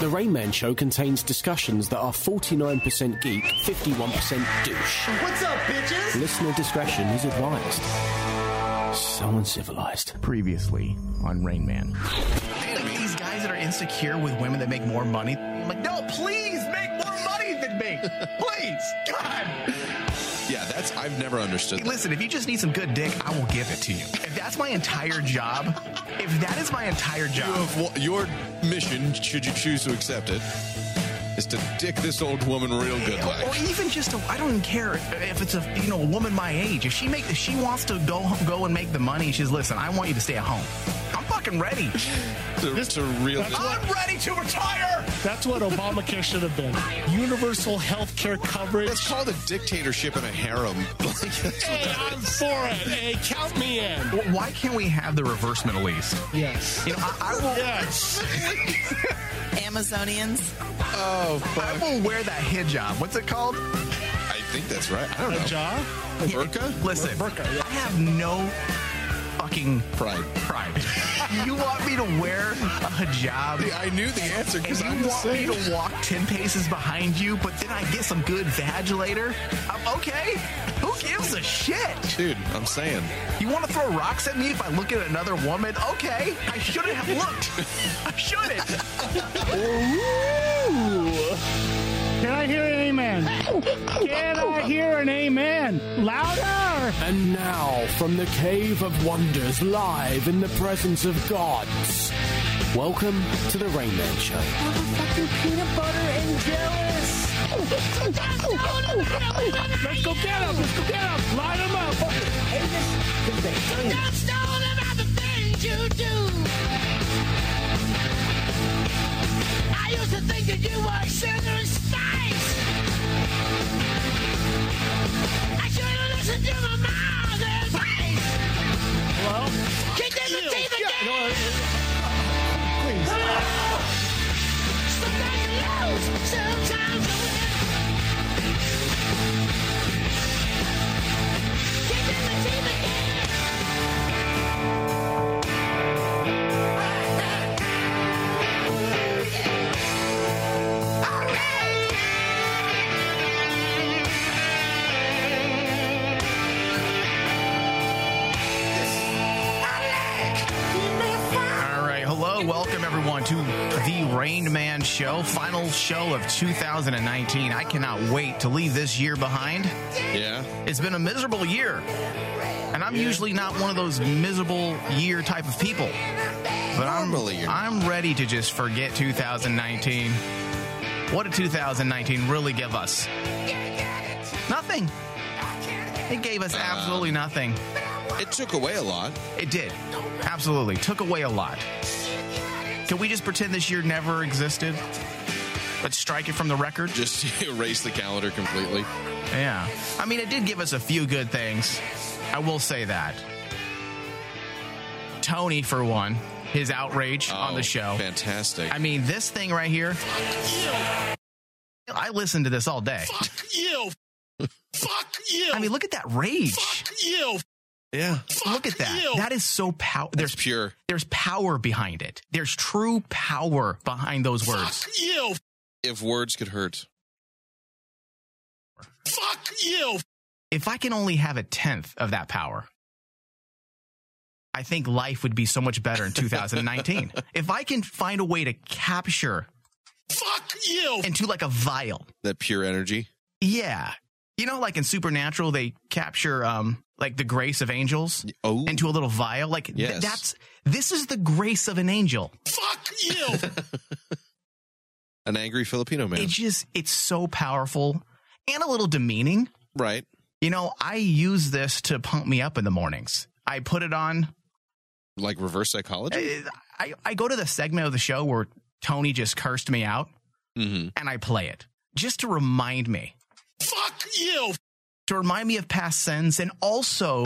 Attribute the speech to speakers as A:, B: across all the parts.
A: The Rain Man Show contains discussions that are 49% geek, 51% douche.
B: What's up, bitches?
A: Listener discretion is advised. So uncivilized.
C: Previously on Rain Man.
D: Like these guys that are insecure with women that make more money. I'm like, no, please make more money than me. Please. God.
E: Yeah, that's I've never understood. That.
D: Listen, if you just need some good dick, I will give it to you. If that's my entire job, if that is my entire
E: You
D: job,
E: have, wa- your mission, should you choose to accept it, is to dick this old woman real good
D: or, or
E: like.
D: even just a, I don't even care if it's a you know a woman my age. If she make if she wants to go go and make the money, she's listen. I want you to stay at home. I'm fucking ready.
E: To, to real.
F: that's what-
D: I'm ready to retire.
F: That's what Obamacare should have been. Universal health care coverage.
E: That's called a dictatorship in a harem. Like, that's what
F: Hey,
E: that
F: I'm
E: is.
F: for it. Hey, count me in.
D: W- Why can't we have the reverse Middle East?
F: Yes.
D: You know, I, I will.
F: Yes.
G: Amazonians.
E: Oh,
D: I
E: fuck.
D: will wear that hijab. What's it called?
E: I think that's right. I don't know.
F: Ja?
E: Burka?
D: Listen,
F: Burka, yeah.
D: I have no fucking
E: Pride.
D: pride. you want me to wear a hijab?
E: I knew the answer
D: And
E: because I'm
D: you
E: the
D: want me
E: same.
D: to walk 10 paces behind you, but then I get some good vag later? I'm okay. Who gives a shit?
E: Dude, I'm saying.
D: You want to throw rocks at me if I look at another woman? Okay. I shouldn't have looked. I shouldn't.
H: Can I hear an amen? Can I hear an amen? Louder!
A: And now, from the Cave of Wonders, live in the presence of gods, welcome to The Rain Man Show.
H: Let's go get them! Let's go get them! Line them up!
I: I used to think that you were sugar and spice. I should have listened to my mom's advice.
F: Well,
I: Kick in the
F: ew,
I: teeth
F: yeah,
I: again.
F: no,
I: Sometimes you lose, sometimes you win. Kick in the teeth again.
D: All right. Hello. Welcome, everyone, to the Rain Man Show, final show of 2019. I cannot wait to leave this year behind.
E: Yeah.
D: It's been a miserable year. And I'm usually not one of those miserable year type of people. But I'm,
E: Normally you're-
D: I'm ready to just forget 2019. What did 2019 really give us? Nothing. It gave
E: Uh,
D: us absolutely nothing.
E: It took away a lot.
D: It did. Absolutely. Took away a lot. Can we just pretend this year never existed? Let's strike it from the record.
E: Just erase the calendar completely.
D: Yeah. I mean, it did give us a few good things. I will say that. Tony, for one, his outrage on
E: Oh,
D: the show.
E: Fantastic.
D: I mean, this thing right here. I listened to this all day.
F: Fuck you. Fuck you.
D: I mean, look at that rage.
F: Fuck you.
E: yeah.
D: look at that.
F: you.
D: That is so power. There's
E: It's pure.
D: there's power behind it. There's true power behind those words.
F: Fuck you.
E: If words could hurt.
F: Fuck you.
D: If I can only have a tenth of that power, I think life would be so much better in 2019. if I can find a way to capture
F: Fuck you.
D: into like a vial,
E: That pure energy.
D: yeah, you know, like in Supernatural, they capture um like the grace of angels
E: Oh.
D: into a little vial. Like th-
E: Yes.
D: that's this is the grace of an angel.
F: Fuck you.
E: An angry Filipino man.
D: It just it's so powerful and a little demeaning.
E: right.
D: You know, I use this to pump me up in the mornings. I put it on.
E: Like reverse psychology.
D: I, I- I go to the segment of the show where Tony just cursed me out
E: Mm-hmm.
D: and I play it just to remind me,
F: Fuck you.
D: to remind me of past sins and also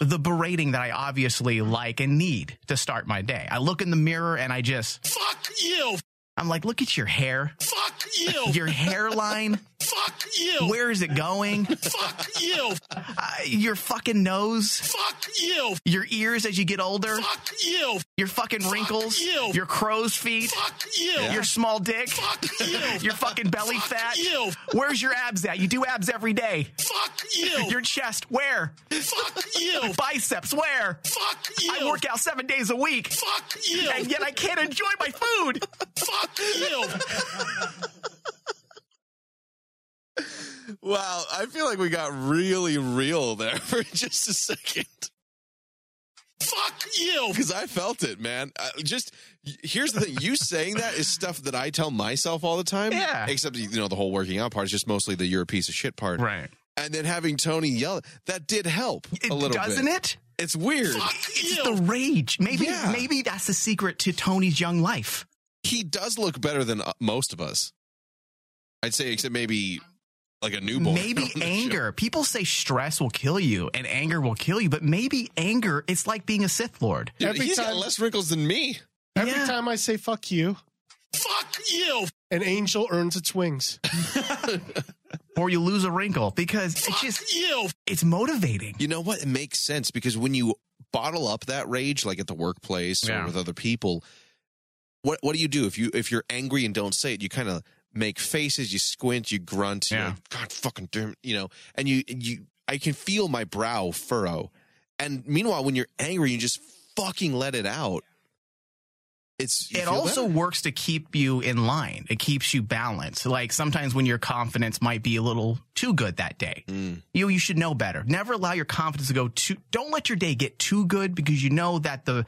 D: the berating that I obviously like and need to start my day. I look in the mirror and I just,
F: Fuck you.
D: I'm like, look at your hair,
F: Fuck you.
D: your hairline.
F: Fuck you.
D: Where is it going?
F: Fuck you.
D: Uh, your fucking nose,
F: Fuck you.
D: your ears as you get older,
F: Fuck you.
D: your fucking wrinkles,
F: you.
D: your crow's feet,
F: Fuck you.
D: your small dick,
F: Fuck you.
D: your fucking belly
F: Fuck
D: fat.
F: you.
D: Where's your abs at? You do abs every day.
F: Fuck you.
D: Your chest, where?
F: Fuck you.
D: Biceps, where?
F: Fuck you.
D: I work out seven days a week,
F: Fuck you.
D: and yet I can't enjoy my food.
F: Fuck you.
E: Wow, I feel like we got really real there for just a second.
F: Fuck you.
E: Because I felt it, man. I, just y- here's the thing: you saying that is stuff that I tell myself all the time.
D: Yeah.
E: Except you know the whole working out part is just mostly the you're a piece of shit part.
D: Right.
E: And then having Tony yell that did help a little
D: doesn't
E: bit.
D: it?
E: It's weird.
D: It's the rage. Maybe
E: Yeah.
D: maybe that's the secret to Tony's young life.
E: He does look better than uh, most of us. I'd say, except maybe like a newborn. on
D: maybe
E: the show.
D: anger. People say stress will kill you and anger will kill you, but maybe anger it's like being a Sith Lord.
E: Dude,
H: Every
E: he's got
H: time-
E: less wrinkles than me.
H: Every
D: Yeah.
H: time I say fuck you,
F: Fuck you.
H: an angel earns its wings.
D: Or you lose a wrinkle because it's just
F: Fuck you.
D: it's motivating.
E: You know what? It makes sense because when you bottle up that rage, like at the workplace or
D: Yeah.
E: with other people, what what do you do if you if you're angry and don't say it? You kind of make faces, you squint, you grunt, you
D: Yeah.
E: know, God fucking damn, it," you know, and you you I can feel my brow furrow, and meanwhile, when you're angry, you just fucking let it out. It's you
D: it
E: feel
D: also
E: better?
D: works to keep you in line. It keeps you balanced. Like sometimes when your confidence might be a little too good that day,
E: Mm.
D: you you should know better. Never allow your confidence to go too. Don't let your day get too good because you know that the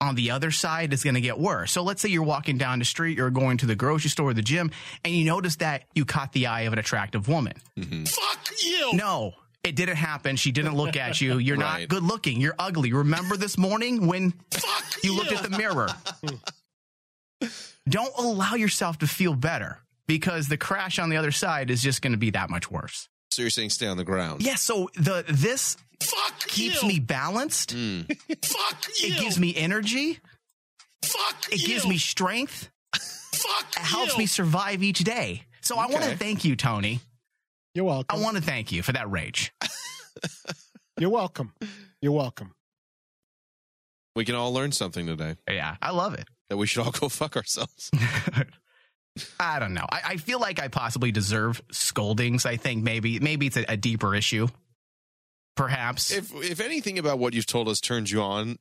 D: on the other side is going to get worse. So let's say you're walking down the street or going to the grocery store or the gym, and you notice that you caught the eye of an attractive woman.
F: Fuck you.
D: No. It didn't happen. She didn't look at you. You're
E: Right.
D: not good looking. You're ugly. Remember this morning when
F: Fuck
D: you looked at the mirror. Don't allow yourself to feel better because the crash on the other side is just going to be that much worse.
E: So you're saying stay on the ground.
D: Yeah, so the this
F: Fuck
D: keeps
F: you. Mm.
D: me balanced.
F: Fuck you.
D: It gives me energy.
F: Fuck
D: It
F: you.
D: gives me strength.
F: Fuck
D: It helps
F: you.
D: me survive each day. So I want
E: Okay.
D: to thank you, Tony.
H: You're
D: I
H: welcome.
D: want to thank you for that rage.
H: You're welcome. You're welcome.
E: We can all learn something today
D: Yeah, I love it.
E: that we should all go fuck ourselves.
D: I don't know. I, I feel like I possibly deserve scoldings. I think maybe maybe it's a, a deeper issue. Perhaps.
E: if if anything about what you've told us turns you on,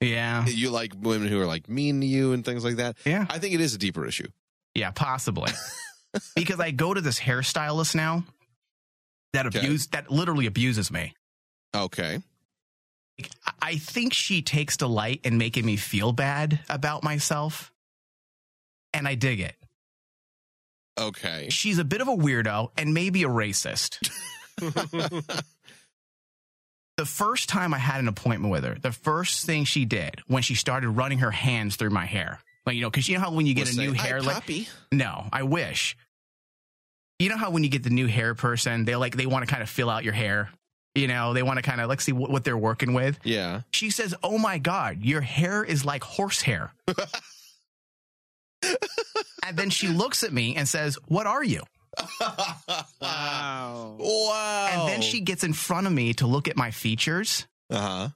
D: yeah.
E: you like women who are like mean to you and things like that.
D: Yeah.
E: I think it is a deeper issue.
D: Yeah, possibly. because I go to this hairstylist now that
E: Okay.
D: abuse that literally abuses me.
E: Okay.
D: Like, I- I think she takes delight in making me feel bad about myself. And I dig it.
E: Okay.
D: She's a bit of a weirdo and maybe a racist. the first time I had an appointment with her, the first thing she did when she started running her hands through my hair, like, you know, because you know how when you get
E: We'll
D: a
E: say,
D: new
E: "Hi,
D: hair, like,
E: Poppy."
D: No, I wish. You know how when you get the new hair person, they like they want to kind of fill out your hair. You know, they want to kind of let's see what, what they're working with.
E: Yeah.
D: She says, "Oh my god, your hair is like horsehair." and then she looks at me and says, "What are you?"
E: Wow. Wow.
D: And then she gets in front of me to look at my features.
E: Uh huh.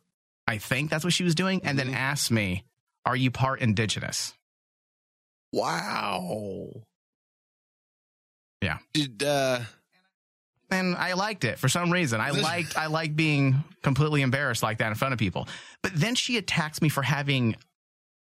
D: I think that's what she was doing, and then asks me, "Are you part indigenous?"
E: Wow.
D: Yeah.
E: Did uh
D: and I liked it for some reason. I liked I liked being completely embarrassed like that in front of people. But then she attacks me for having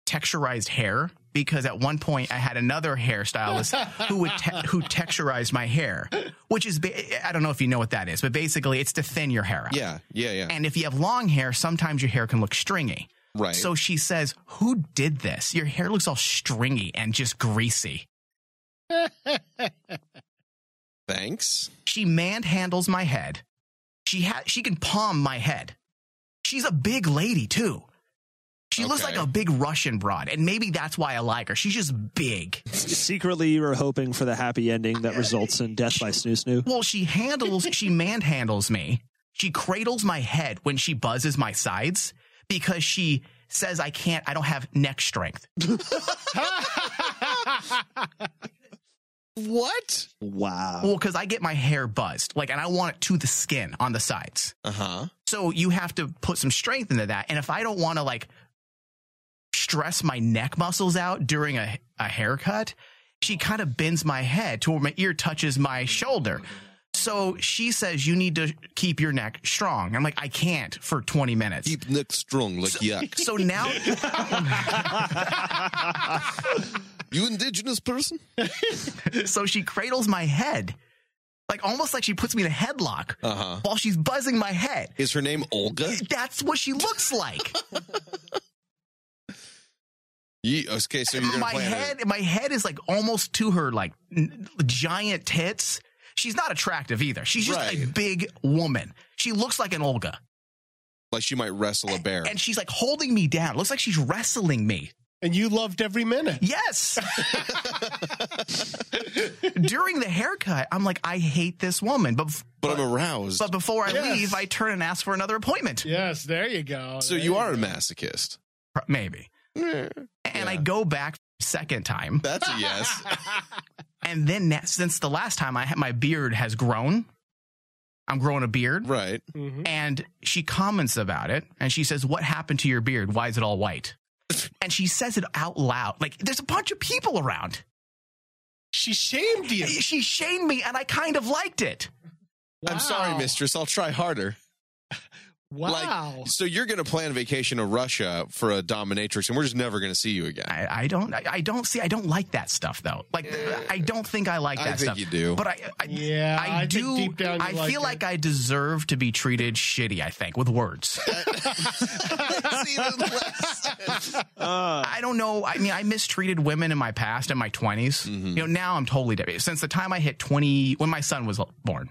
D: texturized hair because at one point I had another hairstylist who would te- who texturized my hair, which is ba- I don't know if you know what that is, but basically it's to thin your hair out.
E: yeah, yeah, yeah.
D: And if you have long hair, sometimes your hair can look stringy.
E: right.
D: So she says, "Who did this? Your hair looks all stringy and just greasy."
E: thanks.
D: She manhandles my head. She ha- she can palm my head. She's a big lady too. She looks
E: Okay.
D: like a big Russian broad, and maybe that's why I like her. She's just big.
B: Secretly, you were hoping for the happy ending that results in death by Snoo Snoo.
D: Well, she handles, she manhandles me. She cradles my head when she buzzes my sides because she says I can't, I don't have neck strength.
E: What?
B: Wow.
D: Well, because I get my hair buzzed, like, and I want it to the skin on the sides.
E: Uh huh.
D: So you have to put some strength into that. And if I don't want to like stress my neck muscles out during a, a haircut, she kind of bends my head to where my ear touches my shoulder. So she says, You need to keep your neck strong. I'm like, I can't for 20 minutes.
E: Keep neck strong like yak.
D: so now,
E: You indigenous person?
D: so she cradles my head, like almost like she puts me in a headlock
E: Uh huh.
D: while she's buzzing my head.
E: Is her name Olga?
D: That's what she looks like.
E: Ye- okay, so you're gonna
D: my
E: play on her-
D: head my head is like almost to her like n- giant tits she's not attractive either she's just a
E: Right.
D: big woman she looks like an olga
E: like she might wrestle a bear.
D: and she's like holding me down looks like she's wrestling me
F: And you loved every minute.
D: yes during the haircut i'm like i hate this woman but
E: but I'm aroused.
D: but before i
F: Yes.
D: leave i turn and ask for another appointment
F: Yes, there you go.
E: so
F: There
E: you are a
F: go.
E: masochist.
D: Pro- maybe and i go back second time
E: That's a yes.
D: and then na- since the last time i had my beard has grown i'm growing a beard
E: right.
D: And she comments about it and she says, What happened to your beard? Why is it all white? And she says it out loud. Like, there's a bunch of people around.
F: She shamed you.
D: She shamed me and I kind of liked it.
E: I'm sorry,
F: Wow.
E: mistress. I'll try harder.
F: Wow.
E: Like, so you're going to plan a vacation to Russia for a dominatrix, and we're just never going to see you again.
D: I, I don't, I, I don't see, I don't like that stuff though. Like, I don't think I like
E: I
D: that
E: think
D: stuff.
E: you do.
D: But I, I,
F: Yeah,
D: I,
F: I think
D: do.
F: deep down you
D: I
F: like
D: feel
F: it.
D: like I deserve to be treated shitty, I think, with words.
E: See, that's-
D: I don't know. I mean, I mistreated women in my past, in my 20s. You know, now I'm totally different. Since the time I hit 20, when my son was born,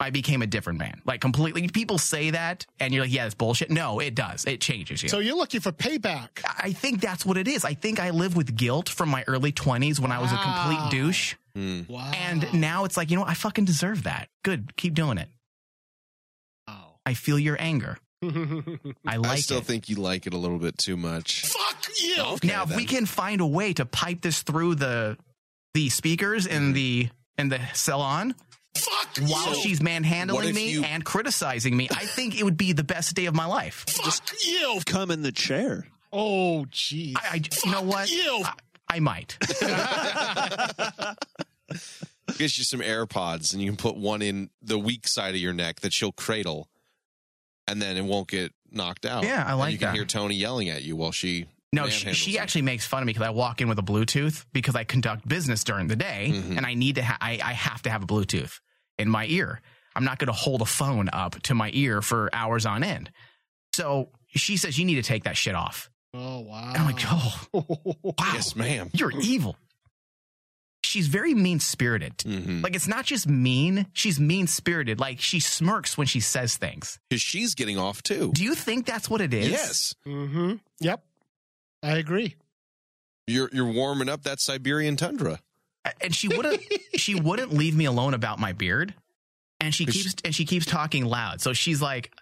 D: I became a different man. Like, completely. People say that, and you're like, yeah, it's bullshit. No, it does. It changes you.
F: So you're looking for payback.
D: I think that's what it is. I think I live with guilt from my early 20s when I was a
F: Wow.
D: complete douche.
E: Hmm.
F: Wow.
D: And now it's like, you know what? I fucking deserve that. Good. Keep doing it. I feel your anger. I like
E: I still
D: it.
E: think you like it a little bit too much.
F: Fuck you.
E: Okay,
D: now, if we
E: then.
D: can find a way to pipe this through the the speakers
E: Mm-hmm.
D: in the in the salon
F: Fuck
D: while
F: you.
D: she's
E: what if
D: manhandling me
E: you-
D: and criticizing me, I think it would be the best day of my life.
F: Fuck you.
B: Come in the chair.
F: Oh, jeez.
D: I, I you know what?
F: you.
D: I, I might.
E: Gets you some AirPods, and you can put one in the weak side of your neck that she'll cradle, and then it won't get knocked out.
D: Yeah, I
E: And
D: like
E: you can
D: that.
E: hear Tony yelling at you while she.
D: No, she,
E: manhandles
D: she
E: you.
D: actually makes fun of me because I walk in with a Bluetooth because I conduct business during the day
E: Mm-hmm.
D: and I need to ha- I, I have to have a Bluetooth in my ear. I'm not going to hold a phone up to my ear for hours on end. So she says you need to take that shit off.
F: oh, wow.
D: And I'm like, oh, wow.
E: Uh, Yes, ma'am.
D: You're evil. She's very mean spirited.
E: Mhm.
D: Like it's not just mean, she's mean spirited. Like she smirks when she says things.
E: 'Cause she's getting off too.
D: Do you think that's what it is?
E: Yes,
F: Mm-hmm. Yep. I agree.
E: you're you're warming up that Siberian tundra.
D: And she wouldn't she wouldn't leave me alone about my beard. And she
E: Is
D: keeps and she keeps talking loud. So she's like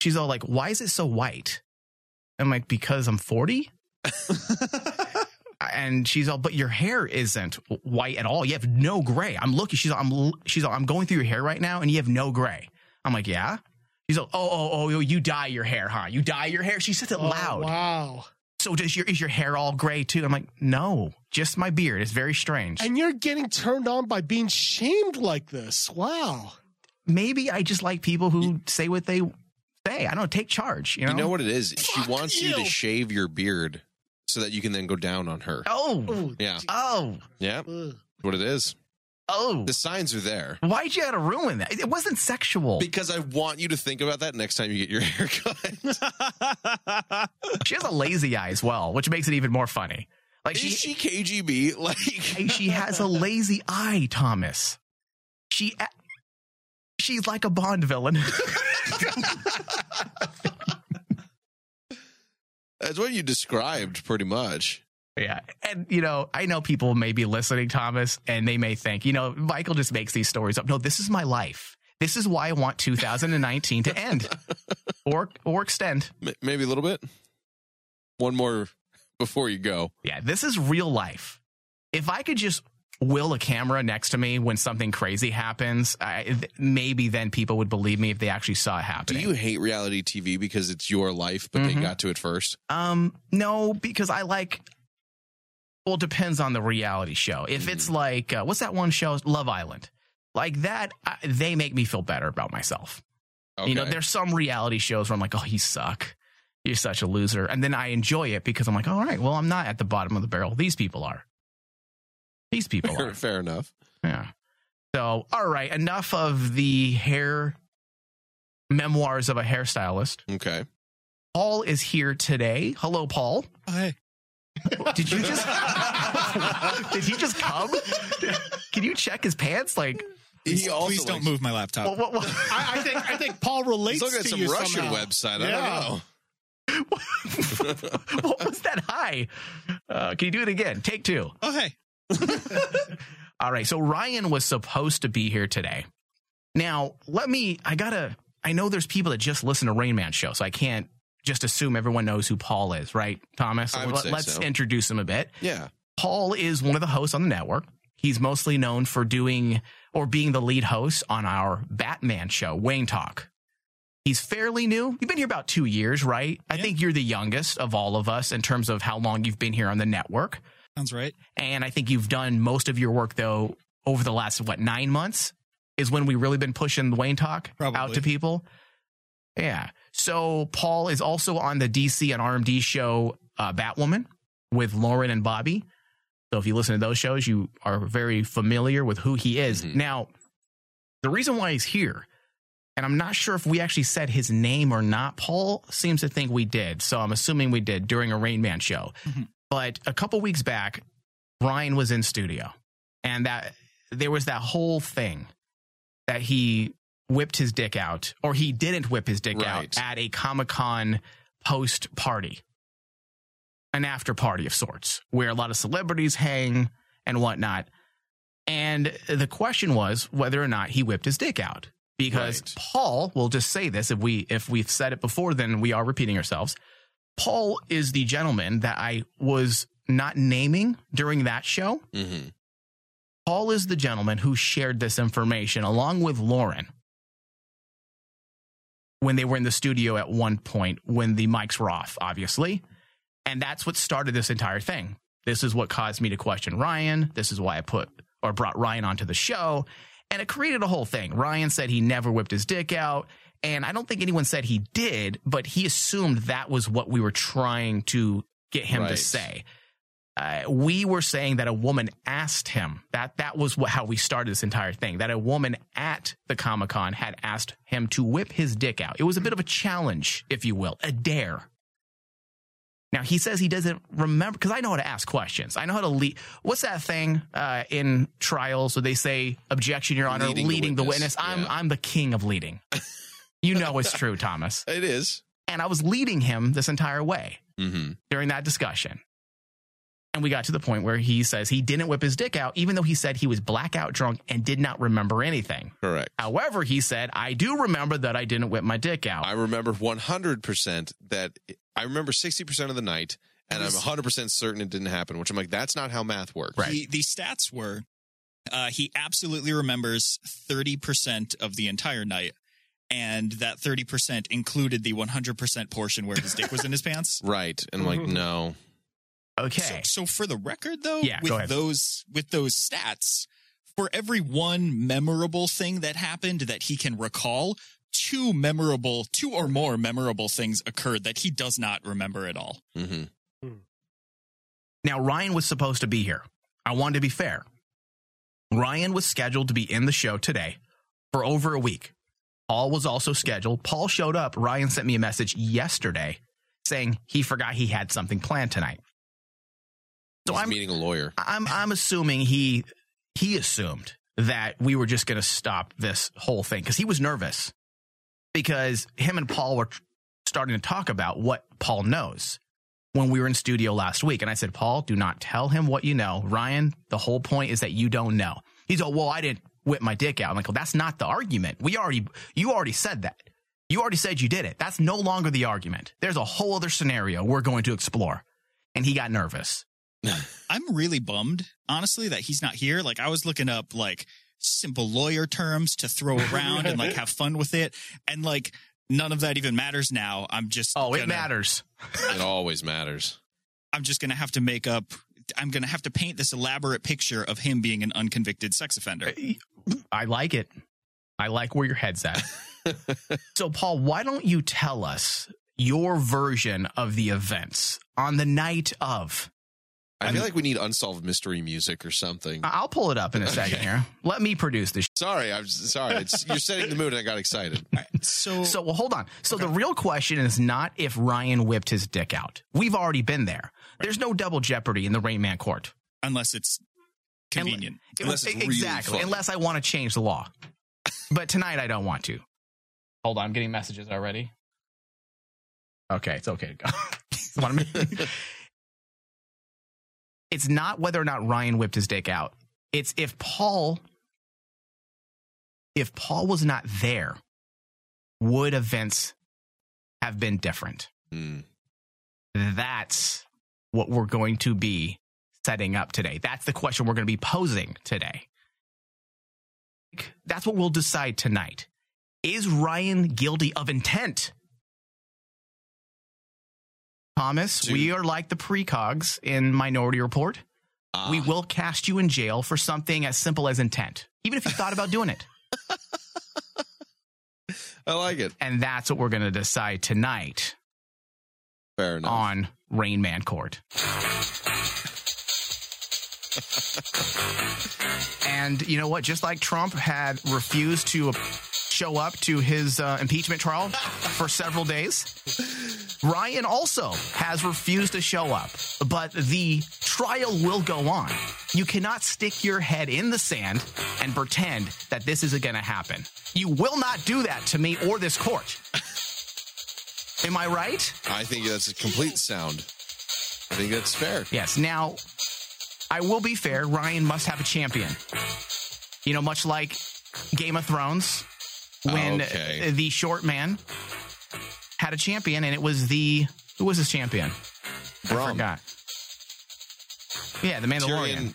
D: she's all like, "Why is it so white?" I'm like, "Because I'm 40?" and she's all, "But your hair isn't white at all. You have no gray." I'm looking. She's all, I'm l- she's all, "I'm going through your hair right now and you have no gray." I'm like, "Yeah?" She's all, "Oh, oh, oh, you dye your hair, huh? You dye your hair." She says it
F: Oh,
D: loud.
F: Wow.
D: So does your is your hair all gray too? I'm like, "No, just my beard. It's very strange."
F: And you're getting turned on by being shamed like this. Wow.
D: maybe I just like people who say what they say. I don't take charge, you know.
E: You know what it is?
F: Fuck
E: she wants you. to
F: you.
E: shave your beard so that you can then go down on her.
D: Oh,
F: Oh,
E: Yeah.
D: oh,
E: Yeah.
F: ugh.
E: What it is.
D: oh!
E: The signs are there.
D: Why'd you gotta ruin that? It wasn't sexual.
E: Because I want you to think about that next time you get your hair cut.
D: she has a lazy eye as well, which makes it even more funny. Like
E: is
D: she,
E: she KGB? Like
D: Hey, she has a lazy eye, Thomas. She, a- she's like a Bond villain.
E: that's what you described pretty much.
D: yeah, and you know, I know people may be listening, Thomas, and they may think, you know, Michael just makes these stories up. No, this is my life. This is why I want 2019 to end, or or extend.
E: M- maybe a little bit. One more before you go.
D: Yeah, this is real life. If I could just will a camera next to me when something crazy happens, I, th- maybe then people would believe me if they actually saw it
E: Do
D: happening.
E: you hate reality TV because it's your life, but
D: Mm-hmm.
E: they got to it first?
D: Um, no, because I like. Well, it depends on the reality show. If it's like uh, what's that one show, Love Island, like that, I, they make me feel better about myself. You know,
E: Okay.
D: there's some reality shows where I'm like, oh, you suck, you're such a loser, and then I enjoy it because I'm like, all right, well, I'm not at the bottom of the barrel. These people are. These people
E: fair,
D: are.
E: fair enough.
D: Yeah. So, all right, enough of the hair memoirs of a hairstylist.
E: Okay.
D: Paul is here today. Hello, Paul.
E: Hi.
D: Did you just did he just come? Can you check his pants? Like,
E: He also
G: Please don't
E: likes-
G: move my laptop.
D: what, what, what,
F: I, I think I think Paul
E: He's
F: relates
E: looking
F: to
E: at some
F: you
E: Russian
F: somehow.
E: website. I
F: Yeah.
E: don't know.
D: what was that high? Uh, can you do it again? Take two.
G: Oh, hey.
D: All right. So Ryan was supposed to be here today. Now, let me, I gotta, I know there's people that just listen to Rain Man show, so I can't just assume everyone knows who Paul is, right, Thomas?
E: I would say
D: us
E: so.
D: introduce him a bit.
E: Yeah.
D: Paul is one of the hosts on the network. He's mostly known for doing or being the lead host on our Batman show, Wayne Talk. He's fairly new. You've been here about two years, right? I think you're the youngest of all of us in terms of how long you've been here on the network.
G: Sounds right.
D: And I think you've done most of your work though over the last what nine months is when we really been pushing the Wayne Talk out
G: Probably.
D: to people. Yeah. So Paul is also on the DC and RMD show uh, Batwoman with Lauren and Bobby. So if you listen to those shows, you are very familiar with who he is.
E: Mhm.
D: Now, the reason why he's here, and I'm not sure if we actually said his name or not. Paul seems to think we did, so I'm assuming we did during a Rain Man show. But a couple weeks back, Brian was in studio, and that there was that whole thing that he whipped his dick out, or he didn't whip his dick
E: Right.
D: out at a Comic Con post party, an after party of sorts, where a lot of celebrities hang and whatnot. And the question was whether or not he whipped his dick out. Because
E: Right.
D: Paul, we'll just say this if we if we've said it before, then we are repeating ourselves. Paul is the gentleman that I was not naming during that show.
E: Mm-hmm.
D: Paul is the gentleman who shared this information along with Lauren when they were in the studio at one point when the mics were off, obviously. And that's what started this entire thing. This is what caused me to question Ryan. This is why I put or brought Ryan onto the show. And it created a whole thing. Ryan said he never whipped his dick out. And I don't think anyone said he did, but he assumed that was what we were trying to get him to
E: Right.
D: say. Uh, we were saying that a woman asked him that that was what, how we started this entire thing. That a woman at the Comic Con had asked him to whip his dick out. It was a bit of a challenge, if you will, a dare. Now he says he doesn't remember because I know how to ask questions. I know how to lead. What's that thing uh, in trials where they say objection, Your Honor,
E: Leading
D: leading,
E: the
D: the
E: witness,
D: witness? I'm
E: yeah.
D: I'm the king of leading. you know it's true, Thomas.
E: It is.
D: And I was leading him this entire way
E: Mm-hmm.
D: during that discussion. And we got to the point where he says he didn't whip his dick out, even though he said he was blackout drunk and did not remember anything.
E: Correct.
D: However, he said, I do remember that I didn't whip my dick out.
E: I remember 100% that I remember 60% of the night, and I'm 100% certain it didn't happen, which I'm like, that's not how math works.
D: Right.
G: The, the stats were uh, he absolutely remembers 30% of the entire night, and that 30% included the 100% portion where his dick was in his pants.
E: Right. And I'm like,
D: Mm-hmm.
E: no.
D: okay.
G: So, so for the record, though,
D: Yeah, go
G: with
D: ahead.
G: those with those stats, for every one memorable thing that happened that he can recall, two memorable, two or more memorable things occurred that he does not remember at all.
E: Mm-hmm.
D: Now, Ryan was supposed to be here. I wanted to be fair. Ryan was scheduled to be in the show today for over a week. Paul was also scheduled. Paul showed up. Ryan sent me a message yesterday saying he forgot he had something planned tonight. So
E: He's
D: I'm
E: meeting a lawyer.
D: I'm I'm assuming he he assumed that we were just going to stop this whole thing because he was nervous because him and Paul were tr- starting to talk about what Paul knows when we were in studio last week and I said Paul do not tell him what you know Ryan the whole point is that you don't know he's all well I didn't whip my dick out I'm like well that's not the argument we already you already said that you already said you did it that's no longer the argument there's a whole other scenario we're going to explore and he got nervous
G: I'm really bummed, honestly, that he's not here. Like I was looking up like simple lawyer terms to throw around and like have fun with it, and like none of that even matters now. I'm just
D: Oh, it
G: gonna-
D: matters.
E: It always matters.
G: I'm just gonna have to make up. I'm gonna have to paint this elaborate picture of him being an unconvicted sex
D: Uh,
G: offender.
D: I like it. I like where your head's at. so, Paul, why don't you tell us your version of the events on the night of?
E: I
D: I'm- Uh,
E: feel like we need unsolved mystery music or something.
D: I- I'll pull it up in a second here. Let me produce this.
E: sorry, I'm s- sorry. It's, you're setting the mood, and I got excited.
G: So,
D: So, well, hold on. So, the real question is not if Ryan whipped his dick out. We've already been there. There's no double jeopardy in the Rain Man court.
G: unless it's convenient,
E: Unless it's really
D: exactly.
E: funny.
D: Unless I want to change the law. But tonight I don't want to. Hold on, I'm getting messages already. Okay, it's okay to go. Wanna make- it's not whether or not Ryan whipped his dick out. It's if Paul if Paul was not there, would events have been different?
E: Hmm.
D: That's what we're going to be setting up today. That's the question we're going to be posing today. That's what we'll decide tonight. Is Ryan guilty of intent? Thomas,
E: To-
D: we are like the precogs in Minority Report.
E: Ah.
D: We will cast you in jail for something as simple as intent, even if you thought about doing it.
E: I like it.
D: And that's what we're going to decide tonight
E: Fair enough.
D: on Rain Man Court. and you know what? Just like Trump had refused to show up to his uh, impeachment trial for several days, Ryan also has refused to show up. But the trial will go on. You cannot stick your head in the sand and pretend that this isn't going to happen. You will not do that to me or this court. Am I right?
E: I think that's a complete sound. I think that's fair.
D: Yes. Now, I will be fair. Ryan must have a champion. You know, much like Game of Thrones, when
E: Okay.
D: uh, the short man had a champion, and it was the who was his champion? I
E: Braun.
D: forgot. Yeah, the Mandalorian.
E: Tyrion,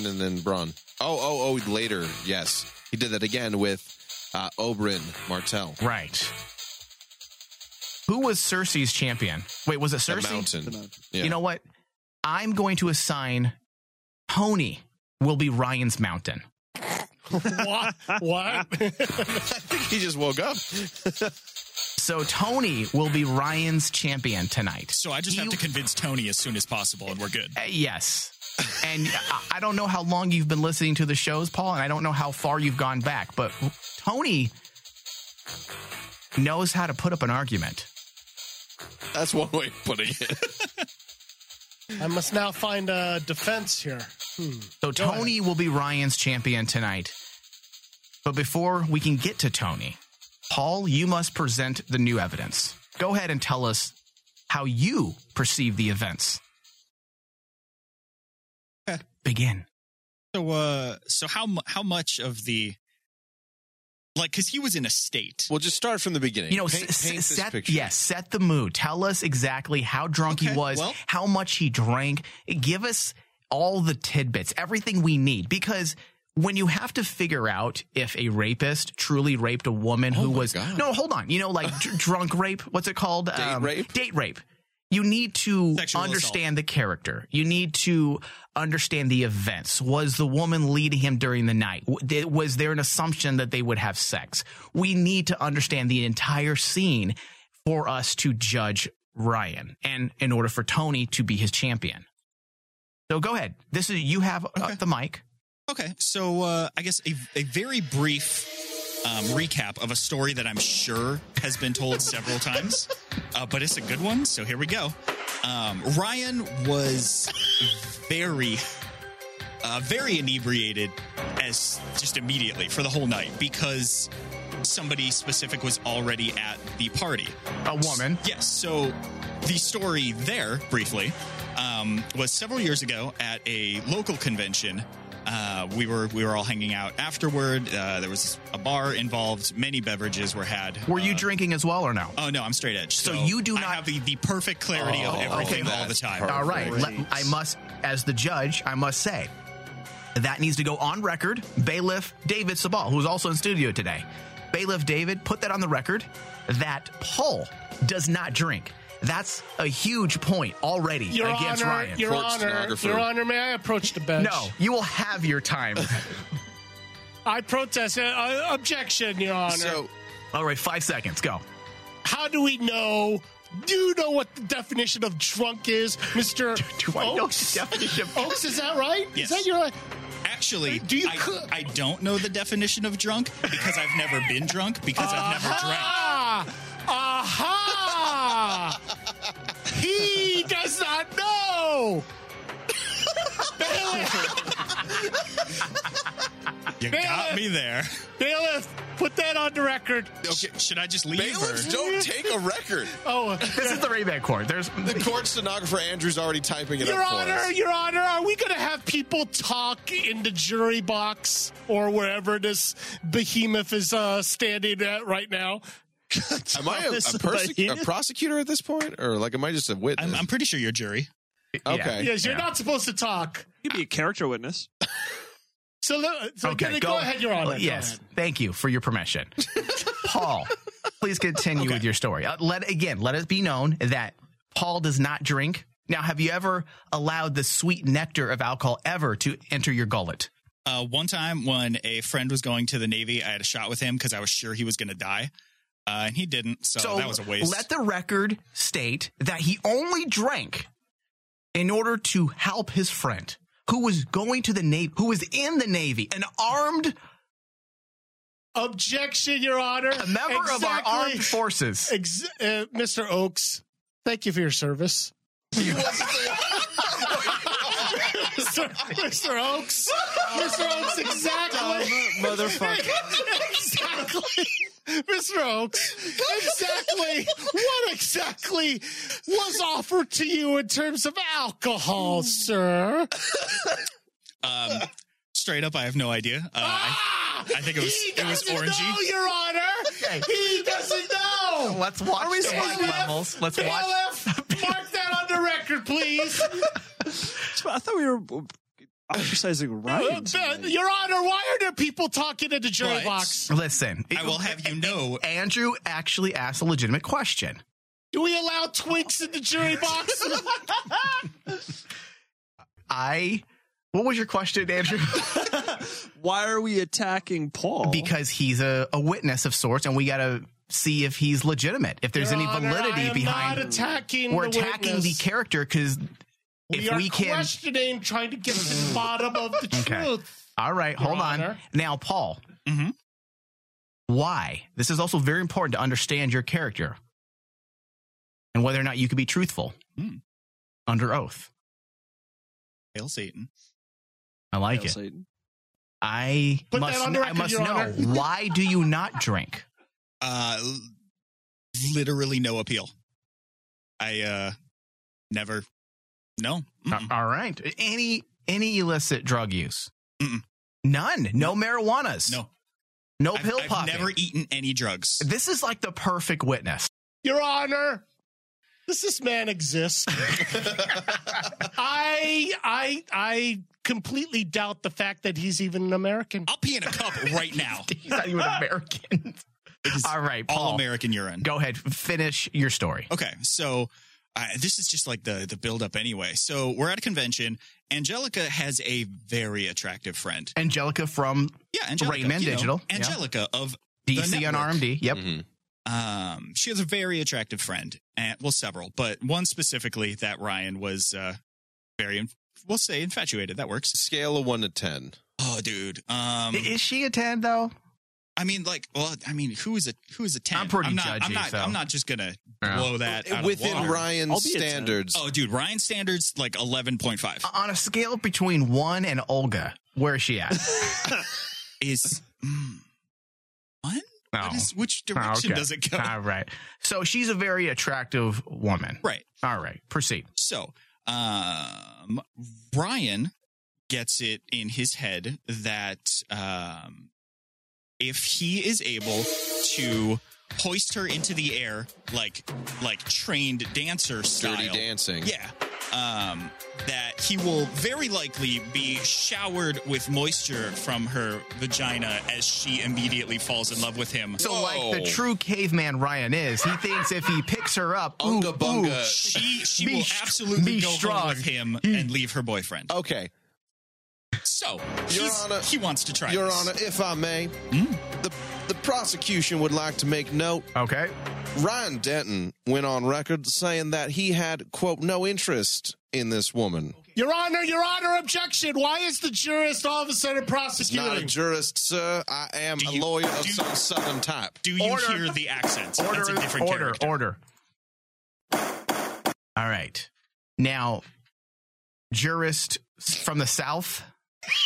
E: Tyrion, and then Braun. Oh, oh, oh! Later, yes, he did that again with uh, Oberyn Martell,
D: Right. Who was Cersei's champion? Wait, was it
E: the
D: Cersei?
E: mountain. Yeah.
D: You know what? I'm going to assign Tony will be Ryan's mountain.
F: what? What?
E: he just woke up.
D: So Tony will be Ryan's champion tonight.
G: so I just have
D: You-
G: to convince Tony as soon as possible, and we're good.
D: Uh, yes. And I- I don't know how long you've been listening to the shows, Paul, and I don't know how far you've gone back, but Tony knows how to put up an argument.
E: That's one way of putting it.
F: I must now find a defense here.
D: So Tony will be Ryan's champion tonight. But before we can get to Tony, Paul, you must present the new evidence. Go ahead and tell us how you perceive the events. Begin.
G: So, uh, so how mu- how much of the like because he was in a state.
E: Well, just start from the beginning.
D: you know,
E: Paint-
D: s-
E: paint
D: s-
E: this
D: set
E: picture.
D: yes, set the mood. Tell us exactly how drunk he
G: Okay,
D: was,
G: well-
D: how much he drank. Give us all the tidbits, everything we need, because when you have to figure out if a rapist truly raped a woman who
E: Oh my
D: was
E: God.
D: no, hold on, you know, like dr- drunk rape. What's it called? Date
E: rape?
D: Date rape. You need to
G: Sexual assault.
D: understand the character. You need to understand the events. Was the woman leading him during the night? W- did- Was there an assumption that they would have sex? We need to understand the entire scene for us to judge Ryan and in order for Tony to be his champion. So go ahead. This is you have uh, the mic.
G: Okay, so uh, I guess a, a very brief um, recap of a story that I'm sure has been told several times, uh, but it's a good one. So here we go. Um, Ryan was very, uh, very inebriated as just immediately for the whole night because somebody specific was already at the party.
D: A woman.
G: Yes. So the story there, briefly, um, was several years ago at a local convention. Uh, we were we were all hanging out afterward. Uh, there was a bar involved. Many beverages were had.
D: Were you
G: Uh,
D: drinking as well or no?
G: Oh no, I'm straight edge. So,
D: you do
G: I
D: not-
G: have the, the perfect clarity of
E: Oh,
G: everything
D: okay.
G: all the time.
E: That's
D: All right.
E: perfect.
D: Let- I must as the judge, I must say. That needs to go on record. Bailiff David Sabal, who's also in studio today. Bailiff David, put that on the record that Paul does not drink. That's a huge point already
F: Your
D: against
F: Honor,
D: Ryan.
F: Your
E: Court
F: Honor,
E: stenographer.
F: Your Honor, may I approach the bench?
D: no, you will have your time.
F: I protest. Uh, uh, objection, Your Honor.
E: So
D: All right, five seconds, go.
F: How do we know? Do you know what the definition of drunk is, Mister
D: Do I know the
F: Oaks?
D: definition of
F: Oaks, is that right?
G: Yes.
F: Is that your?
G: Actually,
F: Do you
G: I,
F: coo-
G: I don't know the definition of drunk because I've never been drunk because I've never drank.
F: Ah, aha! he does not know.
G: You got me there.
F: Bailiff, put that on the record.
E: okay,
G: Should I just leave?
E: bailiffs
G: or-
E: don't take a record.
F: Oh,
D: This is the Rayback Court. There's
E: The court stenographer Andrew's already typing it
F: Your
E: up for
F: Honor,
E: us.
F: Your Honor, are we going to have people talk in the jury box or wherever this behemoth is uh, standing at right now?
E: Am I a,
B: Thomas
E: a, perse-
B: Bahena?
E: a prosecutor at this point, or like am I just a witness?
G: I'm, I'm pretty sure you're jury.
E: okay.
F: Yes, you're
D: Yeah.
F: not supposed to talk.
B: You'd be a character witness.
F: So, le- so
D: okay,
F: go, ahead, Your Honor.
D: Uh,
F: Go
D: Yes,
F: ahead.
D: thank you for your permission, Paul. Please continue with your story. Uh, let again, let it be known that Paul does not drink. Now, have you ever allowed the sweet nectar of alcohol ever to enter your gullet?
G: Uh, one time when a friend was going to the Navy, I had a shot with him because I was sure he was going to die. Uh, and he didn't,
F: Oh,
G: so, that was a waste.
D: let the record state that he only drank in order to help his friend who was going to the navy, who was in the navy, an armed
F: Objection, Your Honor.
D: a member of our armed forces.
F: Ex- uh, Mr. Oakes, thank you for your service. Mr. Mr. Oakes, Mr. Oakes, exactly.
B: Motherfucker.
F: exactly. Mr. Oakes, exactly what exactly was offered to you in terms of
D: Mm.
F: alcohol, sir?
D: Uh,
G: um, straight up, I have no idea. Uh, I,
F: Ah,
G: I think it was-
F: he
G: it was
F: doesn't
G: orangey.
F: Know, Your Honor, he doesn't know.
D: Let's watch
F: Are we
D: the
F: supposed
D: light
F: to laugh?
D: levels. Let's watch.
F: Bailiff, mark that on the record, please.
B: I thought we were exercising
F: Uh,
B: rights.
F: Ben, Your Honor, why are there people talking in the jury
G: Right.
F: box?
D: Listen,
G: I will have you know.
D: Andrew actually asked a legitimate question.
F: Do we allow twinks in the jury box?
D: I. What was your question, Andrew?
B: Why are we attacking Paul?
D: because he's a, a witness of sorts, and we got to see if he's legitimate, if there's
F: Your
D: any
F: Honor, I
D: validity
F: am
D: behind.
F: Not attacking
D: we're
F: the
D: attacking
F: witness.
D: the character because
F: We
D: if
F: are
D: we can.
F: questioning, trying to get to the bottom of the
D: Okay.
F: truth.
D: All right,
F: Your
D: hold on.
F: Honor.
D: Now, Paul.
G: Mhm.
D: Why? This is also very important to understand your character and whether or not you could be truthful
G: Hmm.
D: under oath.
G: Hail Satan.
D: I like it.
B: Satan.
D: I
F: Put that
D: must,
F: on the
D: I
F: record,
D: must
F: Your
D: know
F: Honor.
D: why do you not drink?
G: Uh, l- literally no appeal. I uh, never. No.
D: Uh, All right. Any any illicit drug use?
G: Mm-mm.
D: None. No marijuanas.
G: No.
D: No
G: I've,
D: pill
G: I've
D: popping.
G: never eaten any drugs.
D: this is like the perfect witness.
F: Your Honor, does this man exist? I, I, I completely doubt the fact that he's even an American.
G: I'll pee in a cup right now.
D: He's not even American. All right, Paul.
G: All American urine.
D: Go ahead. Finish your story.
G: Okay, so uh, this is just like the the build up anyway. So we're at a convention. Angelica has a very attractive friend.
D: Angelica from
G: Yeah, Angelica.
D: Rayman
G: you know,
D: Digital, yeah.
G: Angelica of
D: DC on
G: network.
D: RMD. Yep.
E: Mhm.
G: um she has a very attractive friend and well several but one specifically that ryan was uh very inf- we'll say infatuated that works
E: Scale of one to ten.
G: oh dude um
D: Is she a 10 though?
G: i mean like well i mean who is a who is a 10
D: I'm pretty
G: I'm not, I'm
D: judgy,
G: not,
D: so.
G: I'm not just gonna
D: Yeah.
G: blow that out
E: Within
G: of the water.
B: I'll
E: Ryan's
B: be a 10.
E: standards.
G: oh dude ryan standards like 11.5
D: On a scale between one and Olga, where is she at?
G: is mm, one
D: No.
G: What is- which
D: Oh,
G: direction
D: okay.
G: does it go
D: All right. So she's a very attractive woman.
G: right
D: All right. Proceed.
G: So, um, Ryan gets it in his head that um, if he is able to hoist her into the air like like trained dancer style,
E: Dirty dancing.
G: yeah, um, that he will very likely be showered with moisture from her vagina as she immediately falls in love with him.
D: So, like the true caveman Ryan is, he thinks if he picks her up, ooh,
E: Unga bunga.
D: ooh, sh-
G: she she
D: Be
G: will
D: str-
G: absolutely
D: be
G: go
D: strong.
G: home with him and leave her
F: Oh,
G: boyfriend.
E: Okay,
G: So
E: Your
G: he's-
E: Honor-
G: he wants to try.
E: Your
G: this.
E: Honor, if I may, the the prosecution would like to make note.
D: okay.
E: Ryan Denton went on record saying that he had quote no interest in this woman.
F: Your Honor, Your Honor, objection. Why is the jurist all of a sudden
E: Not a
F: prosecuting?
E: jurist, sir. I am
G: Do
E: a
G: you-
E: lawyer of
G: do-
E: some southern type.
G: Do you
D: Order.
G: hear the accents?
D: Order,
G: That's a different
D: order,
G: character.
D: order. All right. Now, jurist from the South.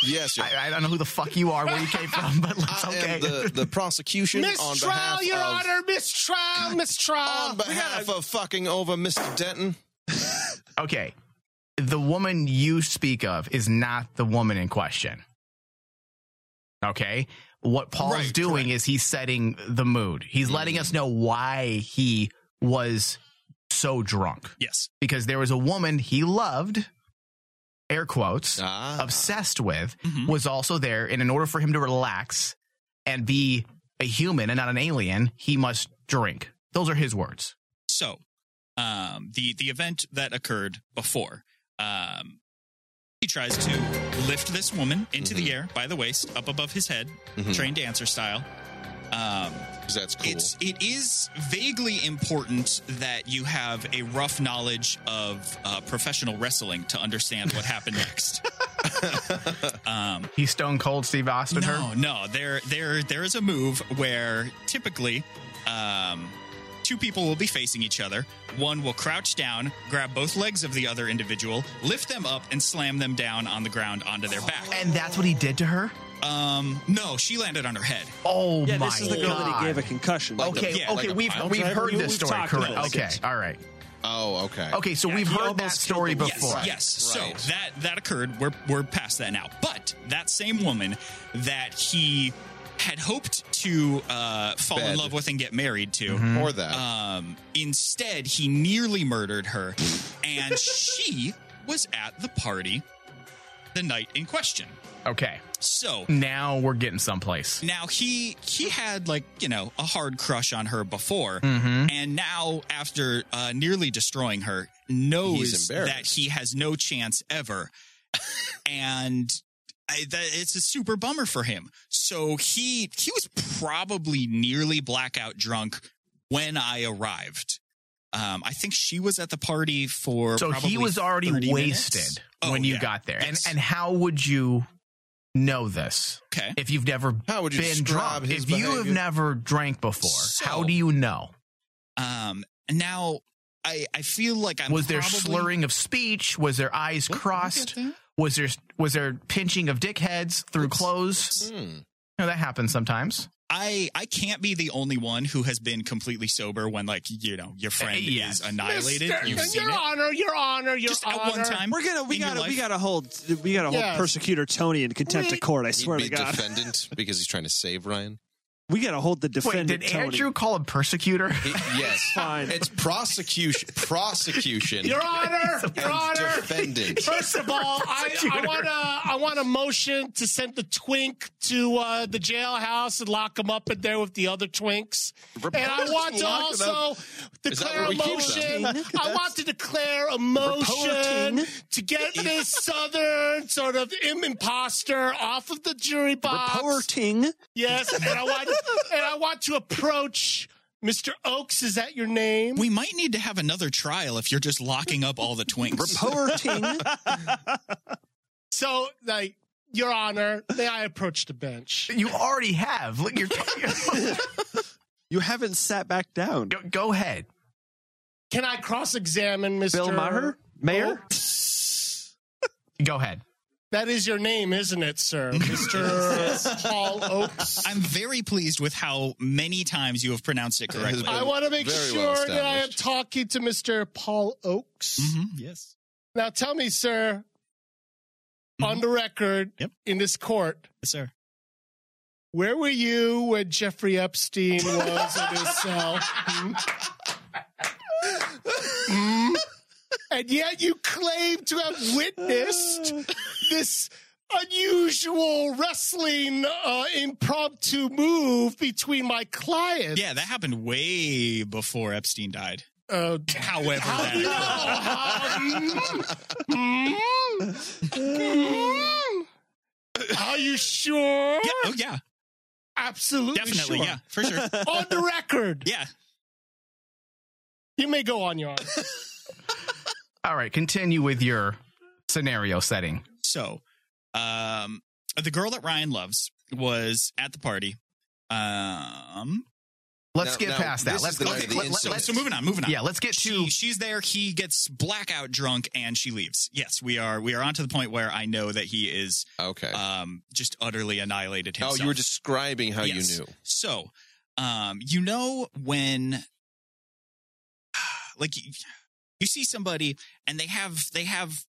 E: Yes, sir.
D: I, I don't know who the fuck you are, where you came from, but
E: I
D: it's okay.
E: am the, the prosecution on behalf
F: mistrial, Your
E: of
F: Honor, mistrial, mistrial.
E: on behalf of fucking over Mr. Denton.
D: okay. The woman you speak of is not the woman in question. Okay. What Paul's
G: Right, Mm-hmm.
D: doing is he's setting the mood. He's letting us know why he was so drunk
G: Yes.
D: because there was a woman he loved, air quotes,
G: Uh-huh.
E: Ah,
D: obsessed with,
G: Mhm.
D: was also there. And in order for him to relax and be a human and not an alien, he must drink. Those are his words.
G: So, um, the the event that occurred before, um, he tries to lift this woman into
F: Mm-hmm.
G: the air by the waist, up above his head, train dancer style. Um,
E: 'cause that's cool.
G: it's it is vaguely important that you have a rough knowledge of uh, professional wrestling to understand what happened next. um,
D: He stone cold Steve Austin
G: no,
D: her.
G: no. There, there, there is a move where typically um, two people will be facing each other. One will crouch down, grab both legs of the other individual, lift them up, and slam them down on the ground onto their back.
D: And that's what he did to her?
G: Um, no, she landed on her head.
D: Oh
B: Yeah,
D: my
B: this is the girl
D: God.
B: that he gave a concussion.
E: Like
D: Okay,
E: the-
G: yeah,
D: okay,
E: like a
D: we've
E: pile
D: we've
E: driver?
D: heard
B: You-
D: this
B: we've
D: story,
B: talked
D: correct?
B: about
D: Okay,
B: this.
D: all right,
E: oh, okay.
D: okay. So we've
B: he
D: heard that
B: almost killed
D: story
E: the-
D: before.
E: Right,
G: Yes,
E: right.
G: yes. So that that occurred. We're we're past that now. But that same woman that he had hoped to uh, fall
E: Bed. Mm-hmm.
G: in love with and get married to.
E: Or that.
G: Um, instead, he nearly murdered her, and she was at the party the night in question.
D: Okay,
G: So
E: Mm.
D: now we're getting someplace.
G: now he he had like you know a hard crush on her before,
D: Mm-hmm.
G: and now after uh, nearly destroying her, knows
E: He's embarrassed.
G: that he has no chance ever, and I, that, it's a super bummer for him. So he he was probably nearly blackout drunk when I arrived. Um, I think she was at the party for
D: So
G: probably
D: he was already
G: 30 minutes.
D: wasted
G: Oh,
D: when you
G: yeah.
D: got there.
G: Yes.
D: And and how would you know this
G: Okay.
D: if you've never
E: How would you
D: been
E: describe
D: drunk?
E: his
D: If you have
E: behavior?
D: never drank before, how
G: So-
D: do you know?
G: Um, now I I feel like I'm
D: Was there
G: probably-
D: slurring of speech? Was there eyes crossed? Was there was there pinching of dick heads through clothes?
E: Hmm.
D: You know, that happens sometimes.
G: I I can't be the only one who has been completely sober when like you know your friend
D: Uh, yes.
G: is annihilated.
F: Mister-
G: You've seen
F: Your
G: it
F: Honor, Your Honor, Your
G: just
F: Honor.
G: at one time.
B: We're gonna we
G: in your
B: gotta we
G: life.
B: gotta hold we gotta hold
F: Yes.
B: persecutor Tony in contempt of court. I
E: He'd
B: swear
E: be
B: to God,
E: defendant because he's trying to save Ryan.
B: we gotta hold the
D: Wait,
B: defendant.
D: did
B: Tony.
D: Andrew call him persecutor?
E: He- yes,
B: Fine.
E: It's prosecution. Prosecution.
F: Your Honor, Your
E: and
F: Honor.
E: defendant.
F: First of all, I, I want a, I want a motion to send the twink to uh, the jailhouse and lock him up in there with the other twinks. and I want to
E: Lock them
F: also
E: that
F: declare
E: where
F: a
E: we keep
F: motion.
B: them?
F: I want to declare a motion
B: Reporting.
F: to get this southern sort of im- imposter off of the jury box.
B: reporting.
F: Yes, and I want and I want to approach Mr. Oakes. Is that your name?
G: we might need to have another trial if you're just locking up all the twinks.
B: Reporting.
F: so, like, Your Honor, may I approach the bench?
D: You already have. Look, you're, you're-
B: you haven't sat back down.
D: go- go ahead.
F: Can I cross-examine Mr.
B: Bill Maher, Mayor.
D: Go ahead.
F: That is your name, isn't it, sir, Mr. Paul Oakes?
G: I'm very pleased with how many times you have pronounced it correctly.
F: I want to make
E: Very
F: sure
E: well
F: that I am
E: established. Mm-hmm.
F: talking to Mr. Paul Oakes.
G: Mhm, yes.
F: Now, tell me, sir,
E: Mm-hmm.
F: on the record
G: Yep.
F: in this court,
G: Yes, sir.
F: where were you when Jeffrey Epstein was in his cell? Hmm? Hmm? and yet you claim to have witnessed this unusual wrestling uh, impromptu move between my clients.
G: Yeah, that happened way before Epstein died.
F: Uh,
G: However,
F: how
G: that
F: do you know? How- Mm, mm, mm. Are you sure?
G: Yeah, oh yeah,
F: Absolutely,
G: definitely,
F: sure.
G: yeah, for sure.
F: On the record,
G: Yeah,
F: you may go on your own.
D: All right, continue with your scenario setting.
G: So, um, the girl that Ryan loves was at the party. Um,
D: Let's
E: Now-
D: get
E: now,
D: past
E: this
D: that.
E: is
D: Let's
E: the
D: let's-
E: night of
D: let-
E: the
D: let-
E: incident.
G: so,
D: let's-
G: so moving on, moving on.
D: Yeah, let's get
G: She,
D: to
G: she's there. He gets blackout drunk, and she leaves. Yes, we are. We are on to the point where I know that he is
E: Okay.
G: um just utterly annihilated
E: oh,
G: himself.
E: you were describing how
G: Yes.
E: you knew.
G: So, um, you know when, like, you, you see somebody and they have they have,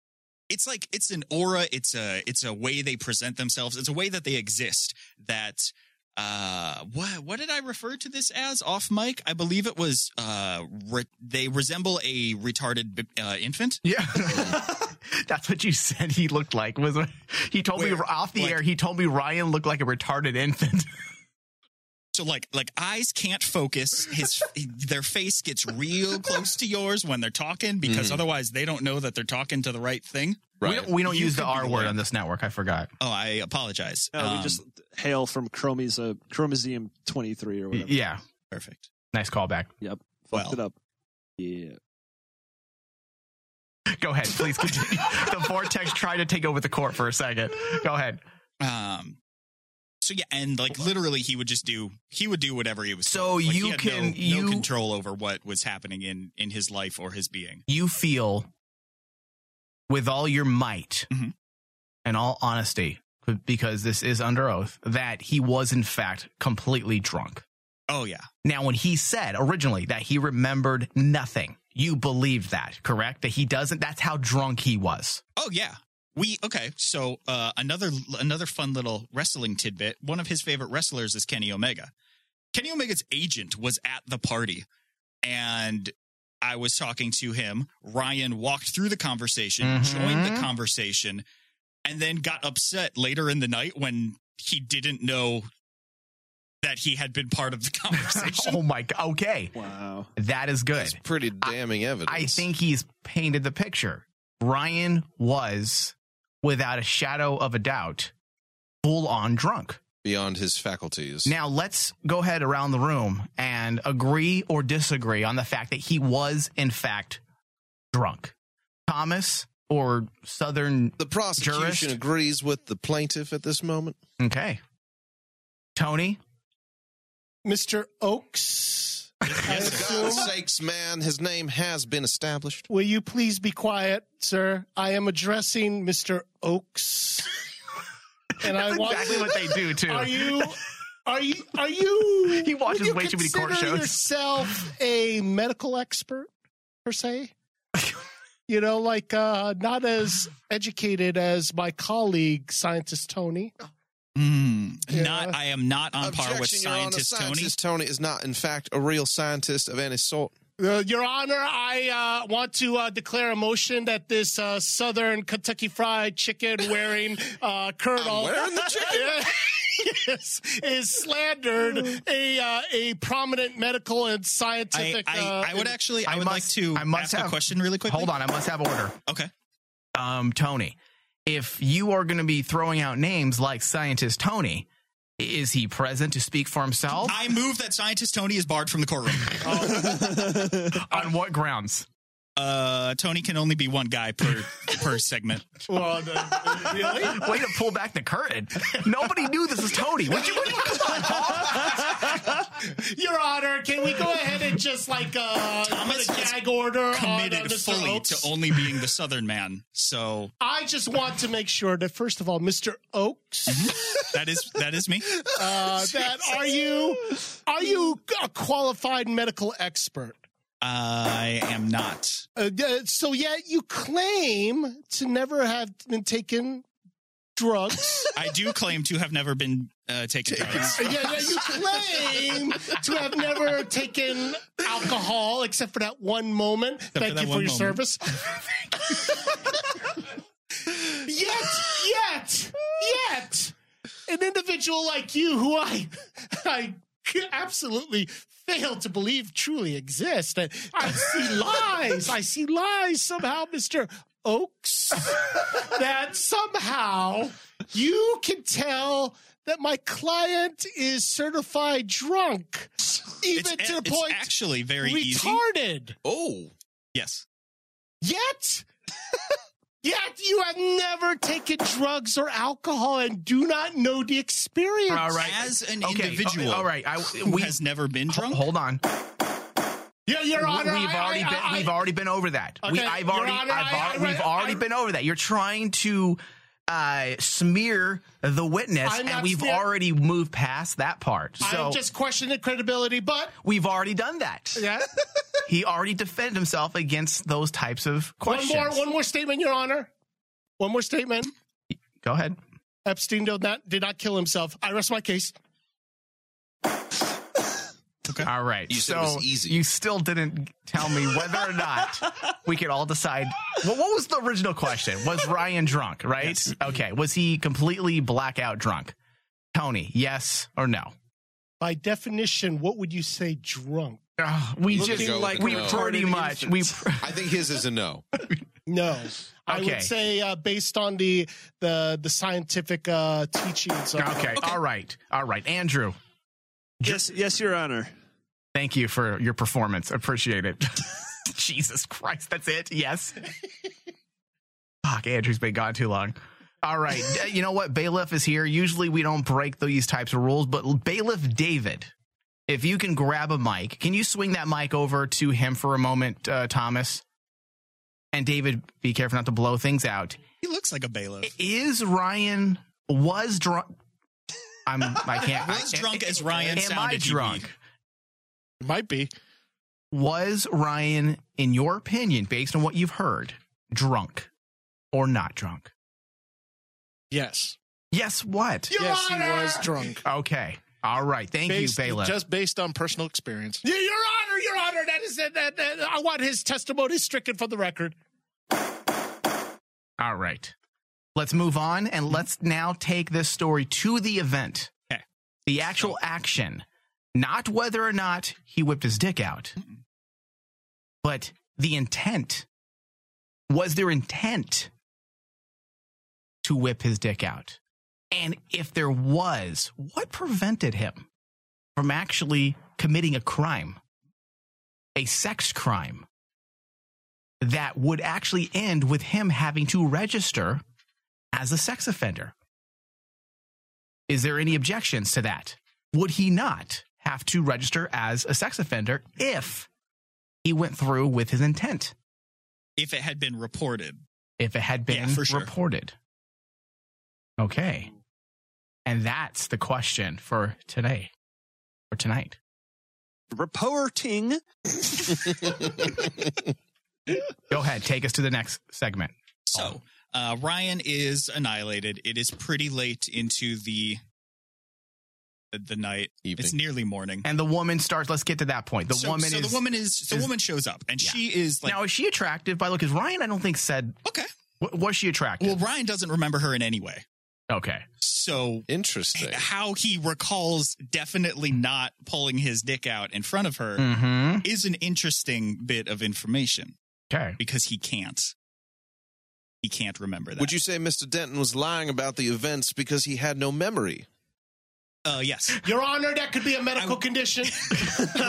G: it's like it's an aura. It's a it's a way they present themselves. It's a way that they exist. That uh, what what did I refer to this as off mic? I believe it was uh, re- they resemble a retarded uh, infant.
D: yeah. That's what you said he looked like. Was he told me
G: Where?
D: off the
G: Like-
D: air? He told me Ryan looked like a retarded infant.
G: So like like eyes can't focus. His their face gets real close to yours when they're talking because
D: Mm-hmm.
G: otherwise they don't know that they're talking to the right thing.
D: We
E: Right.
D: don't, we don't
G: You
D: use the
G: could be
D: R word
G: right.
D: on this network. I forgot.
G: Oh, I apologize.
B: No,
G: Um,
B: we just hail from chromies, uh, chromosium 23 or whatever.
D: Yeah,
G: perfect.
D: nice callback.
B: Fucked
G: well.
B: it up. Yeah.
D: Go ahead, please continue. the vortex tried to take over the court for a second. Go ahead.
G: Um, so yeah, and like literally, he would just do he would do whatever he was.
D: So
G: told. Like, he
D: you
G: had
D: can-
G: no, no
D: you-
G: control over what was happening in in his life or his being.
D: You feel with all your might
G: Mhm.
D: and all honesty, because this is under oath, that he was in fact completely drunk.
G: Oh yeah,
D: Now, when he said originally that he remembered nothing, you believed that, correct? That he doesn't. That's how drunk he was.
G: oh yeah. We okay. So uh, another another fun little wrestling tidbit. One of his favorite wrestlers is Kenny Omega. Kenny Omega's agent was at the party, and I was talking to him. Ryan walked through the conversation,
D: Mhm.
G: joined the conversation, and then got upset later in the night when he didn't know that he had been part of the conversation.
D: oh my god. Okay,
B: Wow.
D: that is good.
E: That's pretty damning evidence.
D: I think he's painted the picture. Ryan was, without a shadow of a doubt, full on drunk.
E: beyond his faculties.
D: Now let's go ahead around the room and agree or disagree on the fact that he was in fact drunk. Thomas or Southern
E: the prosecution
D: Jurist?
E: agrees with the plaintiff at this moment.
D: Okay. Tony,
F: Mr. Oaks, I
E: For God's
F: assume,
E: sakes, man, his name has been established.
F: will you please be quiet, sir? I am addressing Mr. Oaks. And I
D: That's
F: want
D: exactly what they do too.
F: Are you? Are you? Are you?
D: He watches
F: would you
D: way too many court
F: consider
D: shows.
F: Yourself a medical expert per se? you know, like uh, not as educated as my colleague scientist Tony.
G: Mm,
F: Yeah.
G: Not, I am not on par with
E: Objection, Your Honor.
G: scientist Tony.
E: Scientist Tony is not, in fact, a real scientist of any sort.
F: Uh, Your Honor, I uh, want to uh, declare a motion that this uh, Southern Kentucky Fried Chicken wearing uh, Colonel
E: wearing the
F: yes, is slandered a uh, a prominent medical and
G: I,
F: scientific. uh,
G: I, I would actually, I,
D: I
G: would
D: must-
G: like to
D: I must
G: ask
D: have-
G: a question really quickly.
D: Hold on, I must have order.
G: Okay.
D: Um, Tony, if you are going to be throwing out names like scientist Tony, is he present to speak for himself?
G: I move that scientist Tony is barred from the courtroom.
D: On what grounds?
G: Uh, Tony can only be one guy per per segment.
F: Well, the- really?
D: Way to pull back the curtain. Nobody knew this is Tony. What you? What you come on, Paul.
F: Your Honor, can we go ahead and just like uh,
G: Thomas
F: put a
G: has
F: gag order on uh,
G: Committed
F: Mr.
G: fully
F: Oaks?
G: to only being the Southern man. So
F: I just want to make sure that first of all, Mr. Oaks,
G: that is that is me.
F: uh, that are you are you a qualified medical expert?
G: I am not.
F: Uh, uh, so yet you claim to never have been taken drugs.
G: I do claim to have never been uh, taken drugs.
F: yeah, yeah, you claim to have never taken alcohol except for that one moment.
G: for
F: Thank
G: that
F: you for
G: one
F: your
G: moment.
F: service. yet, yet, yet, an individual like you, who I, I absolutely fail to believe truly exist. I I see lies. I see lies somehow, Mister Oaks, that somehow you can tell that my client is certified drunk,
G: It's,
F: even to
G: a-
F: the
G: it's
F: point
G: actually very easy.
F: retarded.
E: Oh,
G: Yes.
F: Yet, yet you have never taken drugs or alcohol and do not know the experience.
D: All right.
G: As an
D: Okay,
G: individual
D: All right. I,
G: who
D: we,
G: has never been drunk,
D: hold on.
F: Yeah, Your
D: We-
F: Honor,
D: we've
F: I-
D: already
F: I-
D: been,
F: I-
D: we've already been over that. we,
F: Okay,
D: I've
F: Your
D: already,
F: Honor,
D: I've,
F: I-
D: al-
F: I-
D: we've
F: I-
D: already been over that. You're trying to uh, smear the witness,
F: I'm
D: and
F: not
D: we've
F: smear-
D: already moved past that part. So
F: I'm just questioning credibility, but
D: we've already done that.
F: yeah.
D: He already defended himself against those types of
F: one
D: questions.
F: more, one more statement, Your Honor. One more statement.
D: Go ahead.
F: Epstein did not, did not kill himself. I rest my case.
D: All right.
E: You said
D: so
E: it was easy.
D: You still didn't tell me whether or not we could all decide. Well, what was the original question? Was Ryan drunk, right? Okay. Was he completely blackout drunk? Tony, yes or no?
F: By definition, what would you say drunk?
D: Ugh, we
E: We're
D: just
E: gonna go
D: like we
E: with no.
D: pretty much we
E: I think his is a no.
F: No. I
D: Okay.
F: would say uh, based on the the the scientific uh, teachings. Of,
D: okay. All right. All right. Andrew,
B: Yes, yes, Your Honor.
D: thank you for your performance. Appreciate it. Jesus Christ, that's it. Yes. Fuck, Andrew's been gone too long. All right. Uh, You know what? Bailiff is here. Usually we don't break these types of rules, but Bailiff David, if you can grab a mic, can you swing that mic over to him for a moment, uh, Thomas? And David, be careful not to blow things out.
G: he looks like a bailiff.
D: is Ryan was drunk. I'm. I can't.
G: Was
D: I-
G: drunk
D: am-
G: as Ryan
D: Am I
G: sounded he'd be.
D: drunk?
F: Might be.
D: Was Ryan, in your opinion, based on what you've heard, drunk or not drunk?
J: Yes.
D: Yes. What?
J: yes, he was drunk.
D: Okay. All right. Thank
J: Based-
D: you, Bailiff.
J: Just based on personal experience.
F: Your Your Honor, Your Honor, that is that, that, that- I want his testimony stricken from the record.
D: All right. Let's move on and let's now take this story to the event.
G: Okay.
D: The actual action, not whether or not he whipped his dick out, but the intent. Was there intent to whip his dick out? And if there was, what prevented him from actually committing a crime, a sex crime? that would actually end with him having to register as a sex offender. Is there any objections to that? Would he not have to register as a sex offender if he went through with his intent,
G: If it had been reported,
D: if it had been
G: Yeah, for sure.
D: reported? Okay. And that's the question for today, for tonight.
B: Reporting.
D: Go ahead, take us to the next segment.
G: So
E: Oh.
G: uh, Ryan is annihilated. It is pretty late into the the night.
E: Evening.
G: It's nearly morning.
D: And the woman starts, let's get to that point. The
G: so,
D: woman
G: so
D: is.
G: the woman is the
D: is-
G: woman shows up and
D: Yeah.
G: she is like
D: now, is she attractive? By the way, because Ryan, I don't think, said.
G: okay.
D: W- was she attractive?
G: Well, Ryan doesn't remember her in any way.
D: Okay.
G: So
E: Interesting.
G: how he recalls definitely not pulling his dick out in front of her
D: Mm-hmm.
G: is an interesting bit of information
D: Okay.
G: because he can't he can't remember that.
E: Would you say Mr. Denton was lying about the events because he had no memory?
G: Uh, yes.
F: Your Honor, that could be a medical condition.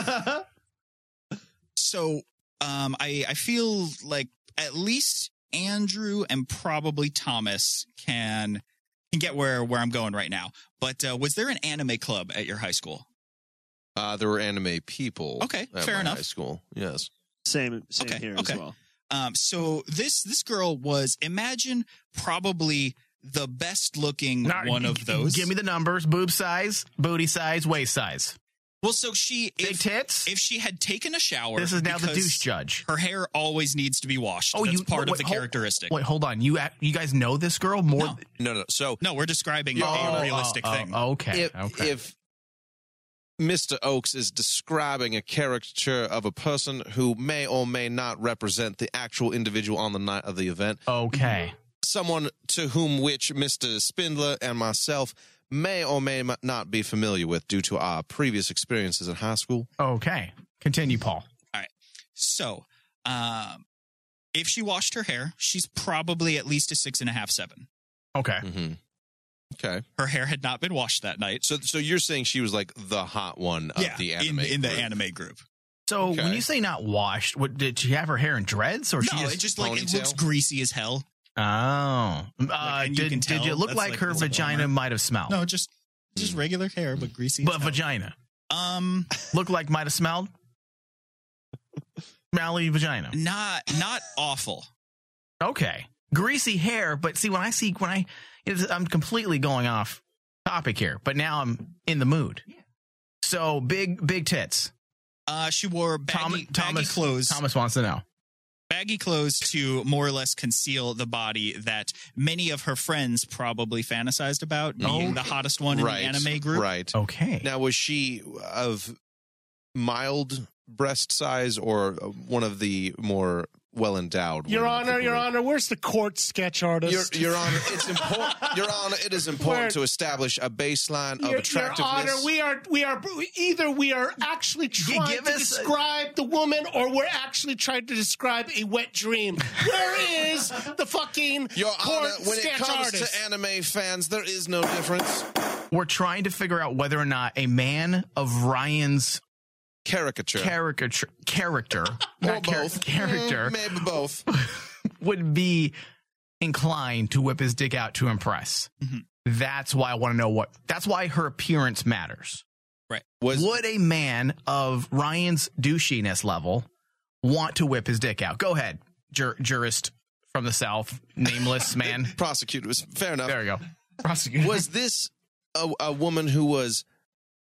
G: So um, I I feel like at least Andrew and probably Thomas can can get where where I'm going right now. But uh, was there an anime club at your high school?
E: Uh, there were anime people.
G: Okay,
E: at
G: fair
E: my
G: enough.
E: High school, yes.
B: Same, same
G: Okay,
B: here
G: okay.
B: as well.
G: Um, so this this girl was imagine probably the best looking one of those.
D: Give me the numbers: boob size, booty size, waist size.
G: Well, so she
D: Big
G: if,
D: tits?
G: if she had taken a shower.
D: This is now the
G: because
D: douche judge. Oh,
G: Her hair always needs to be washed. That's part
D: wait,
G: of the
D: hold-
G: characteristic.
D: Wait, hold on. You act- you guys know this girl more?
G: No.
E: No, no. So
G: no, we're describing
E: Oh,
G: a realistic
D: oh,
G: thing.
D: oh, okay.
E: if,
D: okay.
E: if Mr. Oakes is describing a caricature of a person who may or may not represent the actual individual on the night of the event,
D: okay.
E: someone to whom which Mr. Spindler and myself may or may m- not be familiar with due to our previous experiences in high school.
D: Okay. Continue, Paul.
G: So, um, if she washed her hair, she's probably at least a six and a half, seven.
D: Okay.
E: Mm-hmm. Okay,
G: Her hair had not been washed that night.
E: so so you're saying she was like the hot one of
G: yeah,
E: the anime
G: in, in the
E: group.
G: anime group.
D: So
E: Okay.
D: when you say not washed, what did she have her hair in dreads or she
G: no,
D: just,
G: it just like it
E: ponytail?
G: looks greasy as hell.
D: Oh. Uh,
G: and you
D: did,
G: can
D: did
G: tell
D: it look
G: that's,
D: like,
G: like, a
D: her
G: little
D: vagina
G: warmer.
D: might have
E: Oh.
D: smelled?
G: No, just
E: Hmm.
G: just regular hair, but greasy.
D: but
G: as hell.
D: vagina.
G: um,
D: Look like might have smelled? Smelly vagina.
G: not not awful.
D: Okay. Greasy hair, but see when I see when I it's, I'm completely going off topic here, but now I'm in the mood. So big big tits.
G: Uh, she wore baggy,
D: Tom-
G: baggy
D: Thomas-
G: clothes,
D: Thomas wants to know.
G: baggy clothes to more or less conceal the body that many of her friends probably fantasized about being the hottest one
E: Oh. right,
G: in the anime group.
E: right?
D: Okay.
E: Now, was she of mild breast size or one of the more well endowed?
F: Your Honor, Your Honor, where's the court sketch
E: Your,
F: artist?
E: Your Honor, it's important. Your Honor, it is important
F: Where-
E: to establish a baseline of
F: Your- Your
E: attractiveness.
F: Honor, we are we are either we are actually trying
D: give
F: to
D: us a-
F: describe the woman, or we're actually trying to describe a wet dream. Where is the fucking
E: Your Honor,
F: court
E: when it
F: sketch
E: comes
F: artist?
E: to anime fans, there is no difference.
D: We're trying to figure out whether or not a man of Ryan's
E: Caricature.
D: caricature character
E: or
D: not char-
E: both.
D: character
E: Mm, maybe both.
D: would be inclined to whip his dick out to impress. That's why I want to know what that's why her appearance matters.
E: Was
D: Would a man of Ryan's douchiness level want to whip his dick out? Go ahead, jur- jurist from the South, nameless man.
E: prosecuted. Was, fair enough.
D: There you go. Prosecutor.
E: was this a, a woman who was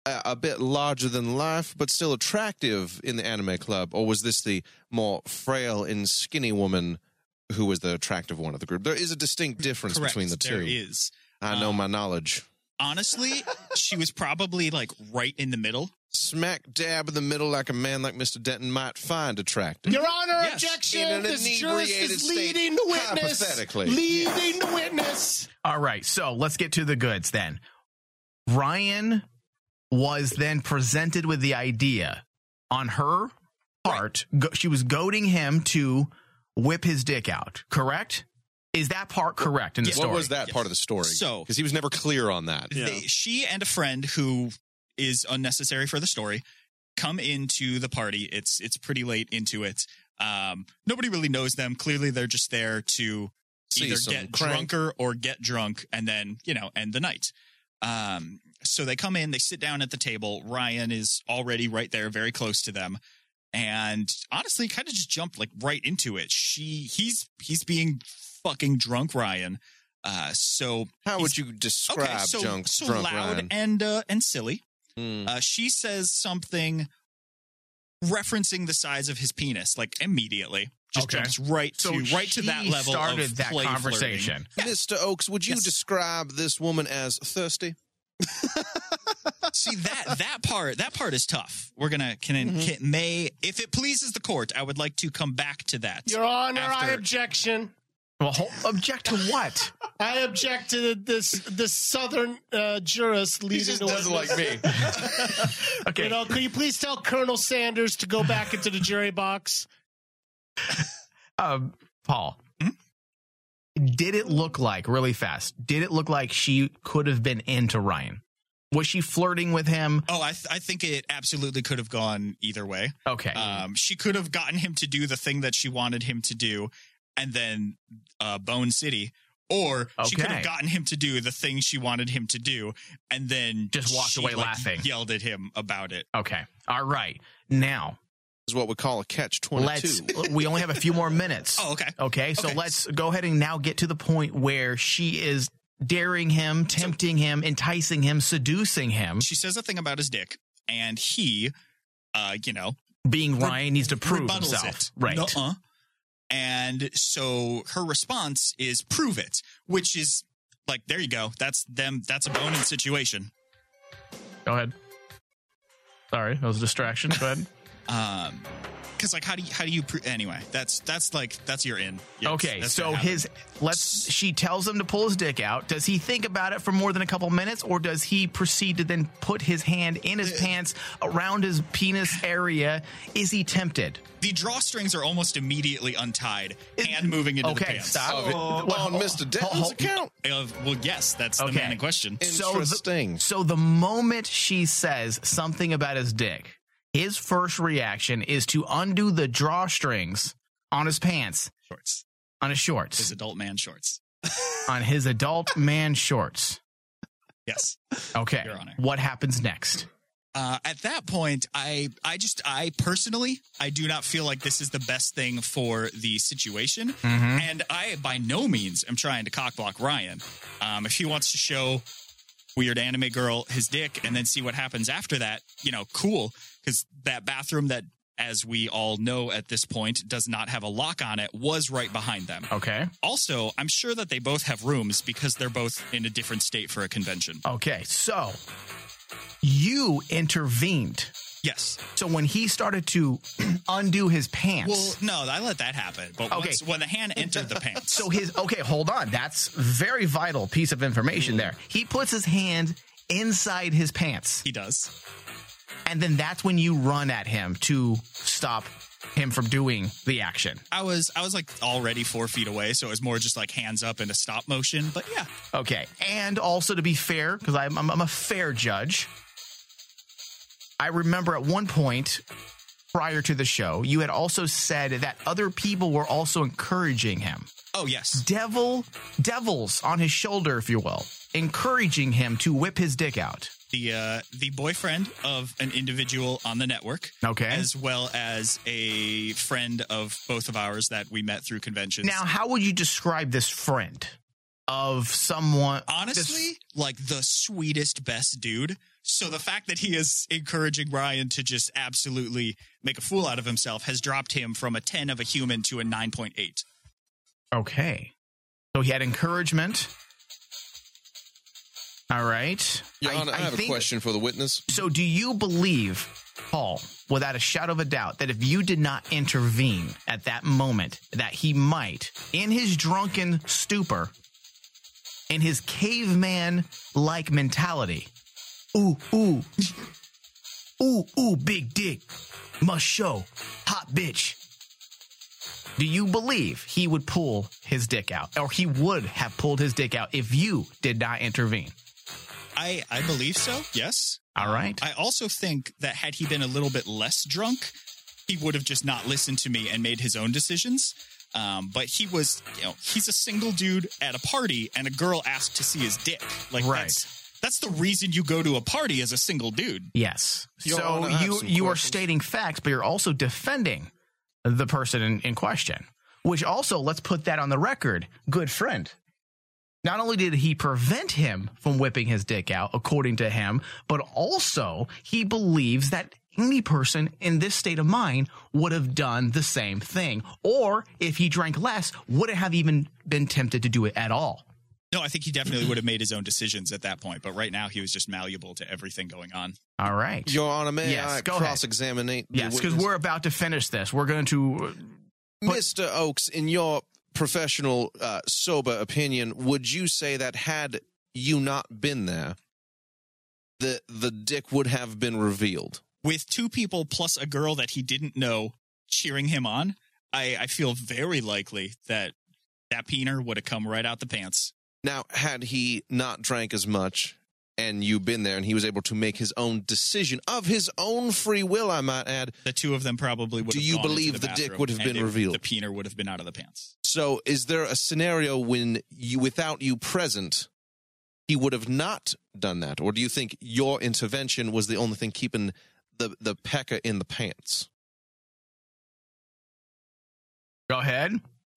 E: a, a bit larger than life but still attractive in the anime club or was this the more frail and skinny woman who was the attractive one of the group there is a distinct difference
G: Correct.
E: between the two
G: There is. Um,
E: i know my knowledge
G: Honestly, she was probably like right in the middle.
E: smack dab in the middle like a man like mr denton might find attractive
F: Your Honor,
G: Yes.
E: In
F: objection.
E: an
F: This jurist
E: inebriated
F: is
E: state,
F: leading the witness.
E: hypothetically.
F: Leading the witness.
D: All right, so let's get to the goods then. Ryan was then presented with the idea on her part. Go, she was goading him to whip his dick out, correct? Is that part correct in the story?
E: what was that part of the story
G: So-
E: because he was never clear on that
B: Yeah.
G: They- she and a friend who is unnecessary for the story come into the party. It's it's pretty late into it. Um, nobody really knows them. Clearly, they're just there to
E: See
G: either
E: some
G: get
E: crank.
G: drunker or get drunk, and then you know end the night. Um, so they come in, they sit down at the table. Ryan is already right there, very close to them, and honestly, kind of just jumped like right into it. She he's he's being fucking drunk, Ryan. Uh, so
E: how would
G: He's-
E: you describe
G: okay, so,
E: junk
G: so
E: drunk
G: loud
E: Ryan?
G: and uh, and silly.
E: Mm.
G: Uh, she says something referencing the size of his penis, like immediately. Just
D: Okay.
G: jumps right
D: so
G: to right to that
D: she
G: level.
D: started
G: of
D: that
G: play
D: conversation.
E: mr oakes would you
G: Yes.
E: describe this woman as thirsty
G: flirting. See that that part that part is tough. We're gonna can, can may if it pleases the court, I would like to come back to that.
F: Your Honor, I
G: After-
F: objection.
D: Well, ho- object to what?
F: I object to this this southern uh, jurist leading the witness.
E: me
D: Okay,
F: You know, could you please tell Colonel Sanders to go back into the jury box?
D: um, Paul. Did it look like really fast? Did it look like she could have been into Ryan? Was she flirting with him?
G: Oh, I th- I think it absolutely could have gone either way.
D: Okay.
G: Um, she could have gotten him to do the thing that she wanted him to do, and then uh, Bone City, or she could
D: Okay.
G: have gotten him to do the thing she wanted him to do, and then
D: Just walked
G: she,
D: away
G: like,
D: laughing.
G: yelled at him about it.
D: Okay. All right. Now
E: is what we call a catch 22
D: let's. we only have a few more minutes.
G: Oh, okay.
D: Okay. So
G: Okay.
D: let's go ahead and now get to the point where she is daring him, tempting him, enticing him, seducing him.
G: She says a thing about his dick. and he, uh, you know,
D: Being Ryan needs to prove
G: rebuttals
D: himself.
G: it.
D: Right.
G: Nuh-uh. And so her response is prove it, which is like, there you go. That's them. That's a bone in situation.
D: Go ahead. Sorry, that was a distraction. Go ahead.
G: Um, cause like, how do you, how do you, pro- anyway, that's, that's like, that's your in. Yes,
D: okay,
G: that's
D: so
G: what happened.
D: his let's she tells him to pull his dick out. Does he think about it for more than a couple minutes, or does he proceed to then put his hand in
G: Uh,
D: his pants around his penis area? Is he tempted?
G: the drawstrings are almost immediately untied and moving into the
D: okay,
G: pants.
D: stop. Oh.
E: Of it.
D: Well,
E: on Mr. Denton's
D: hold-
E: account.
G: Uh, well, yes, that's the
D: Okay.
G: man in question.
E: Interesting.
D: So the, so the moment she says something about his dick, his first reaction is to undo the drawstrings on his pants,
G: Shorts.
D: on his shorts,
G: His adult man shorts.
D: on his adult man shorts.
G: Yes.
D: Okay.
G: Your Honor.
D: What happens next?
G: Uh, at that point, I, I just, I personally, I do not feel like this is the best thing for the situation, and I by no means am trying to cockblock Ryan. Um, if he wants to show weird anime girl his dick and then see what happens after that, you know, cool. Because that bathroom that, as we all know at this point, does not have a lock on it, was right behind them.
D: Okay.
G: Also, I'm sure that they both have rooms because they're both in a different state for a convention.
D: Okay. So you intervened.
G: Yes.
D: So when he started to undo his pants.
G: Well, no, I let that happen. But
D: Okay.
G: once, when the hand entered the pants,
D: So his okay, hold on. That's very vital piece of information there. He puts his hand inside his pants,
G: he does.
D: and then that's when you run at him to stop him from doing the action.
G: I was I was like already four feet away, so it was more just like hands up in a stop motion. But yeah,
D: Okay, and also to be fair, because I'm, I'm I'm a fair judge. I remember at one point prior to the show, you had also said that other people were also encouraging him.
G: oh yes,
D: Devil, devils on his shoulder, if you will, encouraging him to whip his dick out.
G: the uh, the boyfriend of an individual on the network,
D: Okay.
G: as well as a friend of both of ours that we met through conventions.
D: Now, how would you describe this friend of someone?
G: honestly, like the sweetest, best dude. So the fact that he is encouraging Ryan to just absolutely make a fool out of himself has dropped him from a 10 of a human to a 9.8.
D: okay. So he had encouragement. All right.
E: Your Honor, I, have a
D: think-
E: question for the witness.
D: So, do you believe, Paul, without a shadow of a doubt, that if you did not intervene at that moment, that he might, in his drunken stupor, in his caveman like mentality, ooh, ooh, ooh, ooh, big dick, must show, hot bitch. Do you believe he would pull his dick out, or he would have pulled his dick out if you did not intervene?
G: I, I believe so, yes.
D: All right.
G: I also think that had he been a little bit less drunk, he would have just not listened to me and made his own decisions. Um, but he was, you know, he's a single dude at a party and a girl asked to see his dick. Like,
D: Right.
G: that's, that's the reason you go to a party as a single dude.
D: Yes.
E: Your
D: so
E: Honor, I have
D: you
E: some
D: you are
E: questions.
D: stating facts, but you're also defending the person in, in question. Which also, let's put that on the record, good friend. Not only did he prevent him from whipping his dick out, according to him, but also he believes that any person in this state of mind would have done the same thing, or if he drank less, wouldn't have even been tempted to do it at all.
G: No, I think he definitely would have made his own decisions at that point. But right now, he was just malleable to everything going on.
D: All right.
E: Your Honor, may
D: Yes,
E: I
D: go ahead.
E: cross-examine the
D: yes, because
E: witness?
D: we're about to finish this. We're going to
E: Mr. Oakes, in your professional, uh, sober opinion, would you say that had you not been there, the the dick would have been revealed?
G: With two people plus a girl that he didn't know cheering him on, I, I feel very likely that that peener would have come right out the pants.
E: Now, had he not drank as much and you been there and he was able to make his own decision of his own free will, I might add,
G: The two of them probably would.
E: Do
G: have
E: you
G: gone into
E: believe
G: the,
E: the dick
G: bathroom
E: would have
G: and
E: been
G: it-
E: revealed?
G: The peener would have been out of the pants.
E: So, is there a scenario when you, without you present, he would have not done that, or do you think your intervention was the only thing keeping the the pecker in the pants?
D: Go ahead.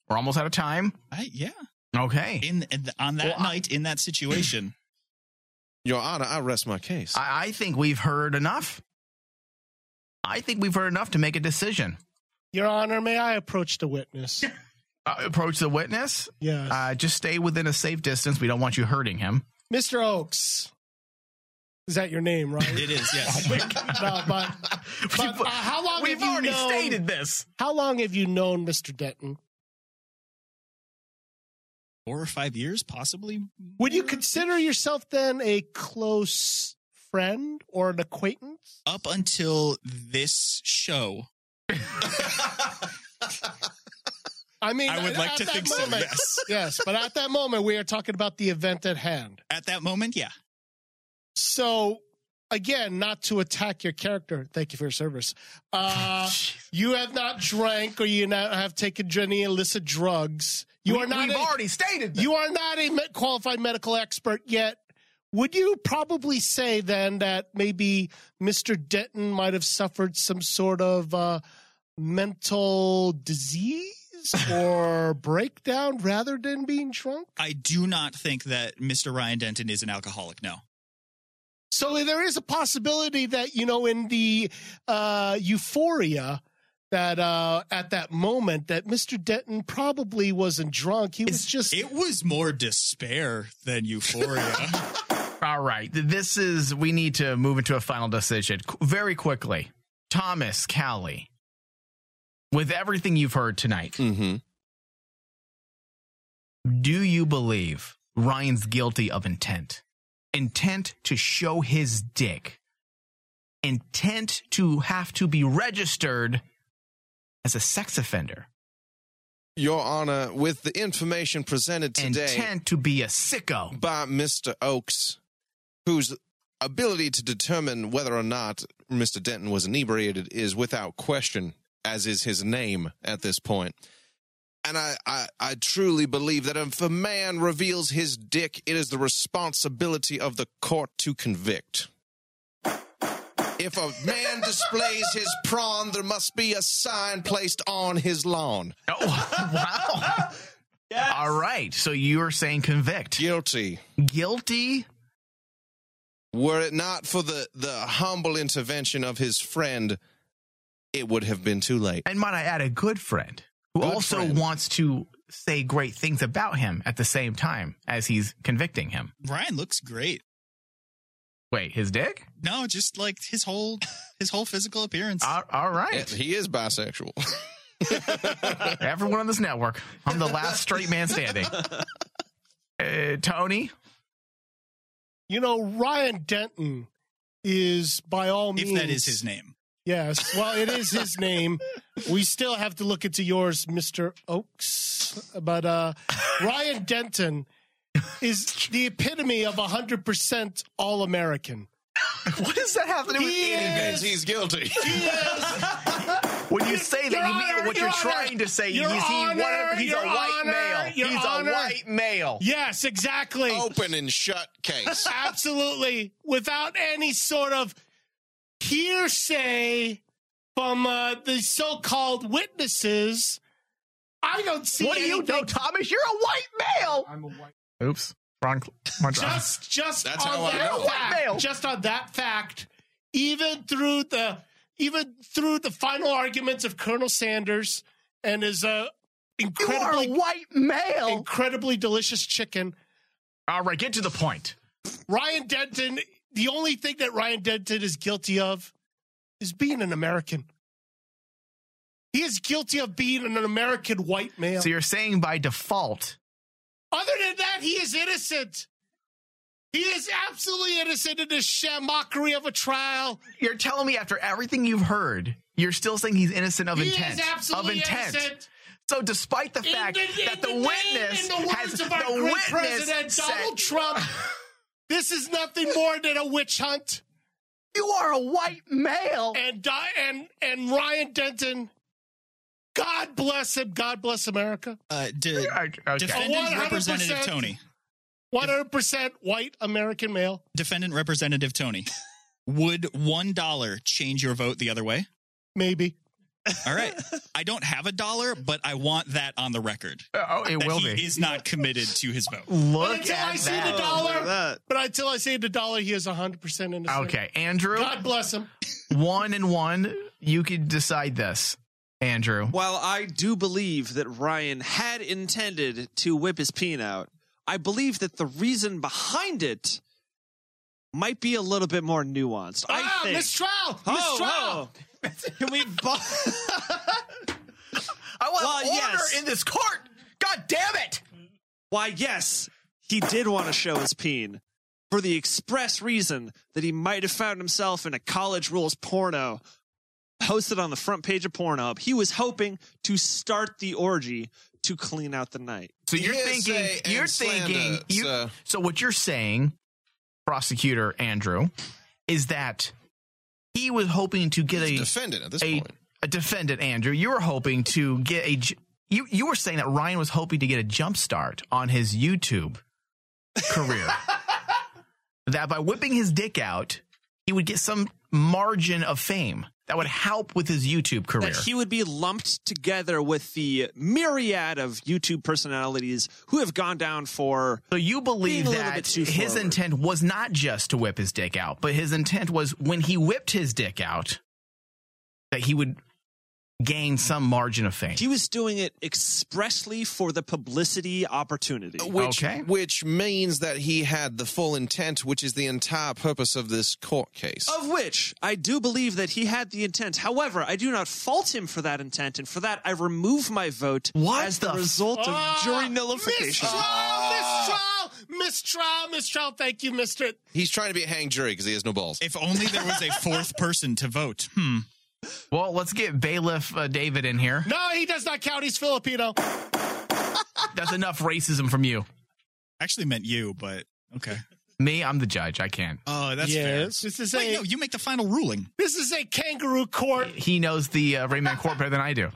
D: We're almost out of time.
G: I, yeah,
D: Okay.
G: in, in the, on that
D: Well, I-
G: night in that situation,
E: Your Honor, I rest my case.
D: I, I think we've heard enough. I think we've heard enough to make a decision.
F: Your Honor, may I approach the witness?
D: Uh, approach the witness.
F: Yes.
D: Uh, just stay within a safe distance. We don't want you hurting him.
F: Mr. Oaks. Is that your name, right?
G: It is, yes.
F: no, but, but uh, how long
D: We've
F: have you
D: already
F: known,
D: stated this.
F: How long have you known Mr. Denton?
G: Four or five years, possibly.
F: Would you consider yourself then a close friend or an acquaintance?
G: Up until this show,
F: I mean,
G: I would like
F: at
G: to
F: that
G: think so,
F: moment,
G: yes.
F: yes, but at that moment, we are talking about the event at hand.
G: At that moment, yeah.
F: So, again, not to attack your character. Thank you for your service.
D: Oh,
F: Uh, you have not drank or you not have taken any illicit drugs. You
D: We-
F: are not.
D: We've
F: a-
D: already stated this.
F: you are not a me- qualified medical expert yet. Would you probably say then that maybe Mr. Denton might have suffered some sort of uh, mental disease or breakdown rather than being drunk?
G: I do not think that Mr. Ryan Denton is an alcoholic, no.
F: So there is a possibility that you know in the uh, euphoria that uh, at that moment that Mr. Denton probably wasn't drunk. He was just
G: It was more despair than euphoria.
D: All right. This is, we need to move into a final decision Qu- very quickly. Thomas Cowley, with everything you've heard tonight,
E: Mm-hmm.
D: do you believe Ryan's guilty of intent? Intent to show his dick, intent to have to be registered as a sex offender,
E: Your Honor, with the information presented today
D: intent to be a sicko.
E: by Mr. Oakes, whose ability to determine whether or not Mr. Denton was inebriated is without question, as is his name at this point. And I, I, I truly believe that if a man reveals his dick, it is the responsibility of the court to convict. If a man displays his prawn, there must be a sign placed on his lawn.
D: Oh, wow. All right. So you're saying convict.
E: Guilty.
D: Guilty
E: Were it not for the, the humble intervention of his friend, it would have been too late.
D: and might I add, a good friend who
E: Good
D: also
E: friend.
D: wants to say great things about him at the same time as he's convicting him.
G: Ryan looks great.
D: Wait, his dick?
G: No, just like his whole his whole physical appearance.
D: All- all
E: Yeah,
D: right.
E: He is bisexual.
D: Everyone on this network, I'm the last straight man standing. Uh, Tony,
F: you know Ryan Denton is by all means
G: if that is his name.
F: Yes, well it is his name. We still have to look into yours, Mr. Oaks, but uh Ryan Denton is the epitome of 100% all-American.
D: what does that have to do with
F: He
D: anything?
F: is-
E: He's guilty.
D: When you say that,
F: Your
D: you mean
F: Honor,
D: what you're
F: Your Honor,
D: trying to say
F: Your
D: is he
F: Honor,
D: one of- he's a
F: Your
D: white
F: Honor,
D: male.
F: Your
D: He's
F: Honor.
D: a white male.
F: Yes, exactly.
G: Oh,
E: Open and shut case.
F: Absolutely. Without any sort of hearsay from uh, the so-called witnesses, I don't see
D: what do you
F: anything
D: know, Thomas? You're a white male. I'm a white. Oops, wrong. wrong-
F: just just
E: That's
F: on
E: how I
F: that
E: know.
D: Blackmail.
F: fact, just on that fact, even through the even through the final arguments of Colonel Sanders and his uh,
D: you are a
F: incredibly
D: white male.
F: incredibly delicious chicken,
D: All right, get to the point.
F: Ryan Denton. The only thing that Ryan Denton is guilty of is being an American. He is guilty of being an American white male.
D: So you're saying by default,
F: Other than that, he is innocent. He is absolutely innocent in this sham mockery of a trial.
D: you're telling me after everything you've heard, you're still saying he's innocent of
F: He
D: intent.
F: is absolutely
D: of intent.
F: innocent.
D: So despite the
F: In
D: fact
F: the- in
D: that the,
F: name,
D: witness
F: in the words
D: has
F: of our
D: the
F: great
D: witness
F: president
D: said,
F: Donald Trump, this is nothing more than a witch hunt.
D: you are a white male.
F: And uh, and and Ryan Denton, God bless him. God bless America.
G: Uh, de-
D: Okay.
G: defendant
F: 100%
G: representative Tony.
F: One hundred percent white American male.
G: Defendant representative Tony. Would one dollar change your vote the other way?
F: Maybe
G: All right. I don't have a dollar, but I want that on the record.
D: Oh, it
G: that
D: will
G: he
D: be.
G: is not committed to his vote.
D: Look
F: But until
D: at
F: I see
D: that.
F: the dollar,
B: That.
F: but until I see the dollar, he is hundred percent innocent.
D: Okay, Andrew,
F: God bless him.
D: one and one you could decide this, Andrew.
B: While I do believe that Ryan had intended to whip his peen out, I believe that the reason behind it might be a little bit more nuanced.
F: Ah,
B: I think.
F: mistrial! Mistrial!
B: Oh, oh. Can we? bo-
D: I want
B: Well,
D: order
B: yes.
D: in this court. God damn it!
B: Why, yes, he did want to show his peen for the express reason that he might have found himself in a college rules porno posted on the front page of Pornhub. He was hoping to start the orgy to clean out the night.
D: So you're
E: Hearsay
D: thinking,
E: and
D: you're
E: slander,
D: thinking, you,
E: sir.
D: so what you're saying, prosecutor Andrew, is that he was hoping to get a
E: defendant at this
D: a,
E: point.
D: a defendant, Andrew. You were hoping to get a. j- You you were saying that Ryan was hoping to get a jump start on his YouTube career. that by whipping his dick out, he would get some margin of fame that would help with his YouTube career.
B: That he would be lumped together with the myriad of YouTube personalities who have gone down for.
D: so you believe
B: Being a little
D: that
B: bit too
D: his
B: forward.
D: intent was not just to whip his dick out, but his intent was when he whipped his dick out, that he would gain some margin of fame.
B: He was doing it expressly for the publicity opportunity.
E: Which,
D: Okay.
E: which means that he had the full intent, which is the entire purpose of this court case.
B: Of which I do believe that he had the intent. However, I do not fault him for that intent, and for that I remove my vote
D: What
B: as the,
D: the
B: result
F: Ah,
B: of jury nullification.
F: Mistrial! Mistrial! Mistrial! Mistrial! Thank you, Mister.
E: He's trying to be a hanged jury because he has no balls.
G: If only there was a fourth person to vote. Hmm.
D: well, let's get bailiff uh, David in here.
F: No, he does not count. He's Filipino.
D: That's enough racism from you.
G: Actually meant you, but okay.
D: Me, I'm the judge. I can't.
G: Oh, that's fair.
F: This is
G: Wait,
F: a
G: no, you make the final ruling.
F: this is a kangaroo court.
D: He knows the uh, Rayman court better than I do.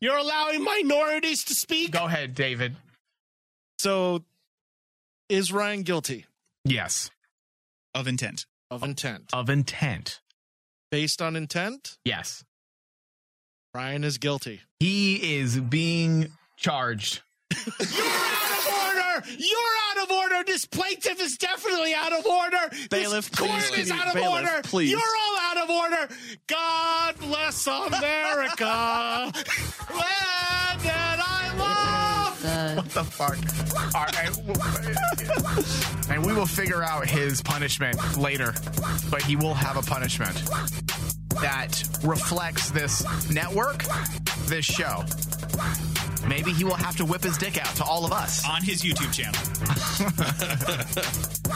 F: You're allowing minorities to speak.
D: Go ahead, David.
J: So, is Ryan guilty
D: Yes,
G: Of intent.
J: of intent?
D: of intent.
J: Based on intent,
D: Yes,
J: Ryan is guilty.
D: he is being charged.
F: You're out of order. You're out of order. This plaintiff is definitely out of order.
B: Bailiff,
F: this
B: please
F: court is
B: continue.
F: out of
B: Bailiff,
F: order.
B: please.
F: You're all out of order. God bless America. Land that I love.
D: What the fuck? All right, w- and we will figure out his punishment later, but he will have a punishment that reflects this network, this show. Maybe he will have to whip his dick out to all of us.
G: On his YouTube channel.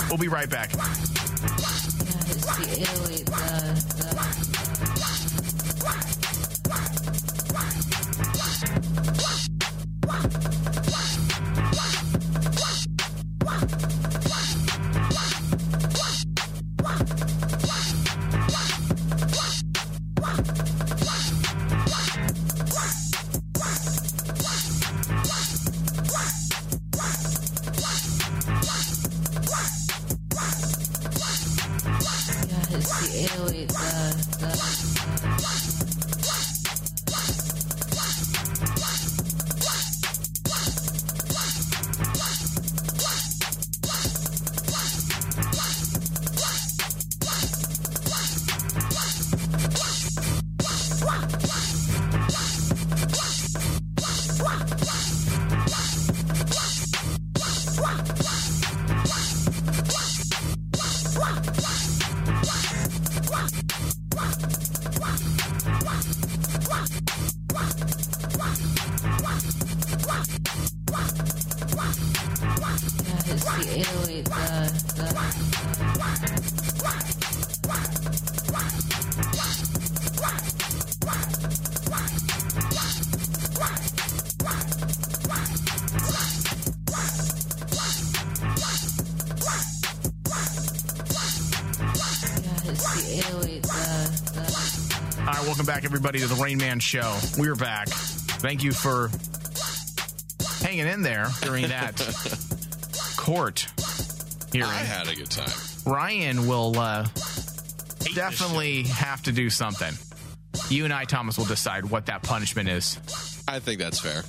D: We'll be right back. All right, welcome back, everybody, to the Rain Man Show. We're back. Thank you for hanging in there during that court hearing.
E: I had a good time.
D: Ryan will uh, definitely have to do something. You and I, Thomas, will decide what that punishment is
E: I think that's fair.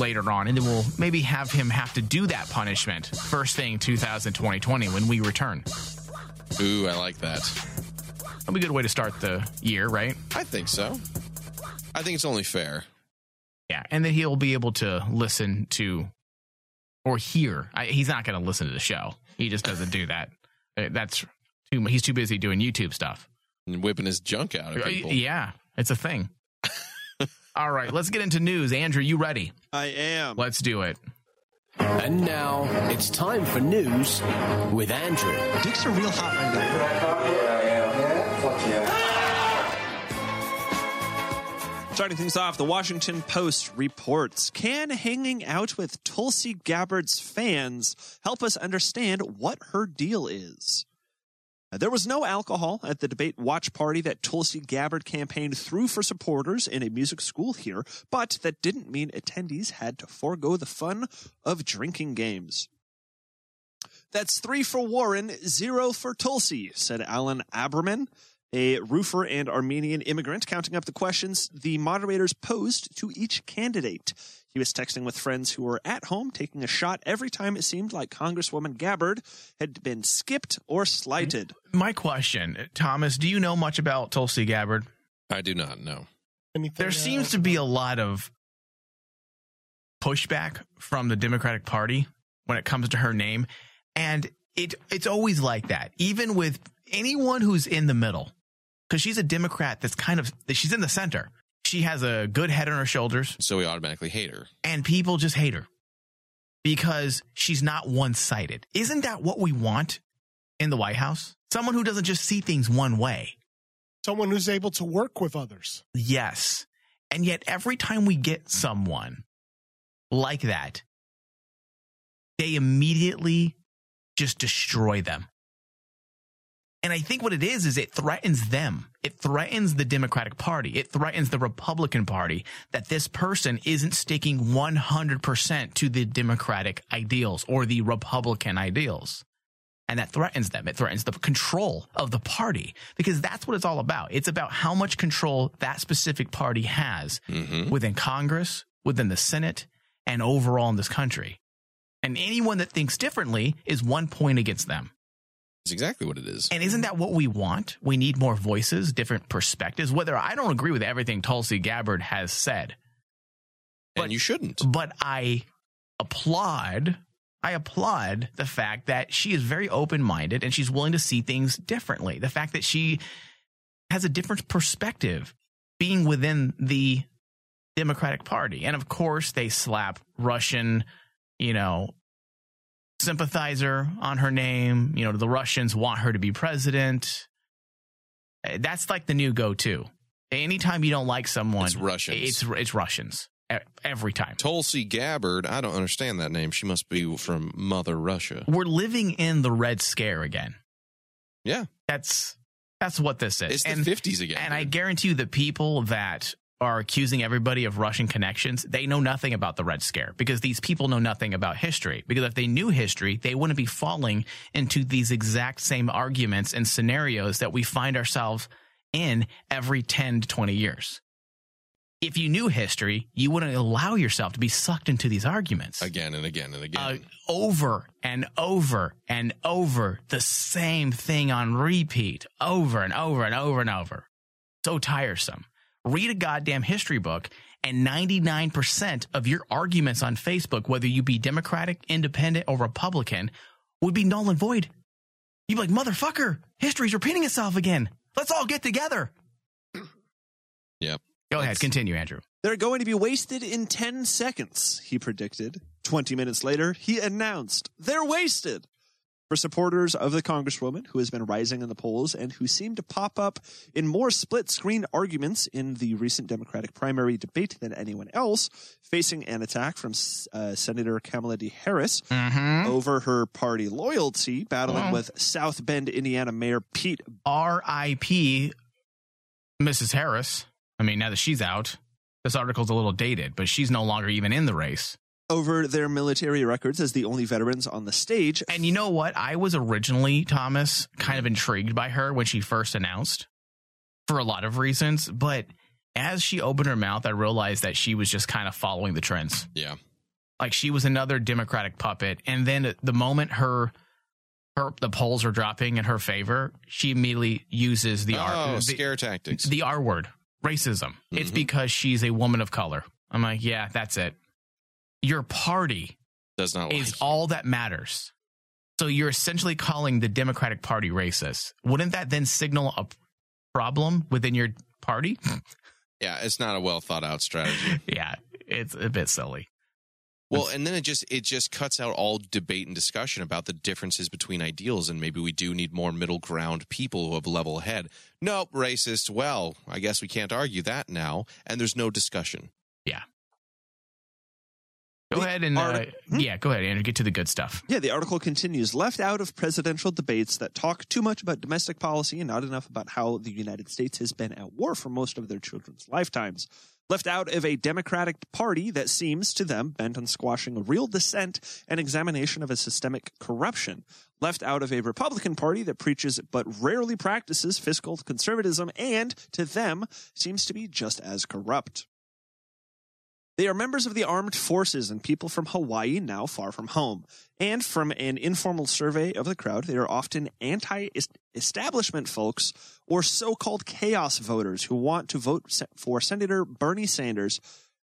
D: later on, and then we'll maybe have him have to do that punishment first thing 2020 when we return.
E: Ooh, I like that.
D: That'd be a good way to start the year, right?
E: I think so. I think it's only fair.
D: Yeah, and then he'll be able to listen to or hear. I, he's not going to listen to the show. He just doesn't do that. Uh, That's too. He's too busy doing YouTube stuff.
E: And whipping his junk out of
D: Uh,
E: people.
D: Yeah, it's a thing. All right, let's get into news. Andrew, you ready?
B: I am.
D: Let's do it.
A: And now it's time for news with Andrew.
B: Dicks are real hot right now. Starting things off, the Washington Post reports Can hanging out with Tulsi Gabbard's fans help us understand what her deal is? Uh, There was no alcohol at the debate watch party that Tulsi Gabbard campaigned through for supporters in a music school here, but that didn't mean attendees had to forego the fun of drinking games. That's three for Warren, zero for Tulsi, said Alan Aberman, a roofer and Armenian immigrant, counting up the questions the moderators posed to each candidate. He was texting with friends who were at home, taking a shot every time it seemed like Congresswoman Gabbard had been skipped or slighted.
D: My question, Thomas, do you know much about Tulsi Gabbard?
E: I do not know.
F: Anything,
D: There
F: uh,
D: seems to be a lot of pushback from the Democratic Party when it comes to her name, and it it's always like that. Even with anyone who's in the middle, because she's a Democrat that's kind of she's in the center. She has a good head on her shoulders,
E: So we automatically hate her.
D: and people just hate her because she's not one sided. Isn't that what we want in the White House? Someone who doesn't just see things one way.
F: someone who's able to work with others.
D: Yes. And yet, every time we get someone like that, they immediately just destroy them. And I think what it is, is it threatens them. It threatens the Democratic Party. It threatens the Republican Party that this person isn't sticking 100% to the Democratic ideals or the Republican ideals and that threatens them. It threatens the control of the party because that's what it's all about. It's about how much control that specific party has within Congress, within the Senate, and overall in this country. And anyone that thinks differently is one point against them.
E: It's exactly what it is.
D: And isn't that what we want? We need more voices, different perspectives. Whether I don't agree with everything Tulsi Gabbard has said,
E: and you shouldn't.
D: but I applaud I applaud the fact that she is very open-minded and she's willing to see things differently. The fact that she has a different perspective being within the Democratic Party. And of course, they slap Russian, you know, sympathizer on her name. You know, the Russians want her to be president. Uh, That's like the new go-to. Anytime you don't like someone,
E: It's Russians.
D: It's it's Russians E- every time.
E: Tulsi Gabbard, I don't understand that name. She must be from Mother Russia.
D: We're living in the Red Scare again.
E: Yeah.
D: That's that's what this is.
E: It's the
D: and
E: 50s again.
D: and I guarantee you, the people that are accusing everybody of Russian connections, they know nothing about the Red Scare because these people know nothing about history. Because if they knew history, they wouldn't be falling into these exact same arguments and scenarios that we find ourselves in every 10 to 20 years. If you knew history, you wouldn't allow yourself to be sucked into these arguments
E: again and again and again.
D: uh, over and over and over the same thing on repeat over and over and over and over. So tiresome. Read a goddamn history book, and 99% of your arguments on Facebook, whether you be Democratic, Independent, or Republican, would be null and void. You'd be like, motherfucker, history's repeating itself again. Let's all get together.
E: Yep.
D: Go ahead, continue, Andrew.
B: They're going to be wasted in 10 seconds, he predicted. 20 minutes later, he announced, They're wasted! For supporters of the Congresswoman, who has been rising in the polls and who seemed to pop up in more split screen arguments in the recent Democratic primary debate than anyone else, facing an attack from uh, Senator Kamala D. Harris
D: Mm-hmm. Hmm?
B: over her party loyalty, battling with South Bend, Indiana Mayor Pete
D: R.I.P. Mrs. Harris. I mean, now that she's out, this article's a little dated, but she's no longer even in the race.
B: over their military records as the only veterans on the stage.
D: And you know what? I was originally, Thomas, kind of intrigued by her when she first announced for a lot of reasons. But as she opened her mouth, I realized that she was just kind of following the trends.
E: Yeah.
D: like she was another democratic puppet and then the moment her her the polls are dropping in her favor, she immediately uses the
E: oh,
D: R the,
E: scare tactics. Mm-hmm.
D: the R word, racism. It's because she's a woman of color. I'm like, yeah, that's it. Your party
E: Does not like.
D: is all that matters. So you're essentially calling the Democratic Party racist. Wouldn't that then signal a problem within your party?
E: Yeah, it's not a well thought out strategy.
D: yeah, it's a bit silly.
E: well, and then it just it just cuts out all debate and discussion about the differences between ideals, and maybe we do need more middle ground people who have level head. Nope, racist. Well, I guess we can't argue that now, and there's no discussion.
D: Go
B: The
D: ahead and
B: artic-
D: uh,
E: Hmm?
D: yeah, go ahead Andrew. Get to the good stuff.
B: Yeah, the article continues. Left out of presidential debates that talk too much about domestic policy and not enough about how the United States has been at war for most of their children's lifetimes. Left out of a Democratic Party that seems to them bent on squashing real dissent and examination of a systemic corruption. Left out of a Republican Party that preaches but rarely practices fiscal conservatism and, to them, seems to be just as corrupt. They are members of the armed forces and people from Hawaii now far from home. And from an informal survey of the crowd, they are often anti establishment folks or so called chaos voters who want to vote se- for Senator Bernie Sanders,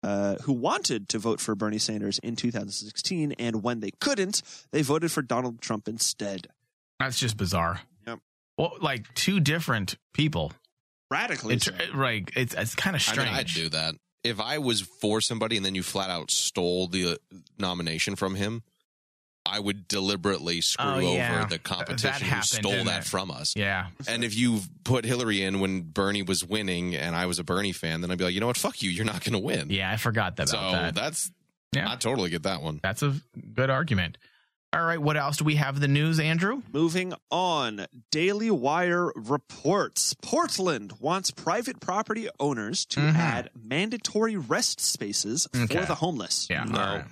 B: uh, who wanted to vote for Bernie Sanders in 2016. And when they couldn't, they voted for Donald Trump instead.
D: That's just bizarre.
B: Yep.
D: Well, like two different people.
B: Radically.
D: It's,
B: so.
D: like it's it's kind of strange.
E: I mean, I'd do that if I was for somebody, and then you flat out stole the uh, nomination from him. I would deliberately screw
D: Oh, yeah.
E: over the
D: Th- that
E: competition who
D: happened,
E: stole
D: didn't
E: that
D: it?
E: from us.
D: Yeah.
E: And if you put Hillary in when Bernie was winning and I was a Bernie fan, then I'd be like, you know what? Fuck you. You're not going to win.
D: Yeah, I forgot about
E: so
D: that.
E: that's,
D: Yeah.
E: I totally get that one.
D: That's a good argument. All right, what else do we have in the news, Andrew?
B: Moving on, Daily Wire reports Portland wants private property owners to
D: Mhm.
B: add mandatory rest spaces for
D: Okay.
B: the homeless.
D: Yeah.
E: No.
D: all right.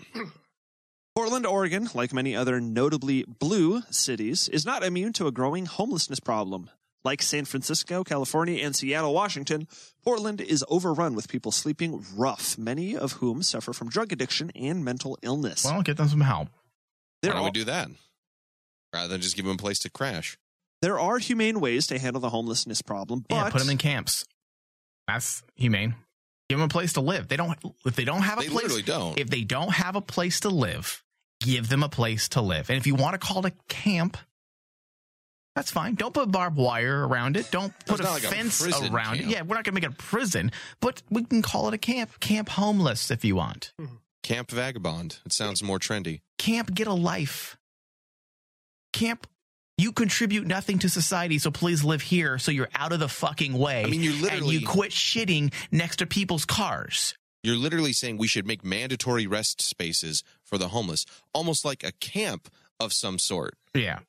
B: Portland, Oregon, like many other notably blue cities, is not immune to a growing homelessness problem. Like San Francisco, California, and Seattle, Washington, Portland is overrun with people sleeping rough, many of whom suffer from drug addiction and mental illness.
D: Well, get them some help.
E: Why
B: They're
E: don't
B: all-
E: we do that? Rather than just give them a place to crash.
B: there are humane ways to handle the homelessness problem, but
D: yeah, put them in camps. That's humane. Give them a place to live. They don't if they don't have a
E: They
D: place.
E: literally don't.
D: If they don't have a place to live, give them a place to live. And if you want to call it a camp, that's fine. Don't put barbed wire around it. Don't put a
E: not like a
D: fence
E: prison
D: around
E: camp.
D: it. Yeah, we're not going to make it a prison, but we can call it a camp. Camp homeless if you want.
E: Camp Vagabond. It sounds more trendy.
D: Camp get a life. Camp you contribute nothing to society, so please live here so you're out of the fucking way.
E: I mean, you literally-
D: and you quit shitting next to people's cars.
E: You're literally saying we should make mandatory rest spaces for the homeless, almost like a camp of some sort.
D: Yeah.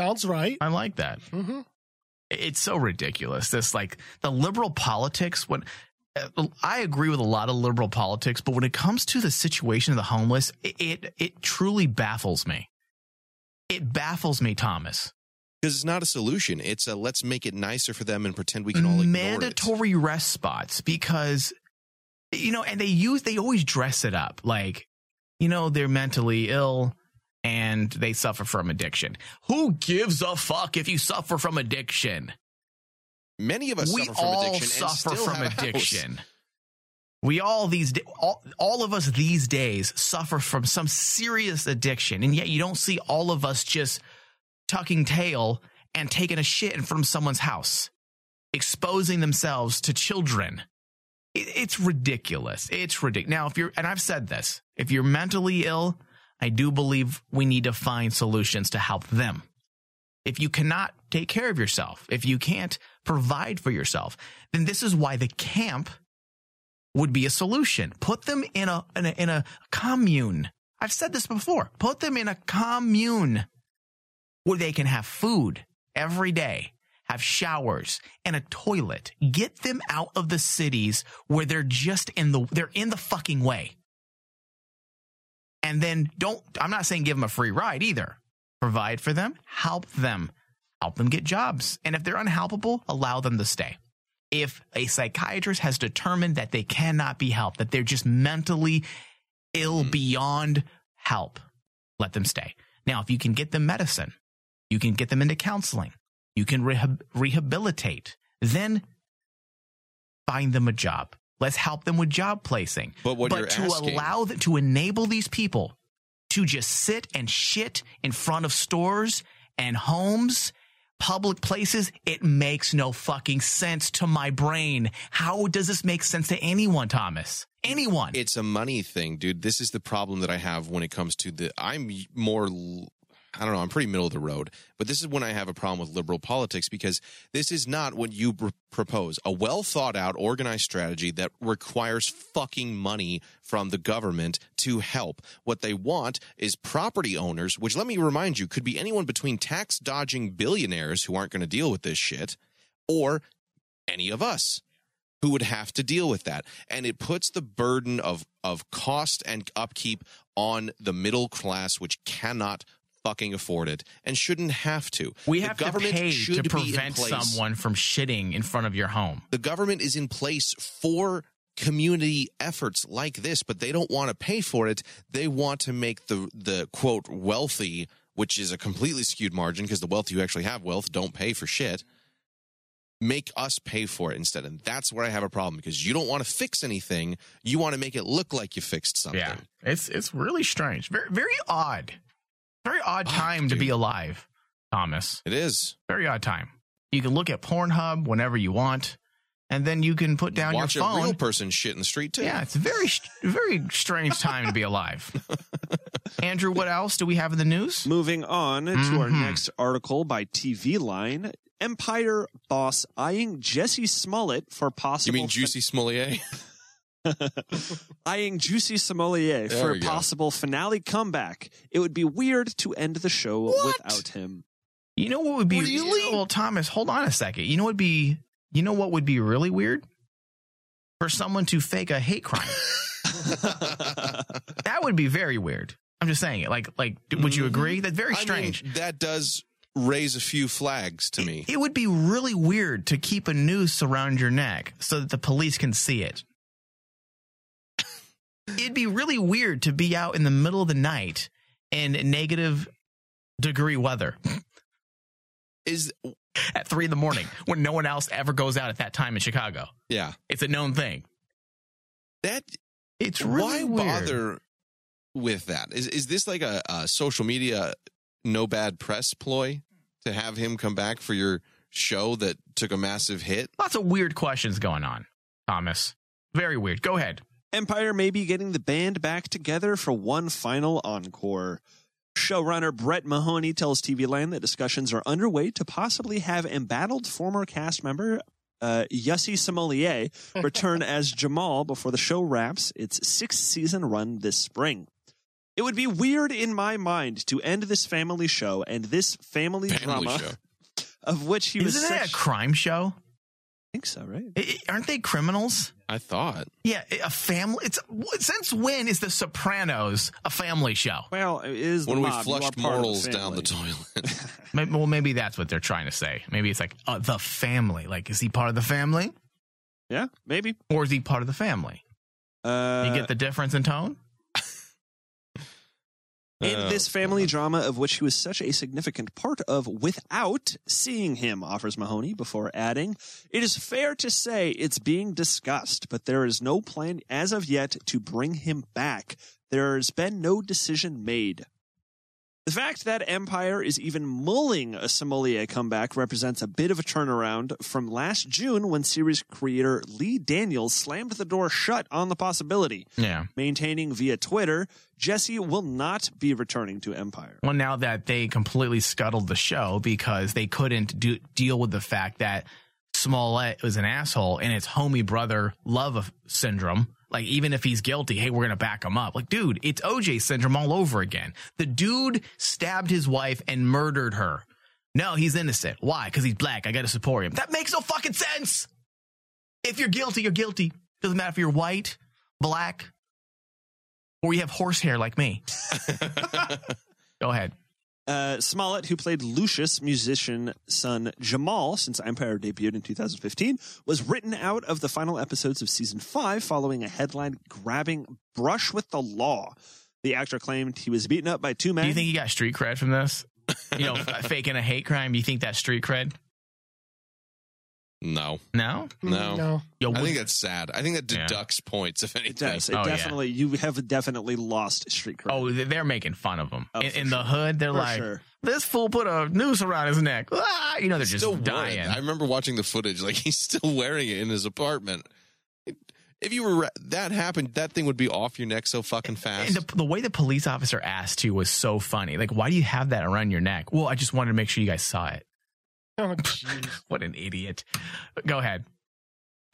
F: Sounds right.
D: I like that.
F: Mm-hmm.
D: it's so ridiculous. This like the liberal politics when uh, I agree with a lot of liberal politics, but when it comes to the situation of the homeless, it it, it truly baffles me. It baffles me, Thomas.
E: Because it's not a solution. It's a let's make it nicer for them and pretend we can all ignore it.
D: mandatory rest spots because you know and they use they always dress it up like you know they're mentally ill and they suffer from addiction who gives a fuck if you suffer from addiction
E: Many of us
D: we
E: suffer from
D: all
E: addiction.
D: suffer
E: and still
D: from
E: have a house.
D: addiction. We all these da- all, all of us these days suffer from some serious addiction, and yet you don't see all of us just tucking tail and taking a shit in front of someone's house, exposing themselves to children. It, it's ridiculous. It's ridiculous. Now, if you're and I've said this, if you're mentally ill, I do believe we need to find solutions to help them if you cannot take care of yourself, if you can't provide for yourself, then this is why the camp would be a solution. Put them in a in a, in a commune. I've said this before. Put them in a commune where they can have food every day, have showers and a toilet. Get them out of the cities where they're just in the they're in the fucking way. And then don't I'm not saying give them a free ride either. Provide for them, help them, help them get jobs. And if they're unhelpable, allow them to stay. If a psychiatrist has determined that they cannot be helped,
E: Mm-hmm.
D: that they're just mentally ill beyond help, let them stay. Now, if you can get them medicine, you can get them into counseling, you can rehab- rehabilitate, then find them a job. Let's help them with job placing.
E: But what
D: but
E: you're
D: to
E: asking-
D: allow them to enable these people to just sit and shit in front of stores and homes, public places, it makes no fucking sense to my brain. How does this make sense to anyone, Thomas? Anyone?
E: It's a money thing, dude. This is the problem that I have when it comes to the. I'm more. l- I don't know. I'm pretty middle of the road, but this is when I have a problem with liberal politics because this is not what you pr- propose. A well thought out, organized strategy that requires fucking money from the government to help. What they want is property owners, which let me remind you could be anyone between tax dodging billionaires who aren't going to deal with this shit or any of us who would have to deal with that and it puts the burden of of cost and upkeep on the middle class which cannot fucking afford it and shouldn't have to
D: we
E: The
D: have to pay to
E: be in
D: prevent
E: place.
D: someone from shitting in front of your home.
E: the government is in place for community efforts like this but they don't want to pay for it they want to make the the quote wealthy which is a completely skewed margin because the wealthy who actually have wealth don't pay for shit make us pay for it instead and that's where i have a problem because you don't want to fix anything you want to make it look like you fixed something
D: Yeah, it's it's really strange. Very very odd. Very odd
E: Fuck,
D: time to be
E: dude.
D: alive, Thomas.
E: it is
D: Very odd time. You can look at Pornhub whenever you want, and then you can put down
E: watch
D: your
E: a real
D: phone.
E: person shit in the street too
D: yeah, it's a very st- very strange time to be alive. Andrew, what else do we have in the news?
B: Moving on to our
D: Mhm.
B: next article by TV Line. Empire boss eyeing Jesse Smollett for
E: you
B: possible.
E: mean juicy smollett
B: eyeing Juicy Sommelier
E: There
B: for
E: we
B: a
E: go.
B: possible finale comeback. It would be weird to end the show without him.
D: You know what would be really? well, Thomas. Hold on a second. You know what would be you know what would be really weird for someone to fake a hate crime. that would be very weird. I'm just saying it. Like like, d- would you agree? That's very
E: Mm-hmm. I mean,
D: strange.
E: that does raise a few flags to me
D: it would be really weird to keep a noose around your neck so that the police can see it. It'd be really weird to be out in the middle of the night in negative degree weather
E: is
D: at three in the morning when no one else ever goes out at that time in Chicago.
E: yeah
D: It's a known thing.
E: that
D: It's really
E: why
D: weird.
E: bother with that? Is is this like a, a social media no bad press ploy to have him come back for your show that took a massive hit?
D: Lots of weird questions going on, Thomas. Very weird. Go ahead.
B: Empire may be getting the band back together for one final encore. Showrunner Brett Mahoney tells TV Line that discussions are underway to possibly have embattled former cast member uh, Yossi Sommelier return as Jamal before the show wraps its sixth season run this spring. It would be weird in my mind to end this family show and this family,
E: Family
B: drama
E: show.
B: of which he was
D: Isn't it
B: such.
D: a crime show?
B: I think so, right?
D: I- I- aren't they criminals?
E: I thought.
D: Yeah, a family. It's since when is The Sopranos a family show?
B: Well, it is
E: When
B: the
E: we
B: mob. You are
E: flushed
B: part of
E: mortals down
B: family.
E: the toilet.
D: Maybe, well, maybe that's what they're trying to say. Maybe it's like uh, the family. Like, is he part of the family,
B: Yeah, maybe.
D: or is he part of the family?
B: Uh,
D: You get the difference in tone.
B: In this family drama of which he was such a significant part of without seeing him, offers Mahoney before adding, It is fair to say it's being discussed, but there is no plan as of yet to bring him back. There has been no decision made. The fact that Empire is even mulling a sommelier comeback represents a bit of a turnaround from last June when series creator Lee Daniels slammed the door shut on the possibility
D: Yeah.
B: maintaining via Twitter, Jesse will not be returning to Empire.
D: Well, now that they completely scuttled the show because they couldn't do, deal with the fact that Smollett was an asshole and it's homie brother love of- syndrome. Like, even if he's guilty, hey, we're going to back him up. Like, dude, it's OJ syndrome all over again. The dude stabbed his wife and murdered her. No, he's innocent. Why? Because he's black. I got to support him. That makes no fucking sense. If you're guilty, you're guilty. Doesn't matter if you're white, black, or you have horse hair like me. Go ahead.
B: Uh, Smollett, who played Lucius, musician son Jamal, since Empire debuted in 2015, was written out of the final episodes of season five following a headline grabbing brush with the law. The actor claimed he was beaten up by two men.
D: Do you think he got street cred from this? You know, faking a hate crime. You think that's street cred?
E: No,
D: Mm, No.
E: no.
F: Mm, No.
D: Yo,
E: I
D: would-
E: think that's sad. I think that
D: Yeah.
E: deducts points, if anything.
B: it does. It
D: Oh, yeah.
B: definitely. You have definitely lost street cred.
D: oh, they- they're making fun of him
B: Oh,
D: in,
B: for
D: in the
B: sure.
D: hood. They're
B: for
D: like,
B: sure.
D: this fool put a noose around his neck. Ah, you know, they're just
E: Still
D: dying.
E: wearing it. I remember watching the footage. Like he's still wearing it in his apartment. If you were ra- that happened, that thing would be off your neck so fucking fast.
D: And the, the way the police officer asked you was so funny. Like, why do you have that around your neck? Well, I just wanted to make sure you guys saw it.
F: Oh, jeez.
D: What an idiot. Go ahead.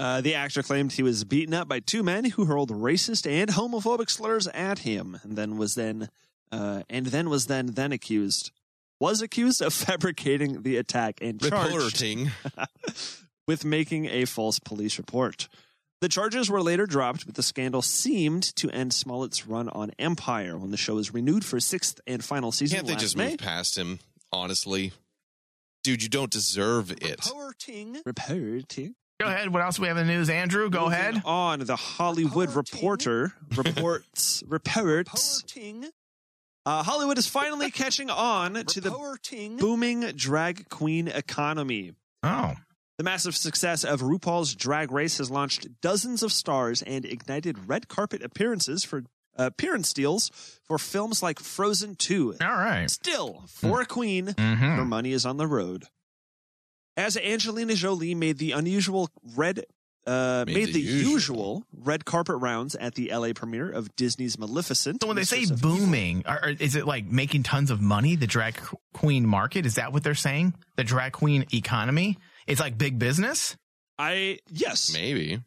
B: Uh, the actor claimed he was beaten up by two men who hurled racist and homophobic slurs at him, and then was then, uh, and then was then then accused, was accused of fabricating the attack and charged
E: Reporting.
B: with making a false police report. The charges were later dropped, but the scandal seemed to end Smollett's run on Empire when the show was renewed for a sixth and final season.
E: Can't they
B: last
E: just
B: May.
E: move past him? Honestly, dude, you don't deserve it.
B: Reporting, reporting.
D: Go ahead. What else do we have in the news? Andrew, go
B: Moving
D: ahead.
B: On the Hollywood Reporter reports reports. Uh, Hollywood is finally catching on to the booming drag queen economy.
D: Oh,
B: The massive success of RuPaul's Drag Race has launched dozens of stars and ignited red carpet appearances for uh, appearance deals for films like Frozen 2.
D: Oh, all right.
B: Still, for a queen,
D: Mm-hmm.
B: her money is on the road. As Angelina Jolie made the unusual red, uh, made,
E: Made the
B: the, usual.
E: usual.
B: red carpet rounds at the LA premiere of Disney's Maleficent.
D: So when they say
B: Mistress of
D: booming, are, are- is it like making tons of money? The drag queen market is that what they're saying? The drag queen economy? It's like big business.
B: I yes,
E: Maybe.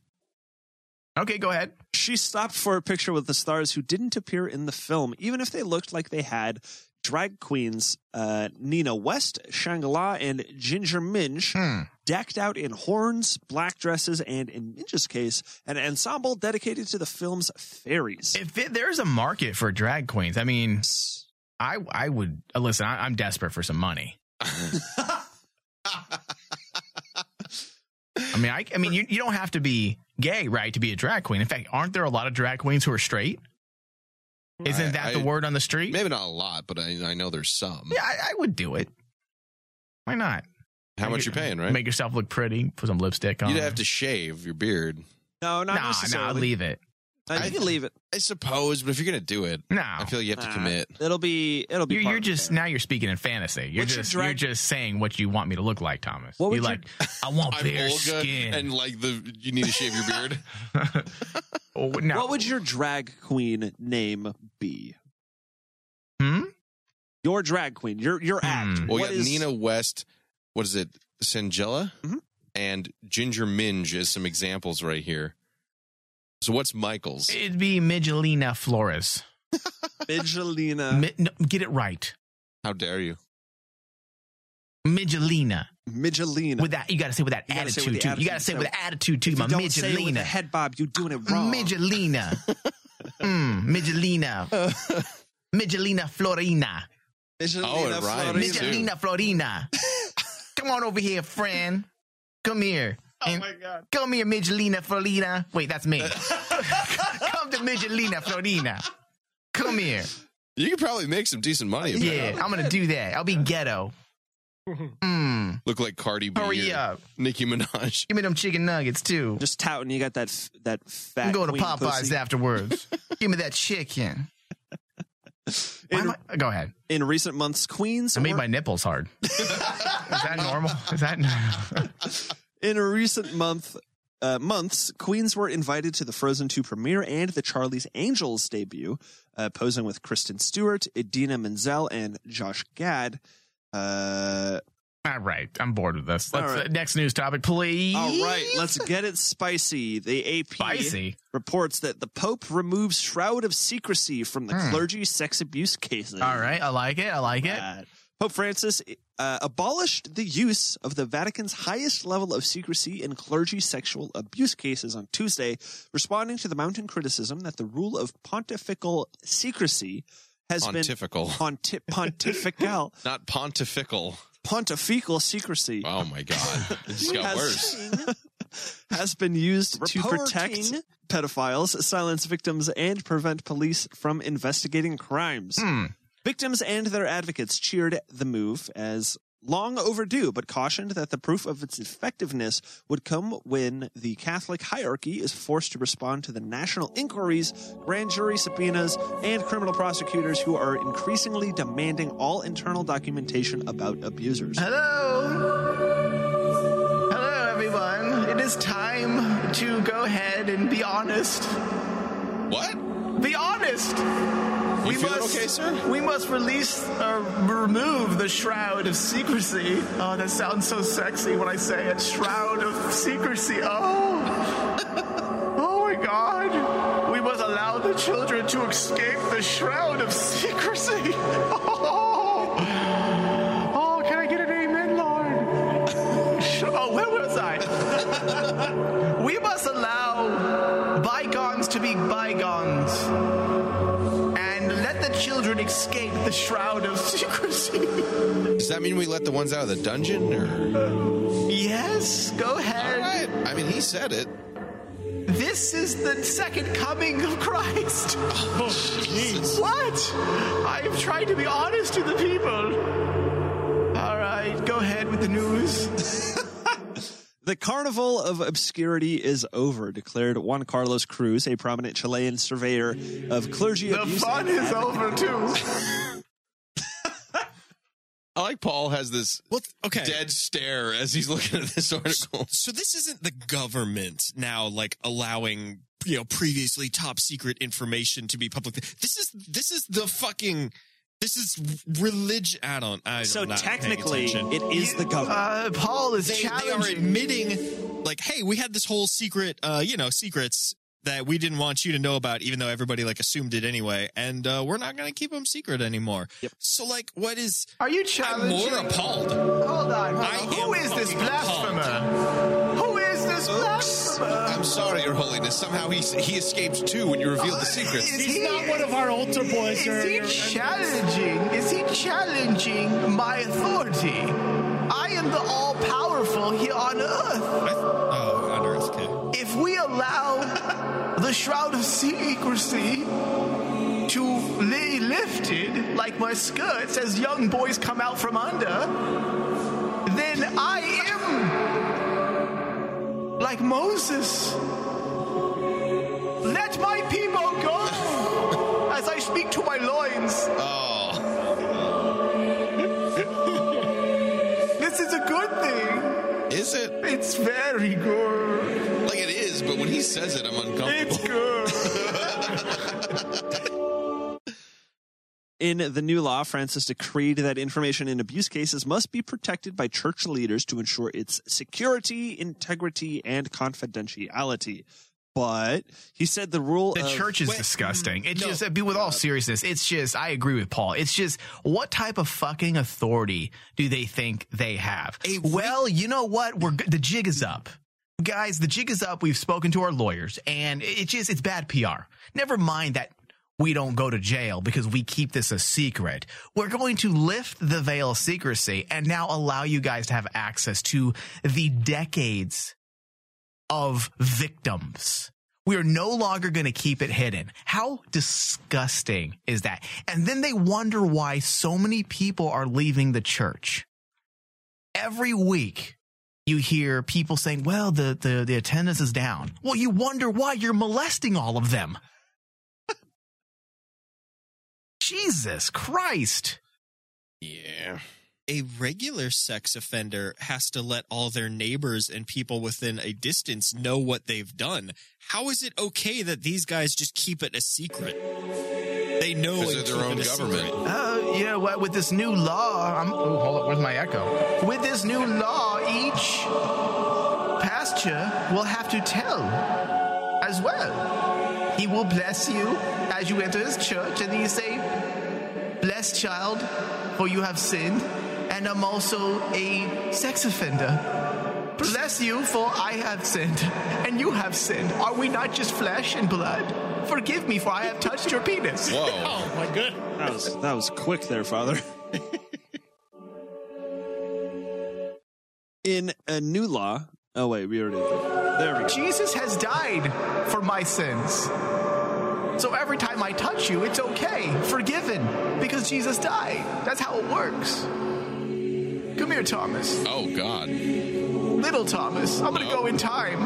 D: Okay, go ahead.
B: she stopped for a picture with the stars who didn't appear in the film, even if they looked like they had. Drag queens uh, Nina West, Shangela, and Ginger Minj
D: Hmm.
B: decked out in horns, black dresses, and in Minj's case, an ensemble dedicated to the film's fairies.
D: If it, there's a market for drag queens, I mean, I I would uh, listen. I, I'm desperate for some money. I mean, I, I mean, you, you don't have to be gay, right, to be a drag queen. In fact, aren't there a lot of drag queens who are straight? Isn't
E: I-
D: that the
E: I-
D: word on the street?
E: Maybe not a lot, but I, I know there's some.
D: Yeah, I, I would do it. Why not?
E: How
D: Make
E: much
D: it-
E: you paying, right?
D: Make yourself look pretty. Put some lipstick on.
E: You'd have to shave your beard.
B: No, not
D: Nah, nah,
B: necessarily.
D: leave it.
B: Uh, you
E: I-
B: can leave it.
E: I suppose, but if you're gonna do it,
D: No,
E: I feel you have to
B: Nah,
E: commit.
B: It'll be. It'll be.
D: you're,
B: part
D: you're
B: of
D: just
B: it.
D: now. You're speaking in fantasy. You're
B: What's your
D: just
B: drag-
D: you're just saying what you want me to look like, Thomas.
B: What
D: you
B: would your-
D: like? I want
E: I'm
D: bare
E: Olga,
D: skin.
E: and like the you need to shave your beard.
D: Oh, no.
B: What would your drag queen name be?
D: Hmm?
B: Your drag queen. Your your act.
D: Hmm.
E: Well, you
B: What
E: got
B: is-
E: Nina West. What is it? Sangella
D: Mm-hmm.
B: Mhm.
E: and Ginger Minge as some examples right here. So what's Michael's?
D: It'd be Midgelina Flores.
B: Midgelina.
D: Mi- no, get it right,
E: How dare you?
D: Midgelina.
B: Midgelina.
D: With that, you got to say with that
B: You gotta say
D: attitude
B: with the
D: too. You
B: attitude,
D: got to say
B: so
D: with attitude too,
B: if
D: my
B: you don't say it with a
D: Midgelina.
B: head bob, you're doing it wrong.
D: Midgelina. mm, Midgelina. Midgelina Florina.
B: Midgelina
E: Oh, it rhymes,
B: Florina.
E: too.
D: Midgelina Florina. come on over here, friend. Come here.
B: Oh
D: And
J: god.
D: Come here, Midgelina Florina. Wait, that's me. come to Midgelina Florina. Come here.
E: You could probably make some decent money. if you
D: Yeah, I'm gonna do that. I'll be ghetto. Mm,
E: Look like Cardi
K: Oh,
E: B.
D: hurry
E: or
D: up.
E: Nicki Minaj.
D: Give me them chicken nuggets too.
B: Just touting. You got that f- that fat.
D: I'm going to
B: queen
D: Popeyes
B: pussy.
D: afterwards. Give me that chicken. Why
B: In,
D: am I- go ahead.
B: in recent months, queens.
D: I made
B: were-
D: my nipples hard. Is that normal? Is that normal?
B: In a recent month, uh, months, queens were invited to the Frozen 2 premiere and the Charlie's Angels debut, uh, posing with Kristen Stewart, Idina Menzel, and Josh Gad. Uh,
D: All right, I'm bored with this. Let's,
B: All right.
D: uh, next news topic, please.
B: all right, let's get it spicy. The AP
D: Spicy.
B: reports that the Pope removes shroud of secrecy from the
D: Hmm.
B: clergy sex abuse cases.
D: All right, I like it. I like it.
B: Uh, Pope Francis uh, abolished the use of the Vatican's highest level of secrecy in clergy sexual abuse cases on Tuesday, responding to the mounting criticism that the rule of pontifical secrecy has
E: Pontifical.
B: been ponti- pontifical
E: Not pontifical.
B: pontifical secrecy
E: Oh my god. It just got
B: has,
E: worse.
B: has been used to
G: Reporting.
B: protect pedophiles, silence victims, and prevent police from investigating crimes.
E: Hmm.
B: Victims and their advocates cheered the move as long overdue, but cautioned that the proof of its effectiveness would come when the Catholic hierarchy is forced to respond to the national inquiries, grand jury subpoenas, and criminal prosecutors who are increasingly demanding all internal documentation about abusers.
K: Hello. Hello, everyone. It is time Um, to go ahead and be honest.
E: What?
K: Be honest. we
E: feel
K: must,
E: okay, sir?
K: We must release or remove the shroud of secrecy. Oh, that sounds so sexy when I say it. Shroud of secrecy. Oh. oh my God. We must allow the children to escape the shroud of secrecy. Oh. Oh, can I get an amen, Lord? Sh- oh, where was I? we must allow bygones to be bygones and let the children escape the shroud of secrecy.
E: Does that mean we let the ones out of the dungeon? Or
K: yes, go ahead.
E: I mean, he said it.
K: This is the second coming of Christ. what? I've tried to be honest to the people. All right, go ahead with the news.
B: The carnival of obscurity is over, declared Juan Carlos Cruz, a prominent Chilean surveyor of clergy
K: the
B: abuse.
K: fun
B: and
K: is
B: advoc-
K: over too.
E: I like Paul has this
G: okay.
E: dead stare as he's looking at this article.
G: So this isn't the government now like allowing you know previously top secret information to be public. This is this is the fucking this is religion. I don't. I
B: So technically, it is the government.
K: Uh, Paul is
G: They, they are
K: challenging.
G: admitting like, hey, we had this whole secret, uh, you know, secrets that we didn't want you to know about, even though everybody like assumed it anyway, and uh, we're not going to keep them secret anymore. So like, what is?
K: Are you
G: I'm
K: challenging?
G: more appalled.
K: Hold on.
G: I
K: Who
G: am
K: is this
G: fucking appalled.
K: blasphemer? Who is this
E: Oops.
K: blasphemer?
E: I'm sorry, Your Holiness. Somehow he he escaped too when you revealed the
K: Is
E: secret.
F: He's not one of our altar boys.
K: Is
F: or-
K: he challenging? Is he challenging my authority? I am the all-powerful here on earth.
G: I th- oh, on Earth, okay.
K: If we allow the shroud of secrecy to be lifted like my skirts as young boys come out from under, then I am like Moses. Let my people go as I speak to my loins.
E: Oh,
K: This is a good thing.
E: is it?
K: It's very good.
E: Like it is, but when he says it, I'm
K: It's
E: uncomfortable.
K: good.
B: In the new law, Francis decreed that information in abuse cases must be protected by church leaders to ensure its security, integrity, and confidentiality. But he said the rule
K: The
B: of-
K: church is
B: Wait,
K: disgusting. It's
G: no.
K: just just, with all seriousness, it's just, I agree with Paul. It's just, what type of fucking authority do they think they have?
G: A re-
K: well, you know what? We're g- The jig is up. Guys, the jig is up. We've spoken to our lawyers, and it it just, it's bad PR. Never mind that we don't go to jail because we keep this a secret. We're going to lift the veil of secrecy and now allow you guys to have access to the decades of victims. We are no longer going to keep it hidden. How disgusting is that? And then they wonder why so many people are leaving the church. Every week you hear people saying, well, the, the, the attendance is down. Well, you wonder why you're molesting all of them. Jesus Christ.
E: Yeah.
G: a regular sex offender has to let all their neighbors and people within a distance know what they've done. How is it okay that these guys just keep it a secret? They know
E: Because
G: and
E: they're
G: keep
E: their own
G: it a
E: government.
G: secret.
K: Uh, you know what? With this new law, I'm. Oh, hold up. Where's my echo? With this new law, each pasture will have to tell as well. He will bless you as you enter his church, and he say, "Blessed child, for you have sinned, and I'm also a sex offender." Bless you, for I have sinned, and you have sinned. Are we not just flesh and blood? Forgive me, for I have touched your penis.
E: Whoa.
F: Oh my good.
B: that was that was quick there, Father. In a new law, Oh wait, we already. There we go.
D: Jesus has died for my sins. So every time I touch you, it's okay, forgiven, because Jesus died. That's how it works. Come here, Thomas.
E: Oh God.
D: Little Thomas, I'm gonna
E: No.
D: go in time.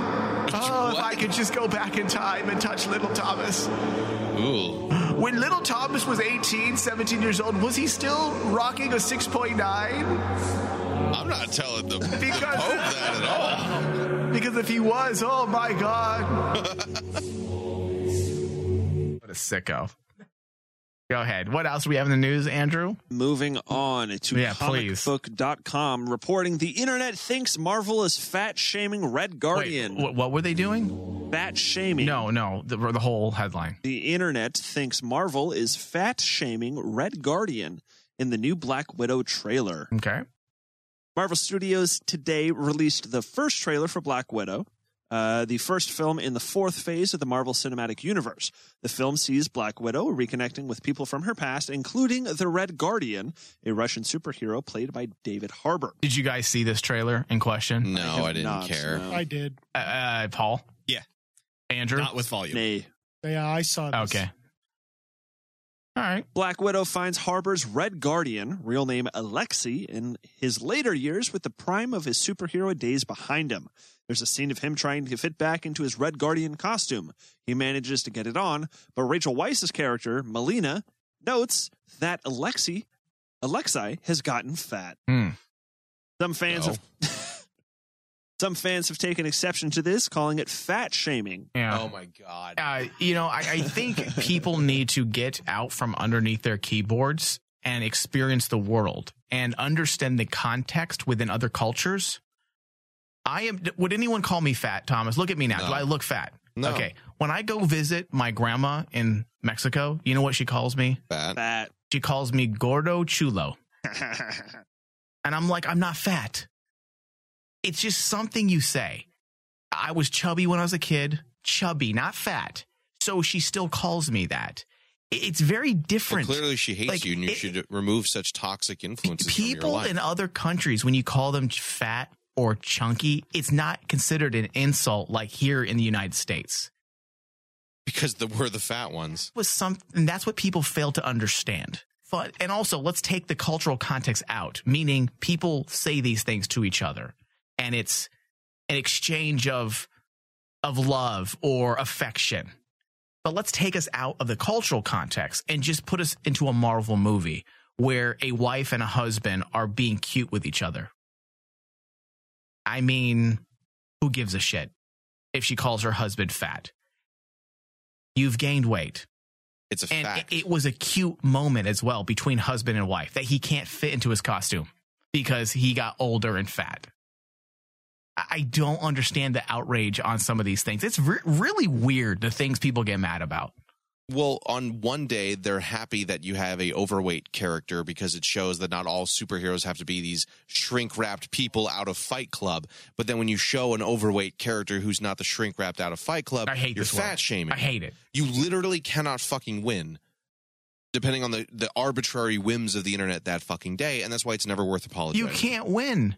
D: Oh, if I could just go back in time and touch little Thomas.
E: Ooh.
D: When little Thomas was 18, 17 years old, was he still rocking a 6.9?
E: I'm not telling the, the Pope
D: Because-
E: that at all.
D: Because if he was, oh my God. what a sicko. Go ahead. What else do we have in the news, Andrew?
B: Moving on to
D: Yeah, please.
B: comicbook.com reporting the internet thinks Marvel is fat shaming Red Guardian.
D: Wait, wh- what were they doing?
B: Fat shaming.
D: No, no, the, the whole headline.
B: The internet thinks Marvel is fat shaming Red Guardian in the new Black Widow trailer.
D: Okay.
B: Marvel Studios today released the first trailer for Black Widow, uh, the first film in the fourth phase of the Marvel Cinematic Universe. The film sees Black Widow reconnecting with people from her past, including the Red Guardian, a Russian superhero played by David Harbour.
D: Did you guys see this trailer in question?
E: No, I didn't
B: Not,
E: care.
B: no.
F: I did.
D: Uh, uh, Paul?
K: Yeah.
D: Andrew?
K: Not with volume.
B: Nay.
F: Yeah, I saw this.
D: okay. All right.
B: Black Widow finds Harper's Red Guardian, real name Alexei, in his later years with the prime of his superhero days behind him. There's a scene of him trying to fit back into his Red Guardian costume. He manages to get it on, but Rachel Weisz's character, Melina, notes that Alexei, Alexei has gotten fat.
D: Hmm.
B: Some fans
E: No.
B: have Some fans have taken exception to this, calling it fat shaming.
D: Yeah.
E: Oh my God.
D: uh, you know, I, I think people need to get out from underneath their keyboards and experience the world and understand the context within other cultures. I am. Would anyone call me fat, Thomas? Look at me now.
E: No.
D: Do I look fat?
E: No.
D: Okay. When I go visit my grandma in Mexico, you know what she calls me?
E: Fat.
B: Fat.
D: She calls me gordo chulo, and I'm like, I'm not fat. It's just something you say. I was chubby when I was a kid, chubby, not fat. So she still calls me that. I- It's very
E: Well,
D: different.
E: clearly she hates
D: Like,
E: you, and you
D: it-
E: should remove such toxic influences from your
D: People
E: life.
D: in other countries, when you call them ch- fat or chunky, it's not considered an insult like here in the United States.
E: because the, we're the fat ones.
D: Was some, and that's what people fail to understand. But, and also, let's take the cultural context out, meaning people say these things to each other, and it's an exchange of of love or affection. But let's take us out of the cultural context and just put us into a Marvel movie where a wife and a husband are being cute with each other. I mean, who gives a shit if she calls her husband fat? You've gained weight.
E: It's a
D: And it,
E: fact.
D: it was a cute moment as well between husband and wife that he can't fit into his costume because he got older and fat. I- I don't understand the outrage on some of these things. It's re- really weird the things people get mad about.
E: well, on one day they're happy that you have a overweight character because it shows that not all superheroes have to be these shrink wrapped people out of Fight Club. But then when you show an overweight character who's not the shrink wrapped out of Fight Club,
D: I hate
E: you're
D: this
E: fat
D: world.
E: shaming.
D: I hate it.
E: you literally cannot fucking win depending on the, the arbitrary whims of the internet that fucking day and that's why it's never worth apologizing
D: You can't win.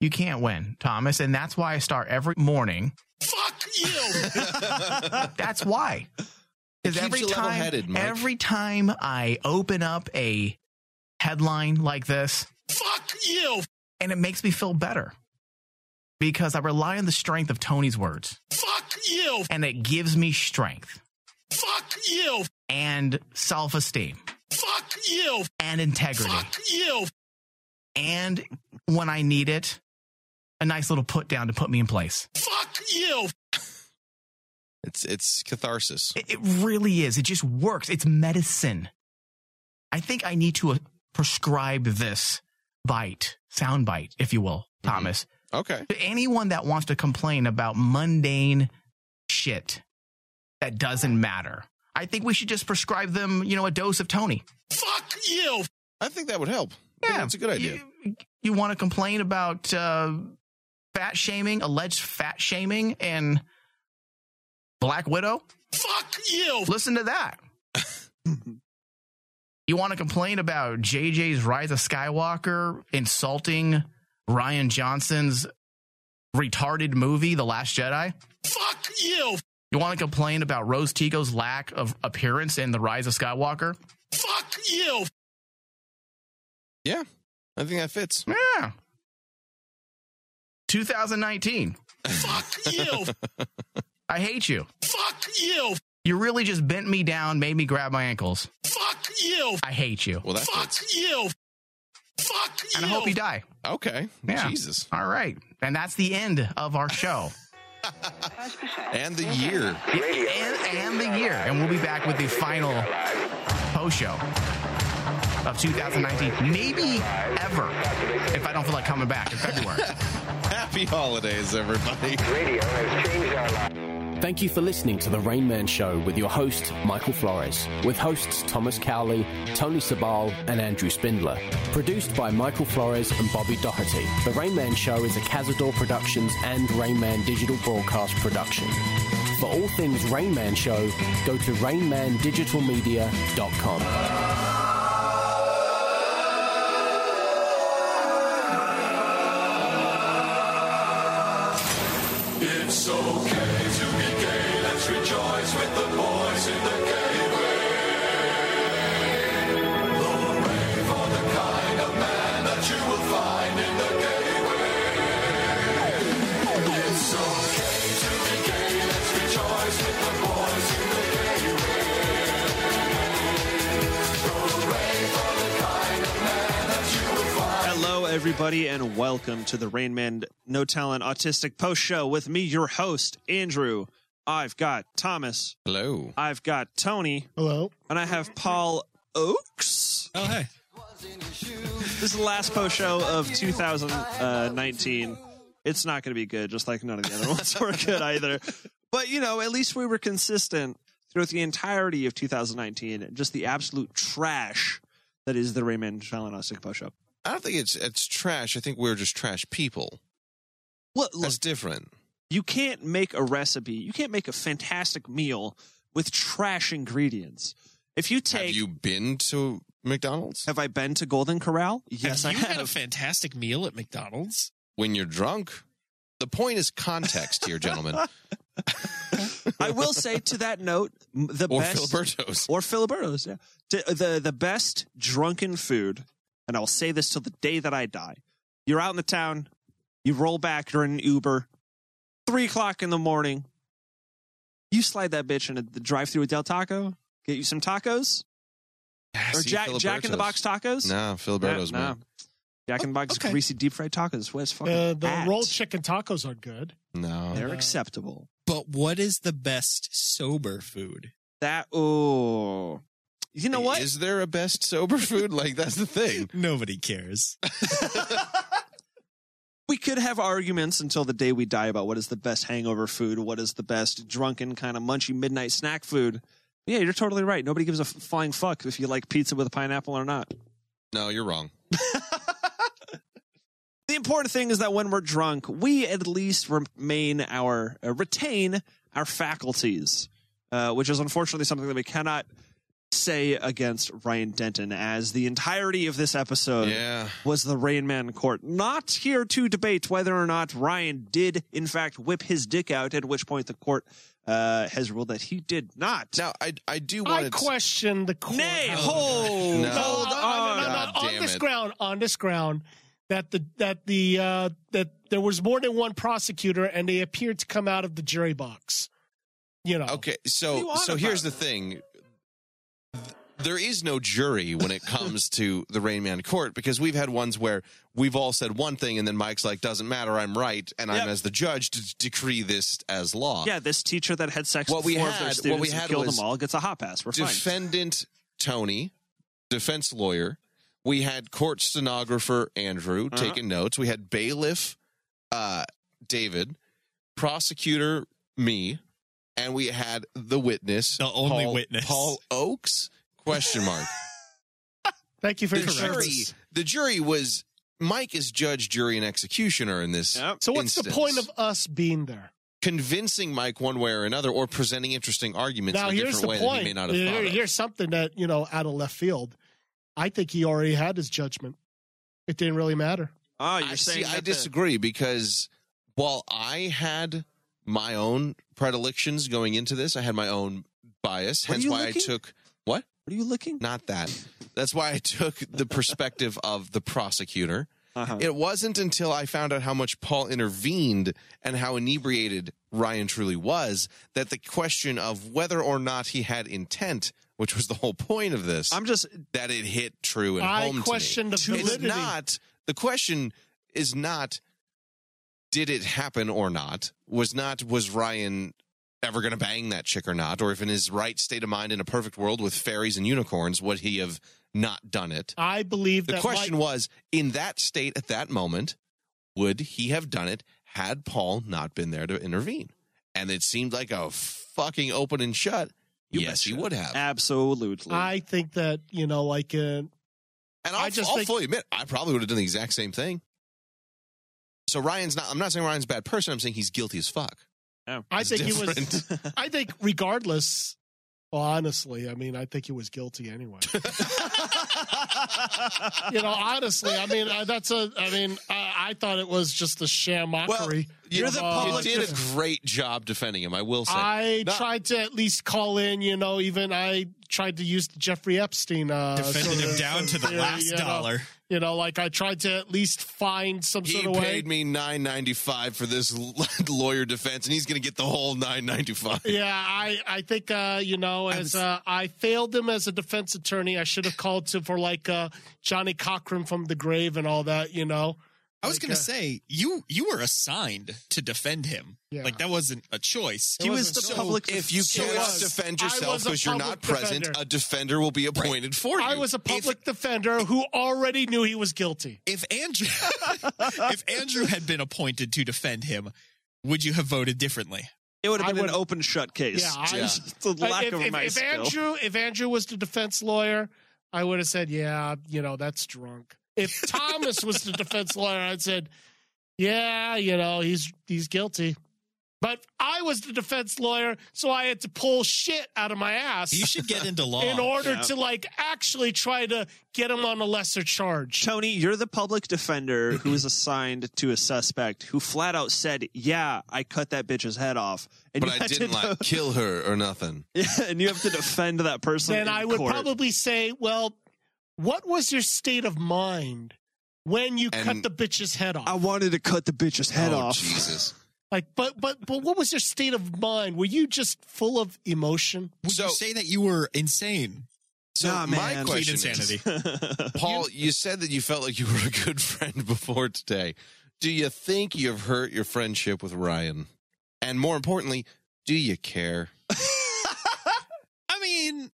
D: You can't win, Thomas. And that's why I start every morning.
E: fuck you
D: That's why. Because
E: keeps
D: every
E: you level-headed,
D: time,
E: Mike.
D: every time I open up a headline like this,
E: fuck you
D: and it makes me feel better because I rely on the strength of Tony's words
E: fuck you
D: and it gives me strength
E: fuck you
D: and self esteem
E: fuck you
D: and integrity.
E: you
D: And when I need it, a nice little put down to put me in place.
E: fuck you it's it's catharsis
D: It, it really is. It just works. It's medicine. I think I need to uh, prescribe this bite, sound bite, if you will, Thomas,
E: okay
D: to anyone that wants to complain about mundane shit that doesn't matter. I think we should just prescribe them, you know, a dose of Tony.
E: fuck you i think that would help I think that's a good idea
D: You, you want to complain about uh, fat shaming, alleged fat shaming, and Black Widow?
E: fuck you
D: Listen to that. you want to complain about JJ's Rise of Skywalker insulting Ryan Johnson's retarded movie, The Last Jedi?
F: Fuck you.
D: You want to complain about Rose Tico's lack of appearance in The Rise of Skywalker?
F: Fuck you.
E: Yeah, I think that fits.
D: Yeah. 2019.
F: Fuck you.
D: I hate you.
F: Fuck you.
D: You really just bent me down, made me grab my ankles.
F: Fuck you.
D: I hate you.
E: Well, that
F: Fuck
E: fits.
F: you. Fuck you.
D: And I hope you die.
E: Okay.
D: Yeah.
E: Jesus.
D: All right. And that's the end of our show.
E: And the year.
D: and, and the year. And we'll be back with the final post show of 2019. Maybe ever. If I don't feel like coming back in February.
E: Happy holidays, everybody.
A: Thank you for listening to The Rain Man Show with your host, Michael Flores, with hosts Thomas Cowley, Tony Sabal, and Andrew Spindler. Produced by Michael Flores and Bobby Doherty, The Rain Man Show is a Cazador Productions and Rain Man Digital Broadcast production. For all things Rain Man Show, go to rainmandigitalmedia.com.
L: It's okay to be gay. Let's rejoice with the boys in the gay way. Blow away for the kind of man that you will find in the gay way. It's okay to be gay. Let's rejoice with the boys in the gay way. Blow away for the kind of man that you will find.
B: Hello, everybody, and welcome to the Rainman No Talent Autistic Post Show with me, your host, Andrew. I've got Thomas.
E: Hello.
B: I've got Tony.
F: Hello.
B: And I have Paul Oakes.
K: Oh, hey.
B: This is the last post show of 2019. It's not going to be good, just like none of the other ones were good either. But, you know, at least we were consistent throughout the entirety of 2019. Just the absolute trash that is the Rayman Chalanostic post show.
E: I don't think it's it's trash. I think we're just trash people.
B: Look, look,
E: That's different.
B: you can't make a recipe, you can't make a fantastic meal with trash ingredients. If you take.
E: Have you been to McDonald's?
B: Have I been to Golden Corral? Yes,
K: have
B: I
K: you
B: have.
K: had a fantastic meal at McDonald's?
E: When you're drunk? The point is context here, gentlemen.
B: I will say to that note, m- the
E: or
B: best
E: Filiberto's.
B: or Filiberto's, yeah, To- uh, the the best drunken food, and I will say this till the day that I die. You're out in the town, you roll back, you're in an Uber, three o'clock in the morning. You slide that bitch in the drive-through at Del Taco, get you some tacos or
E: See,
B: Jack Jack in the
E: Filiberto's.
B: Box tacos.
E: No, Filiberto's,
B: Yeah,
E: man.
B: Jack in the Box is
K: okay.
B: greasy deep fried tacos. Where's fucking
F: Uh, the
B: at?
F: rolled chicken tacos are good.
E: No.
B: They're
F: Yeah.
B: acceptable.
K: But what is the best sober food?
B: That oh, you know what?
E: Is there a best sober food? Like that's the thing.
K: Nobody cares.
B: we could have arguments until the day we die about what is the best hangover food, what is the best drunken kind of munchy midnight snack food. Yeah, you're totally right. Nobody gives a f- flying fuck if you like pizza with a pineapple or not.
E: No, you're wrong.
B: The important thing is that when we're drunk, we at least remain our uh, retain our faculties, uh, which is unfortunately something that we cannot say against Ryan Denton, as the entirety of this episode
E: Yeah.
B: was the Rain Man court. Not here to debate whether or not Ryan did, in fact, whip his dick out, at which point the court uh, has ruled that he did not.
E: Now I I do
F: I
E: want to
F: question the court.
B: Nay,
F: however.
B: hold,
E: No.
B: hold on.
F: no, no, no,
E: God
F: on
E: damn
F: this
E: it.
F: ground, on this ground, that the that the uh, that there was more than one prosecutor, and they appeared to come out of the jury box. You know,
E: Okay,
B: What do you
E: so
B: want
E: so
B: about
E: here's the
B: it?
E: thing. There is no jury when it comes to the Rain Man court because we've had ones where we've all said one thing and then Mike's like, doesn't matter, I'm right, and
B: Yep.
E: I'm as the judge to decree this as law.
B: Yeah, this teacher that had sex
E: What
B: with
E: we
B: four of their
E: had- what
B: students
E: we
B: and
E: had
B: killed
E: was
B: them all gets a hot pass. We're fine.
E: Defendant Tony, defense lawyer. We had court stenographer Andrew
B: Uh-huh.
E: taking notes. We had bailiff uh, David, prosecutor me, and we had the witness,
K: The only
E: Paul-
K: witness.
E: Paul Oakes? Question mark.
F: thank you for
E: the
F: your
E: jury.
F: service.
E: The jury was Mike is judge, jury, and executioner in this.
B: Yep.
F: So, what's the
E: instance.
F: point of us being there?
E: convincing Mike one way or another, or presenting interesting arguments
F: now,
E: in a
F: here's
E: different
F: the
E: way that he
F: point.
E: may not have
F: Here-
E: thought of?
F: here's something that you know out of left field. I think he already had his judgment. It didn't really matter.
B: Oh,
E: I
B: you're saying
E: see. I
B: that the-
E: disagree because while I had my own predilections going into this, I had my own bias.
B: What are
E: hence
B: you
E: why
B: looking?
E: I took what?
B: What are you looking?
E: Not that. That's why I took the perspective of the prosecutor.
B: Uh-huh.
E: It wasn't until I found out how much Paul intervened and how inebriated Ryan truly was that the question of whether or not he had intent, which was the whole point of this,
B: I'm just
E: that it hit true and
F: I
E: home
F: question the
E: to me.
F: validity.
E: It's not the question is not did it happen or not? Was not was Ryan ever going to bang that chick or not? Or if in his right state of mind in a perfect world with fairies and unicorns, would he have not done it?
F: I believe
E: The
F: that
E: question
F: like,
E: was in that state at that moment, would he have done it had Paul not been there to intervene? And it seemed like a fucking open and shut. yes, he would have.
B: Absolutely.
F: I think that you know, like, uh,
E: And I'll,
F: I just
E: I'll
F: think-
E: fully admit, I probably would have done the exact same thing. So Ryan's not. I'm not saying Ryan's a bad person. I'm saying he's guilty as fuck.
F: I
E: It's
F: think it was.
E: different.
F: I think regardless. Well, honestly, I mean, I think he was guilty anyway. you know, honestly, I mean, uh, that's a. I mean, uh, I thought it was just a sham mockery.
E: you-
F: of, uh,
E: You did
F: just-
E: a great job defending him. I will say.
F: I
E: No,
F: tried to at least call in, you know, even I tried to use the Jeffrey Epstein. Uh,
G: Defended
F: sort
G: him
F: of
G: down to the
F: theory,
G: last
F: you know.
G: dollar.
F: You know, like I tried to at least find some
E: He
F: sort of way.
E: paid me nine ninety five for this l- lawyer defense, and he's going to get the whole nine ninety five.
F: Yeah, I, I think uh, you know, as uh, I failed him as a defense attorney, I should have called to for like uh, Johnny Cochran from the grave and all that, you know.
G: I was
F: Like,
G: gonna
F: uh,
G: say you you were assigned to defend him.
F: Yeah.
G: Like that wasn't a choice.
F: It
B: he was
F: wasn't
B: the
F: so-
B: public.
E: If you
B: so
E: cannot
B: was-
E: defend
F: I
E: yourself
F: was a
E: because you're not
F: public
E: present,
F: defender.
E: a defender will be appointed for you.
F: I was a public defender who already knew he was guilty.
G: If Andrew if Andrew had been appointed to defend him, would you have voted differently?
B: it would have
F: I
B: been an
F: would-
B: open shut case.
F: Yeah, I-
B: Just the lack
F: if,
B: of
F: if-
B: my
F: if
B: skill.
F: Andrew if Andrew was the defense lawyer, I would have said, "Yeah, you know, that's drunk." If Thomas was the defense lawyer, I'd said, "Yeah, you know, he's he's guilty." But I was the defense lawyer, so I had to pull shit out of my ass
G: You should get into law.
F: in order
B: Yeah.
F: to like actually try to get him on a lesser charge.
B: Tony, you're the public defender who was assigned to a suspect who flat out said, "Yeah, I cut that bitch's head off," and
E: but
B: you
E: I
B: had to
E: didn't like kill her or nothing.
B: Yeah, and you have to defend that person.
F: Then
B: in
F: I would
B: court.
F: probably say, "Well, what was your state of mind when you cut
E: And-
F: the bitch's head off?"
B: I wanted to cut the bitch's head
E: oh
B: off.
E: Jesus!
F: Like, but but but what was your state of mind? Were you just full of emotion?
G: Would
E: So-
G: you say that you were insane?
E: So
B: Nah,
E: my
B: man.
E: question
G: Plead
E: is,
G: insanity.
E: Paul, you said that you felt like you were a good friend before today. Do you think you've hurt your friendship with Ryan? And more importantly, do you care?
G: I mean,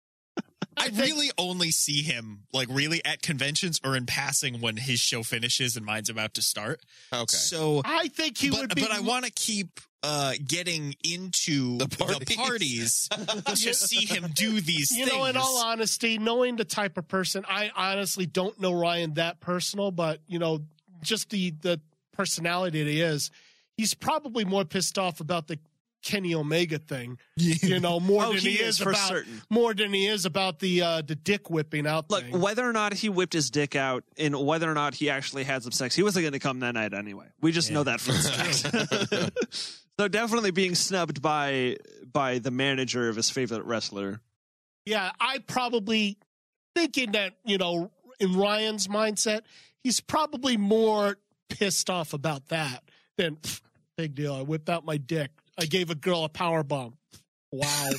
G: I, really only see him like really at conventions or in passing when his show finishes and mine's about to start.
E: Okay.
G: So,
F: I think he
G: but,
F: would be.
G: but I want to keep uh, getting into the
E: The
G: parties, to see him do these
F: you
G: things.
F: know, in all honesty, knowing the type of person, I honestly don't know Ryan that personal, but you know, just the the personality that he is, he's probably more pissed off about the Kenny Omega thing. You know, more
B: Oh,
F: than
B: he
F: he,
B: is for
F: about
B: certain.
F: more than he is about the uh, the dick whipping out
B: Look,
F: thing.
B: whether or not he whipped his dick out and whether or not he actually had some sex, he wasn't going to come that night anyway. We just know that for a fact. so definitely being snubbed by by the manager of his favorite wrestler.
F: Yeah, I probably thinking that, you know, in Ryan's mindset, he's probably more pissed off about that than "Pfft, big deal. I whipped out my dick. I gave a girl a power bomb. Wow.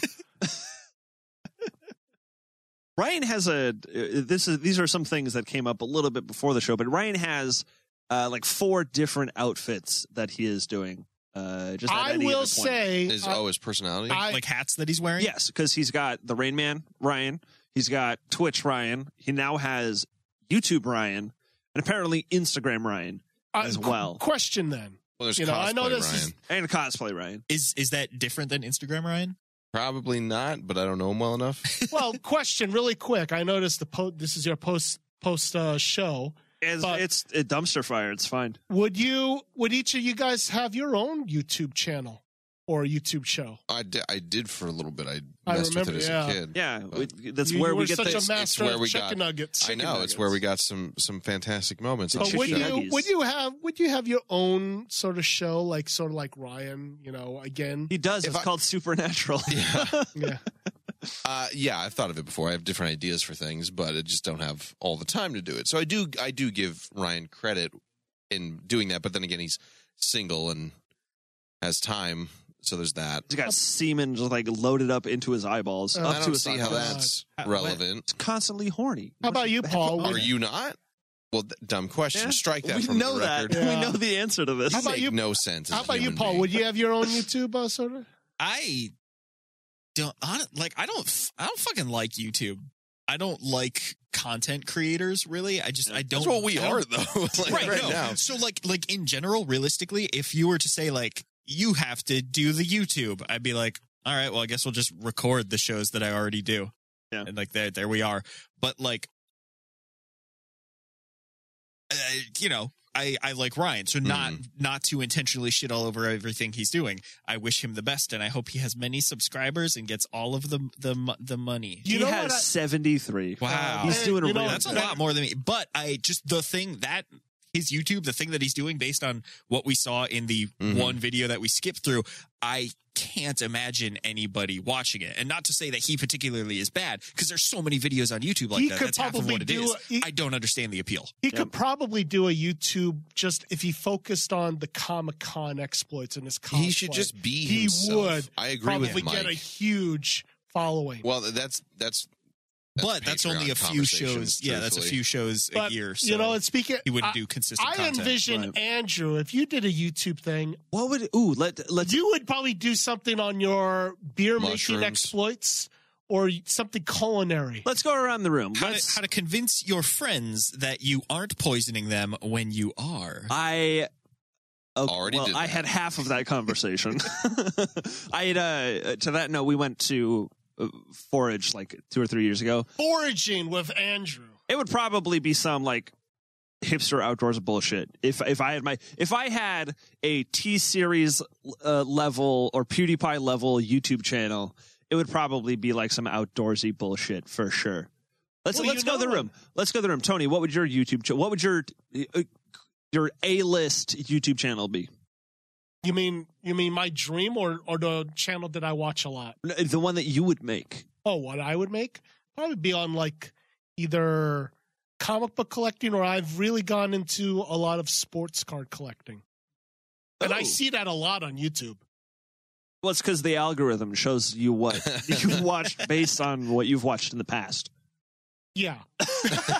B: Ryan has a uh, this is these are some things that came up a little bit before the show, but Ryan has uh, like four different outfits that he is doing. Uh, just at
F: I
B: any
F: will
B: given point.
F: say
E: Is
F: I,
E: oh his personality?
F: uh, I-
G: like hats that he's wearing.
B: Yes, because he's got the Rain Man Ryan. He's got Twitch Ryan. He now has YouTube Ryan, and apparently Instagram Ryan
F: I-
B: as well,
F: uh, question then.
E: well, there's
F: you know, I know
E: cosplay
F: this is-
E: Ryan.
B: and cosplay Ryan.
G: Is is that different than Instagram, Ryan?
E: Probably not, but I don't know him well enough.
F: Well, question really quick. I noticed the po- this is your post post uh, show.
B: It's,
F: But-
B: it's a dumpster fire. It's fine.
F: Would you would each of you guys have your own YouTube channel? or a YouTube show.
E: I di- I did for a little bit. I
F: I
E: messed
F: remember,
E: with it as
F: yeah.
E: a kid.
B: Yeah,
E: but-
B: we- that's You- where you we were get such the- a
E: It's- it's
F: master
E: where
F: of
E: we
F: chicken
E: got-
F: nuggets.
E: I
F: Chicken
E: know it's
F: nuggets.
E: where we got some some fantastic moments.
F: But
E: on
F: would
E: chicken
F: you
E: nuggets.
F: would you have would you have your own sort of show like sort of like Ryan? You know, again,
B: he does.
F: If
B: it's called Supernatural.
F: yeah.
E: Uh, yeah, I've thought of it before. I have different ideas for things, but I just don't have all the time to do it. So I do, I do give Ryan credit in doing that. But then again, he's single and has time, so there's that.
B: He's got semen just like loaded up into his eyeballs.
E: Oh, I
B: up
E: don't
B: to his
E: see how
B: eyeballs.
E: that's
B: Uh, what-
E: relevant.
B: Constantly horny.
F: How about you, Paul?
E: Are
F: Would-
E: you not? Well, th- dumb question.
B: Yeah.
E: Strike that
B: we
E: from
B: know
E: the
B: that.
E: record.
B: We know the answer to this.
F: How about
E: Make
F: you-
E: no sense. as
F: How
E: a
F: about you,
E: human
F: Paul?
E: being.
F: Would you have your own YouTube uh, sort of?
G: I don't hon- like. I don't. f- I don't fucking like YouTube. I don't like content creators. Really, I just. I don't.
E: That's what we
G: I
E: are,
G: don't-
E: though. like,
G: right,
E: right,
G: no.
E: now.
G: So like like in general, realistically, if you were to say like you have to do the YouTube, I'd be like, all right, well, I guess we'll just record the shows that I already do.
B: Yeah.
G: And like there there we are. But like uh, you know, I I like Ryan, so not not to intentionally shit all over everything he's doing. I wish him the best and I hope he has many subscribers and gets all of the the mo- the money.
B: he has 73.
G: Wow.
B: He's doing
F: you
B: real.
F: know,
G: That's a lot more than me. But I just the thing that his YouTube, the thing that he's doing based on what we saw in the
E: Mhm.
G: one video that we skipped through, I can't imagine anybody watching it. And not to say that he particularly is bad, because there's so many videos on YouTube like
F: He
G: that.
F: could
G: That's half of
F: probably
G: what it
F: do
G: is.
F: a- he-
G: I don't understand the appeal.
F: He could probably do a YouTube just if he focused on the Comic Con exploits and his cosplay.
E: He should just be
F: He
E: himself.
F: would.
E: I agree with
F: probably get a
E: Mike.
F: huge following.
E: Well, that's that's. that's
G: but that's
E: Patreon
G: only a few
E: conversations,
G: shows. Yeah, that's a
E: truthfully.
G: few shows
F: But,
G: a year. So
F: you know, and speaking,
G: he wouldn't
F: I-
G: do consistent
F: I
G: content.
F: envision
B: right.
F: Andrew if you did a YouTube thing,
B: What would ooh let let's
F: you would probably do something on your beer making
E: Mushrooms.
F: exploits or something culinary.
B: let's go around the room.
G: how to,
B: let's
G: how to convince your friends that you aren't poisoning them when you are.
B: I okay,
E: Already
B: well,
E: did
B: I
E: that.
B: had half of that conversation. I had uh, to that note, we went to uh, forage like two or three years ago.
F: Foraging with Andrew.
B: It would probably be some like hipster outdoors bullshit. If if I had my if I had a T series uh, level or PewDiePie level YouTube channel, it would probably be like some outdoorsy bullshit for sure. Let's
F: Well,
B: let's
F: you
B: go the
F: know-
B: room. Let's go the room. Tony, what would your YouTube ch- what would your uh, your A list YouTube channel be?
F: You mean you mean my dream or or the channel that I watch a lot?
B: No, uh, The one that you would make.
F: Oh, what I would make probably be on like either comic book collecting or I've really gone into a lot of sports card collecting. And I
B: Oh.
F: see that a lot on YouTube.
B: Well, it's because the algorithm shows you what you've watched based on what you've watched in the past.
F: Yeah.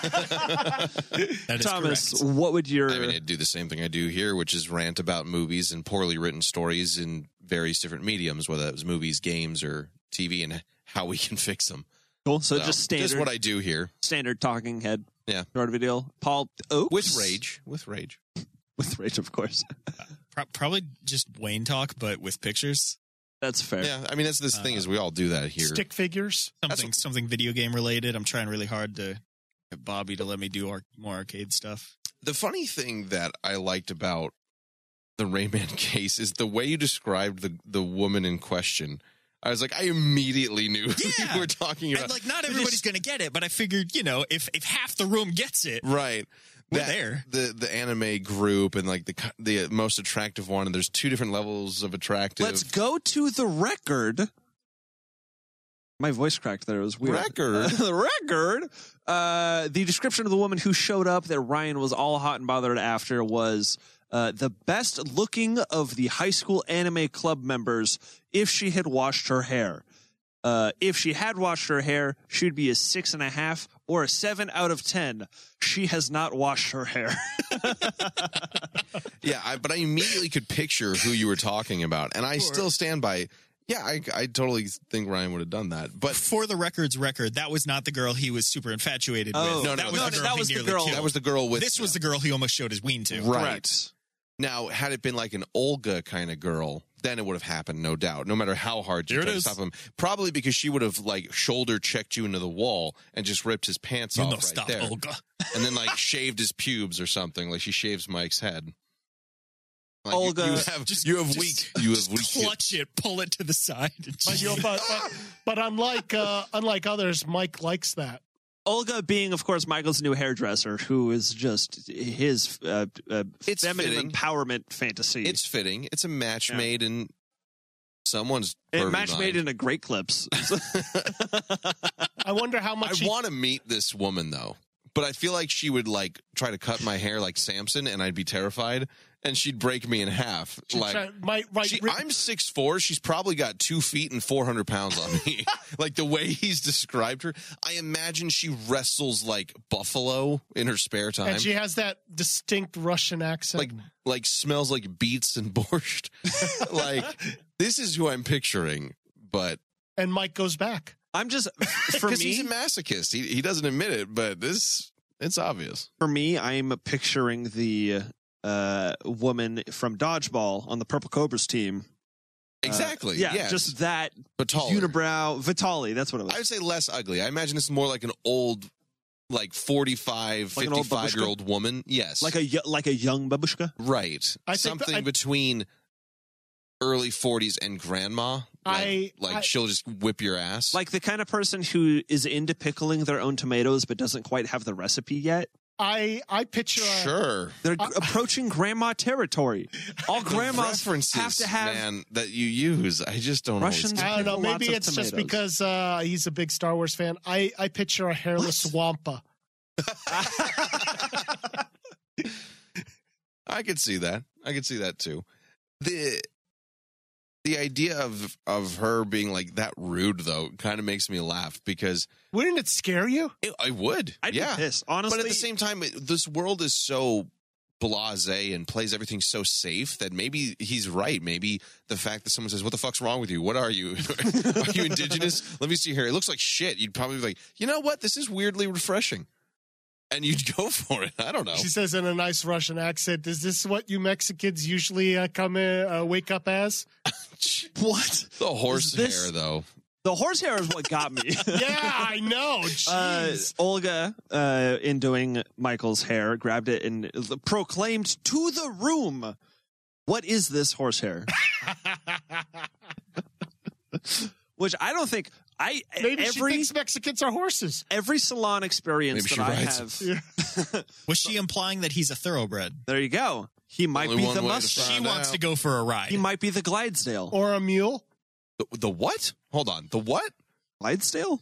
G: That is
B: Thomas,
G: correct.
B: what would your
E: I mean, I'd do the same thing I do here, which is rant about movies and poorly written stories in various different mediums, whether it was movies, games, or TV, and how we can fix them.
B: Cool. So, just standard,
E: what I do here
B: standard talking head.
E: Yeah.
B: sort of a deal. Paul Oaks
E: with rage, with rage.
B: with rage, of course.
G: Pro- probably just Wayne talk, but with pictures.
B: That's fair.
E: Yeah, I mean that's this thing is we all do that here.
F: Stick figures.
G: Something something video game related. I'm trying really hard to get Bobby to let me do ar- more arcade stuff.
E: the funny thing that I liked about the Rayman case is the way you described the the woman in question. I was like, I immediately knew who
G: Yeah.
E: you were talking about.
G: And like, not everybody's going to get it, but I figured, you know, if if half the room gets it,
E: right
G: We're
E: That-
G: there.
E: the the anime group and like the co- the most attractive one and there's two different levels of attractive
B: Let's go to the record. My voice cracked there. It was weird.
E: Record?
B: the record. Uh, the description of the woman who showed up that Ryan was all hot and bothered after was uh, the best looking of the high school anime club members if she had washed her hair. Uh, if she had washed her hair, she'd be a six and a half or a seven out of ten. She has not washed her hair.
E: yeah I, but i immediately could picture who you were talking about and i still stand by yeah I, I totally think ryan would have done that but
G: for the record's record, that was not the girl he was super infatuated
B: Oh,
G: with.
E: no, no,
G: that was
E: no,
G: the
E: no,
G: girl.
B: that
G: he
B: was the
G: nearly
B: girl-
G: killed.
E: that was the girl with
G: this was the girl he almost showed his ween to.
E: right
B: Correct.
E: now had it been like an olga kind of girl then it would have happened no doubt no matter how hard you
G: Here it
E: tried to
G: is.
E: stop him probably because she would have like shoulder checked you into the wall and just ripped his pants
G: You
E: off
G: know,
E: right
G: stop,
E: there
G: Olga.
E: and then like shaved his pubes or something like she shaves mike's head Like, you-
G: Olga,
E: you have
G: just-
E: you have
G: just-
E: weak you have weak
G: clutch it, pull it to the side.
F: But, you but, but, but unlike uh, unlike others, Mike likes that.
B: Olga being, of course, Michael's new hairdresser, who is just his uh, uh, feminine
E: fitting.
B: empowerment fantasy.
E: It's fitting. It's a match
B: Yeah.
E: made in someone's
B: It
E: pervy
B: match
E: mind.
B: made in a great clips.
F: I wonder how
E: I
F: much. he-
E: want to meet this woman though, but I feel like she would like try to cut my hair like Samson, and I'd be terrified, and she'd break me in half.
F: she
E: like
F: try- might write
E: she,
F: written-
E: I'm six four. She's probably got two feet and four hundred pounds on me. like the way he's described her, I imagine she wrestles like buffalo in her spare time.
F: and she has that distinct Russian accent.
E: like like smells like beets and borscht. like this is who I'm picturing, but
F: and Mike goes back.
B: I'm just for me.
E: because he's a masochist, he he doesn't admit it, but this it's obvious.
B: for me, I'm picturing the uh, woman from Dodgeball on the Purple Cobras team. Uh,
E: Exactly.
B: yeah,
E: yes.
B: just that
E: but taller.
B: unibrow Vitali. That's what it was.
E: I would say less ugly. I imagine it's more like an old, like 45,
B: Like an old
E: 55 year old woman. Yes.
B: like a yo- like a young babushka.
E: right.
F: I think
E: Something
F: that I-
E: between early 40s and grandma. Like,
F: I-
E: like
F: I-
E: she'll just whip your ass.
B: Like the kind of person who is into pickling their own tomatoes but doesn't quite have the recipe yet.
F: I I picture a-
E: sure.
B: They're approaching grandma territory. All grandmas
E: References,
B: have to have
E: man, that you use. I just don't
B: Russians-
E: always-
F: I don't know.
B: Lots
F: Maybe
B: of
F: it's just
B: tomatoes.
F: because uh, he's a big Star Wars fan. I, I picture a hairless Wampa.
E: I could see that. I could see that too. The the idea of of her being like that rude though kind of makes me laugh because
F: Wouldn't it scare you?
E: it, I would.
B: I'd
E: yeah.
B: be pissed. Honestly,
E: but at the same time, it- this world is so blasé and plays everything so safe that maybe he's right. Maybe the fact that someone says, "What the fuck's wrong with you? What are you? are you indigenous? Let me see here. It looks like shit." You'd probably be like, "You know what? This is weirdly refreshing," and you'd go for it. I don't know.
F: She says in a nice Russian accent, "Is this what you Mexicans usually uh, come in, uh, wake up as?"
B: what
E: the horse
B: Is this-
E: hair, though.
B: the horsehair is what got me.
F: yeah, I know.
B: Uh,
F: Jeez.
B: Olga, uh, in doing Michael's hair, grabbed it and proclaimed to the room, "What is this horsehair?" Which I don't think I
F: Maybe
B: every
F: she thinks Mexicans are horses.
B: every salon experience
E: Maybe she
B: that I
E: rides
B: have.
F: Yeah.
K: Was she implying that he's a thoroughbred?
B: There you go. He might
E: Only
B: be
E: one
B: the
E: way to
B: Mustang.
K: She
E: Found
K: wants
E: out.
K: to go for a ride.
B: He might be the Glidesdale.
F: Or a mule.
E: The, the what? Hold on. The what?
B: Glidesdale?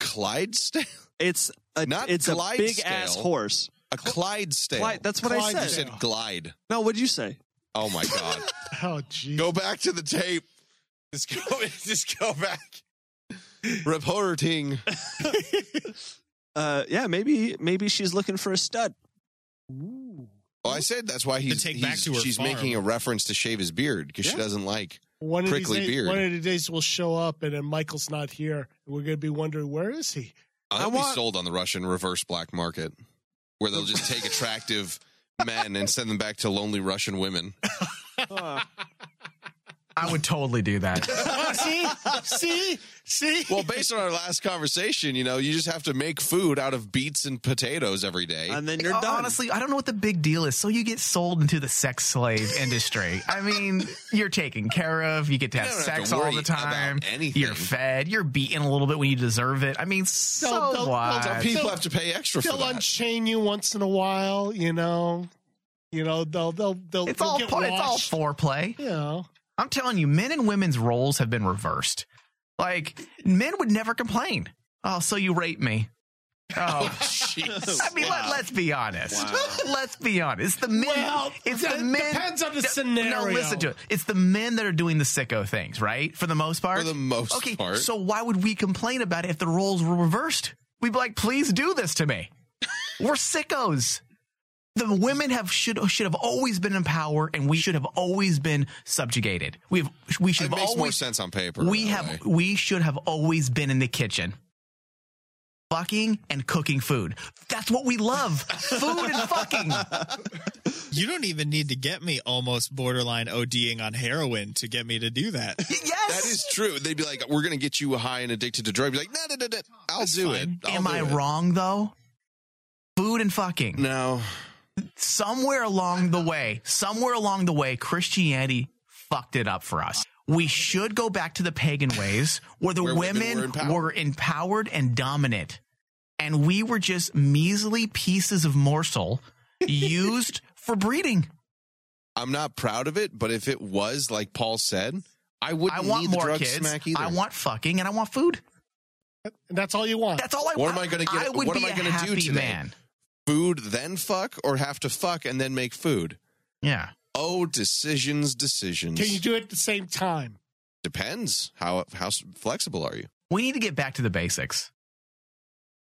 E: Clydesdale?
B: It's a
E: Not
B: it's a
E: Glidesdale.
B: big ass horse.
E: A Clydesdale.
B: Glide, that's what I
E: you
B: said.
E: said glide.
B: No, what'd you say?
E: Oh my god.
F: Oh, jeez.
E: go back to the tape. Just go. Just go back. Reporting.
B: Uh, yeah, maybe maybe she's looking for a stud.
E: Oh, I said that's why he's.
K: take back
E: he's-
K: to her
E: she's
K: farm.
E: making a reference to shave his beard because she
B: Yeah.
E: doesn't like.
F: One of, these
E: Prickly
F: days,
E: beard.
F: one of the days we'll show up and then Michael's not here. And we're going to be wondering, where is he?
E: I'll be
B: want-
E: sold on the Russian reverse black market, where they'll just take attractive men and send them back to lonely Russian women.
B: Uh,
D: I would totally do that.
F: see? See? See?
E: Well, based on our last conversation, you know, you just have to make food out of beets and potatoes every day.
B: and then you're
D: Hon-
B: done.
D: Honestly, I don't know what the big deal is. So you get sold into the sex slave industry. I mean, you're taken care of. You get to have
E: don't have
D: sex
E: to
D: all
E: worry
D: the time.
E: about anything.
D: You're fed. You're beaten a little bit when you deserve it. I mean, so
F: They'll- they'll-
D: what?
F: they'll-
E: people have to pay extra for
F: they'll
E: that.
F: unchain you once in a while, you know. You know, they'll they'll they'll,
D: it's
F: they'll
D: all
F: get
D: play, it's all
F: washed.
D: foreplay.
F: you know.
D: I'm telling you, men and women's roles have been reversed. Like men would never complain. Oh, so you rape me? Oh,
E: Jeez.
D: I mean,
E: Wow.
D: let, us be honest.
B: Wow.
D: Let's be honest. It's the men.
F: Well,
D: it's
F: that
D: the men.
F: depends on the
D: No,
F: scenario.
D: No, listen to it. It's the men that are doing the sicko things, right? For the most part.
E: For the most
D: okay,
E: part.
D: So why would we complain about it if the roles were reversed? We'd be like, please do this to me. we're sickos. The women have should should have always been in power, and we should have always been subjugated. We've we should
E: it
D: have
E: makes more
D: always
E: sense on paper.
D: we
E: that
D: have
E: way.
D: we should have always been in the kitchen fucking and cooking food that's what we love food and fucking
K: You don't even need to get me almost borderline ODing on heroin to get me to do that.
D: yes
E: That is true. They'd be like, "We're gonna get you high and addicted to drugs." Be like, "No, no, no, no. I'll do it." I'll
D: am
E: do
D: i
E: it."
D: wrong though food and fucking
E: No,
D: somewhere along the way, somewhere along the way, Christianity fucked it up for us. We should go back to the pagan ways where the
E: Where women
D: women,
E: were empowered.
D: were empowered and dominant. And we were just measly pieces of morsel used for breeding.
E: I'm not proud of it, but if it was like Paul said, I wouldn't
D: I want
E: need the
D: more
E: drug
D: kids.
E: smack either.
D: I want fucking and I want food.
F: And that's all you want.
D: That's all I
E: what
D: want.
E: am I going to
D: I
E: get?
D: would
E: What am
D: be
E: I
D: a
E: going to do
D: happy
E: today?
D: Man.
E: Food then fuck, or have to fuck and then make food?
D: Yeah.
E: Oh, decisions, decisions.
F: Can you do it at the same time?
E: Depends how how flexible are you?
D: We need to get back to the basics.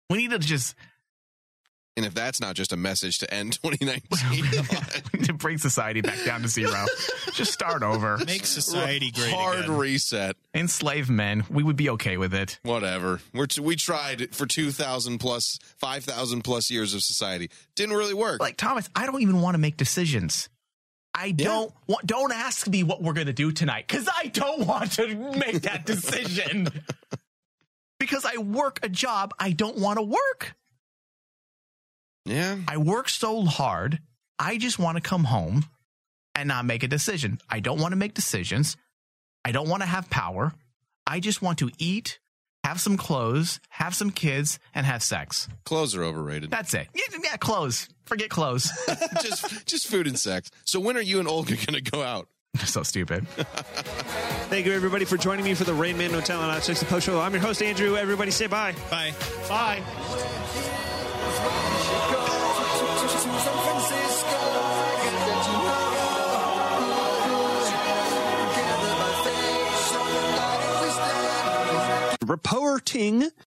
D: We need to just
E: And if that's not just a message to end 2019,
D: we need to bring society back down to zero. just start over.
K: Make society great
E: hard
K: again.
E: reset.
D: Enslave men. We would be okay with it.
E: Whatever. We're t- we tried for 2,000 plus, 5,000 plus years of society. Didn't really work.
D: Like Thomas, I don't even want to make decisions. I don't want. Don't ask me what we're going to do tonight because I don't want to make that decision. because I work a job I don't want to work.
E: yeah.
D: I work so hard. I just want to come home and not make a decision. I don't want to make decisions. I don't want to have power. I just want to eat, have some clothes, have some kids, and have sex.
E: Clothes are overrated.
D: That's it. Yeah, yeah, clothes. Forget clothes.
E: just just food and sex. So when are you and Olga going to go out?
D: so stupid.
B: Thank you, everybody, for joining me for the Rain Man No Talent Objects the Post Show. I'm your host, Andrew. Everybody say bye.
K: Bye.
F: Bye.
B: Reporting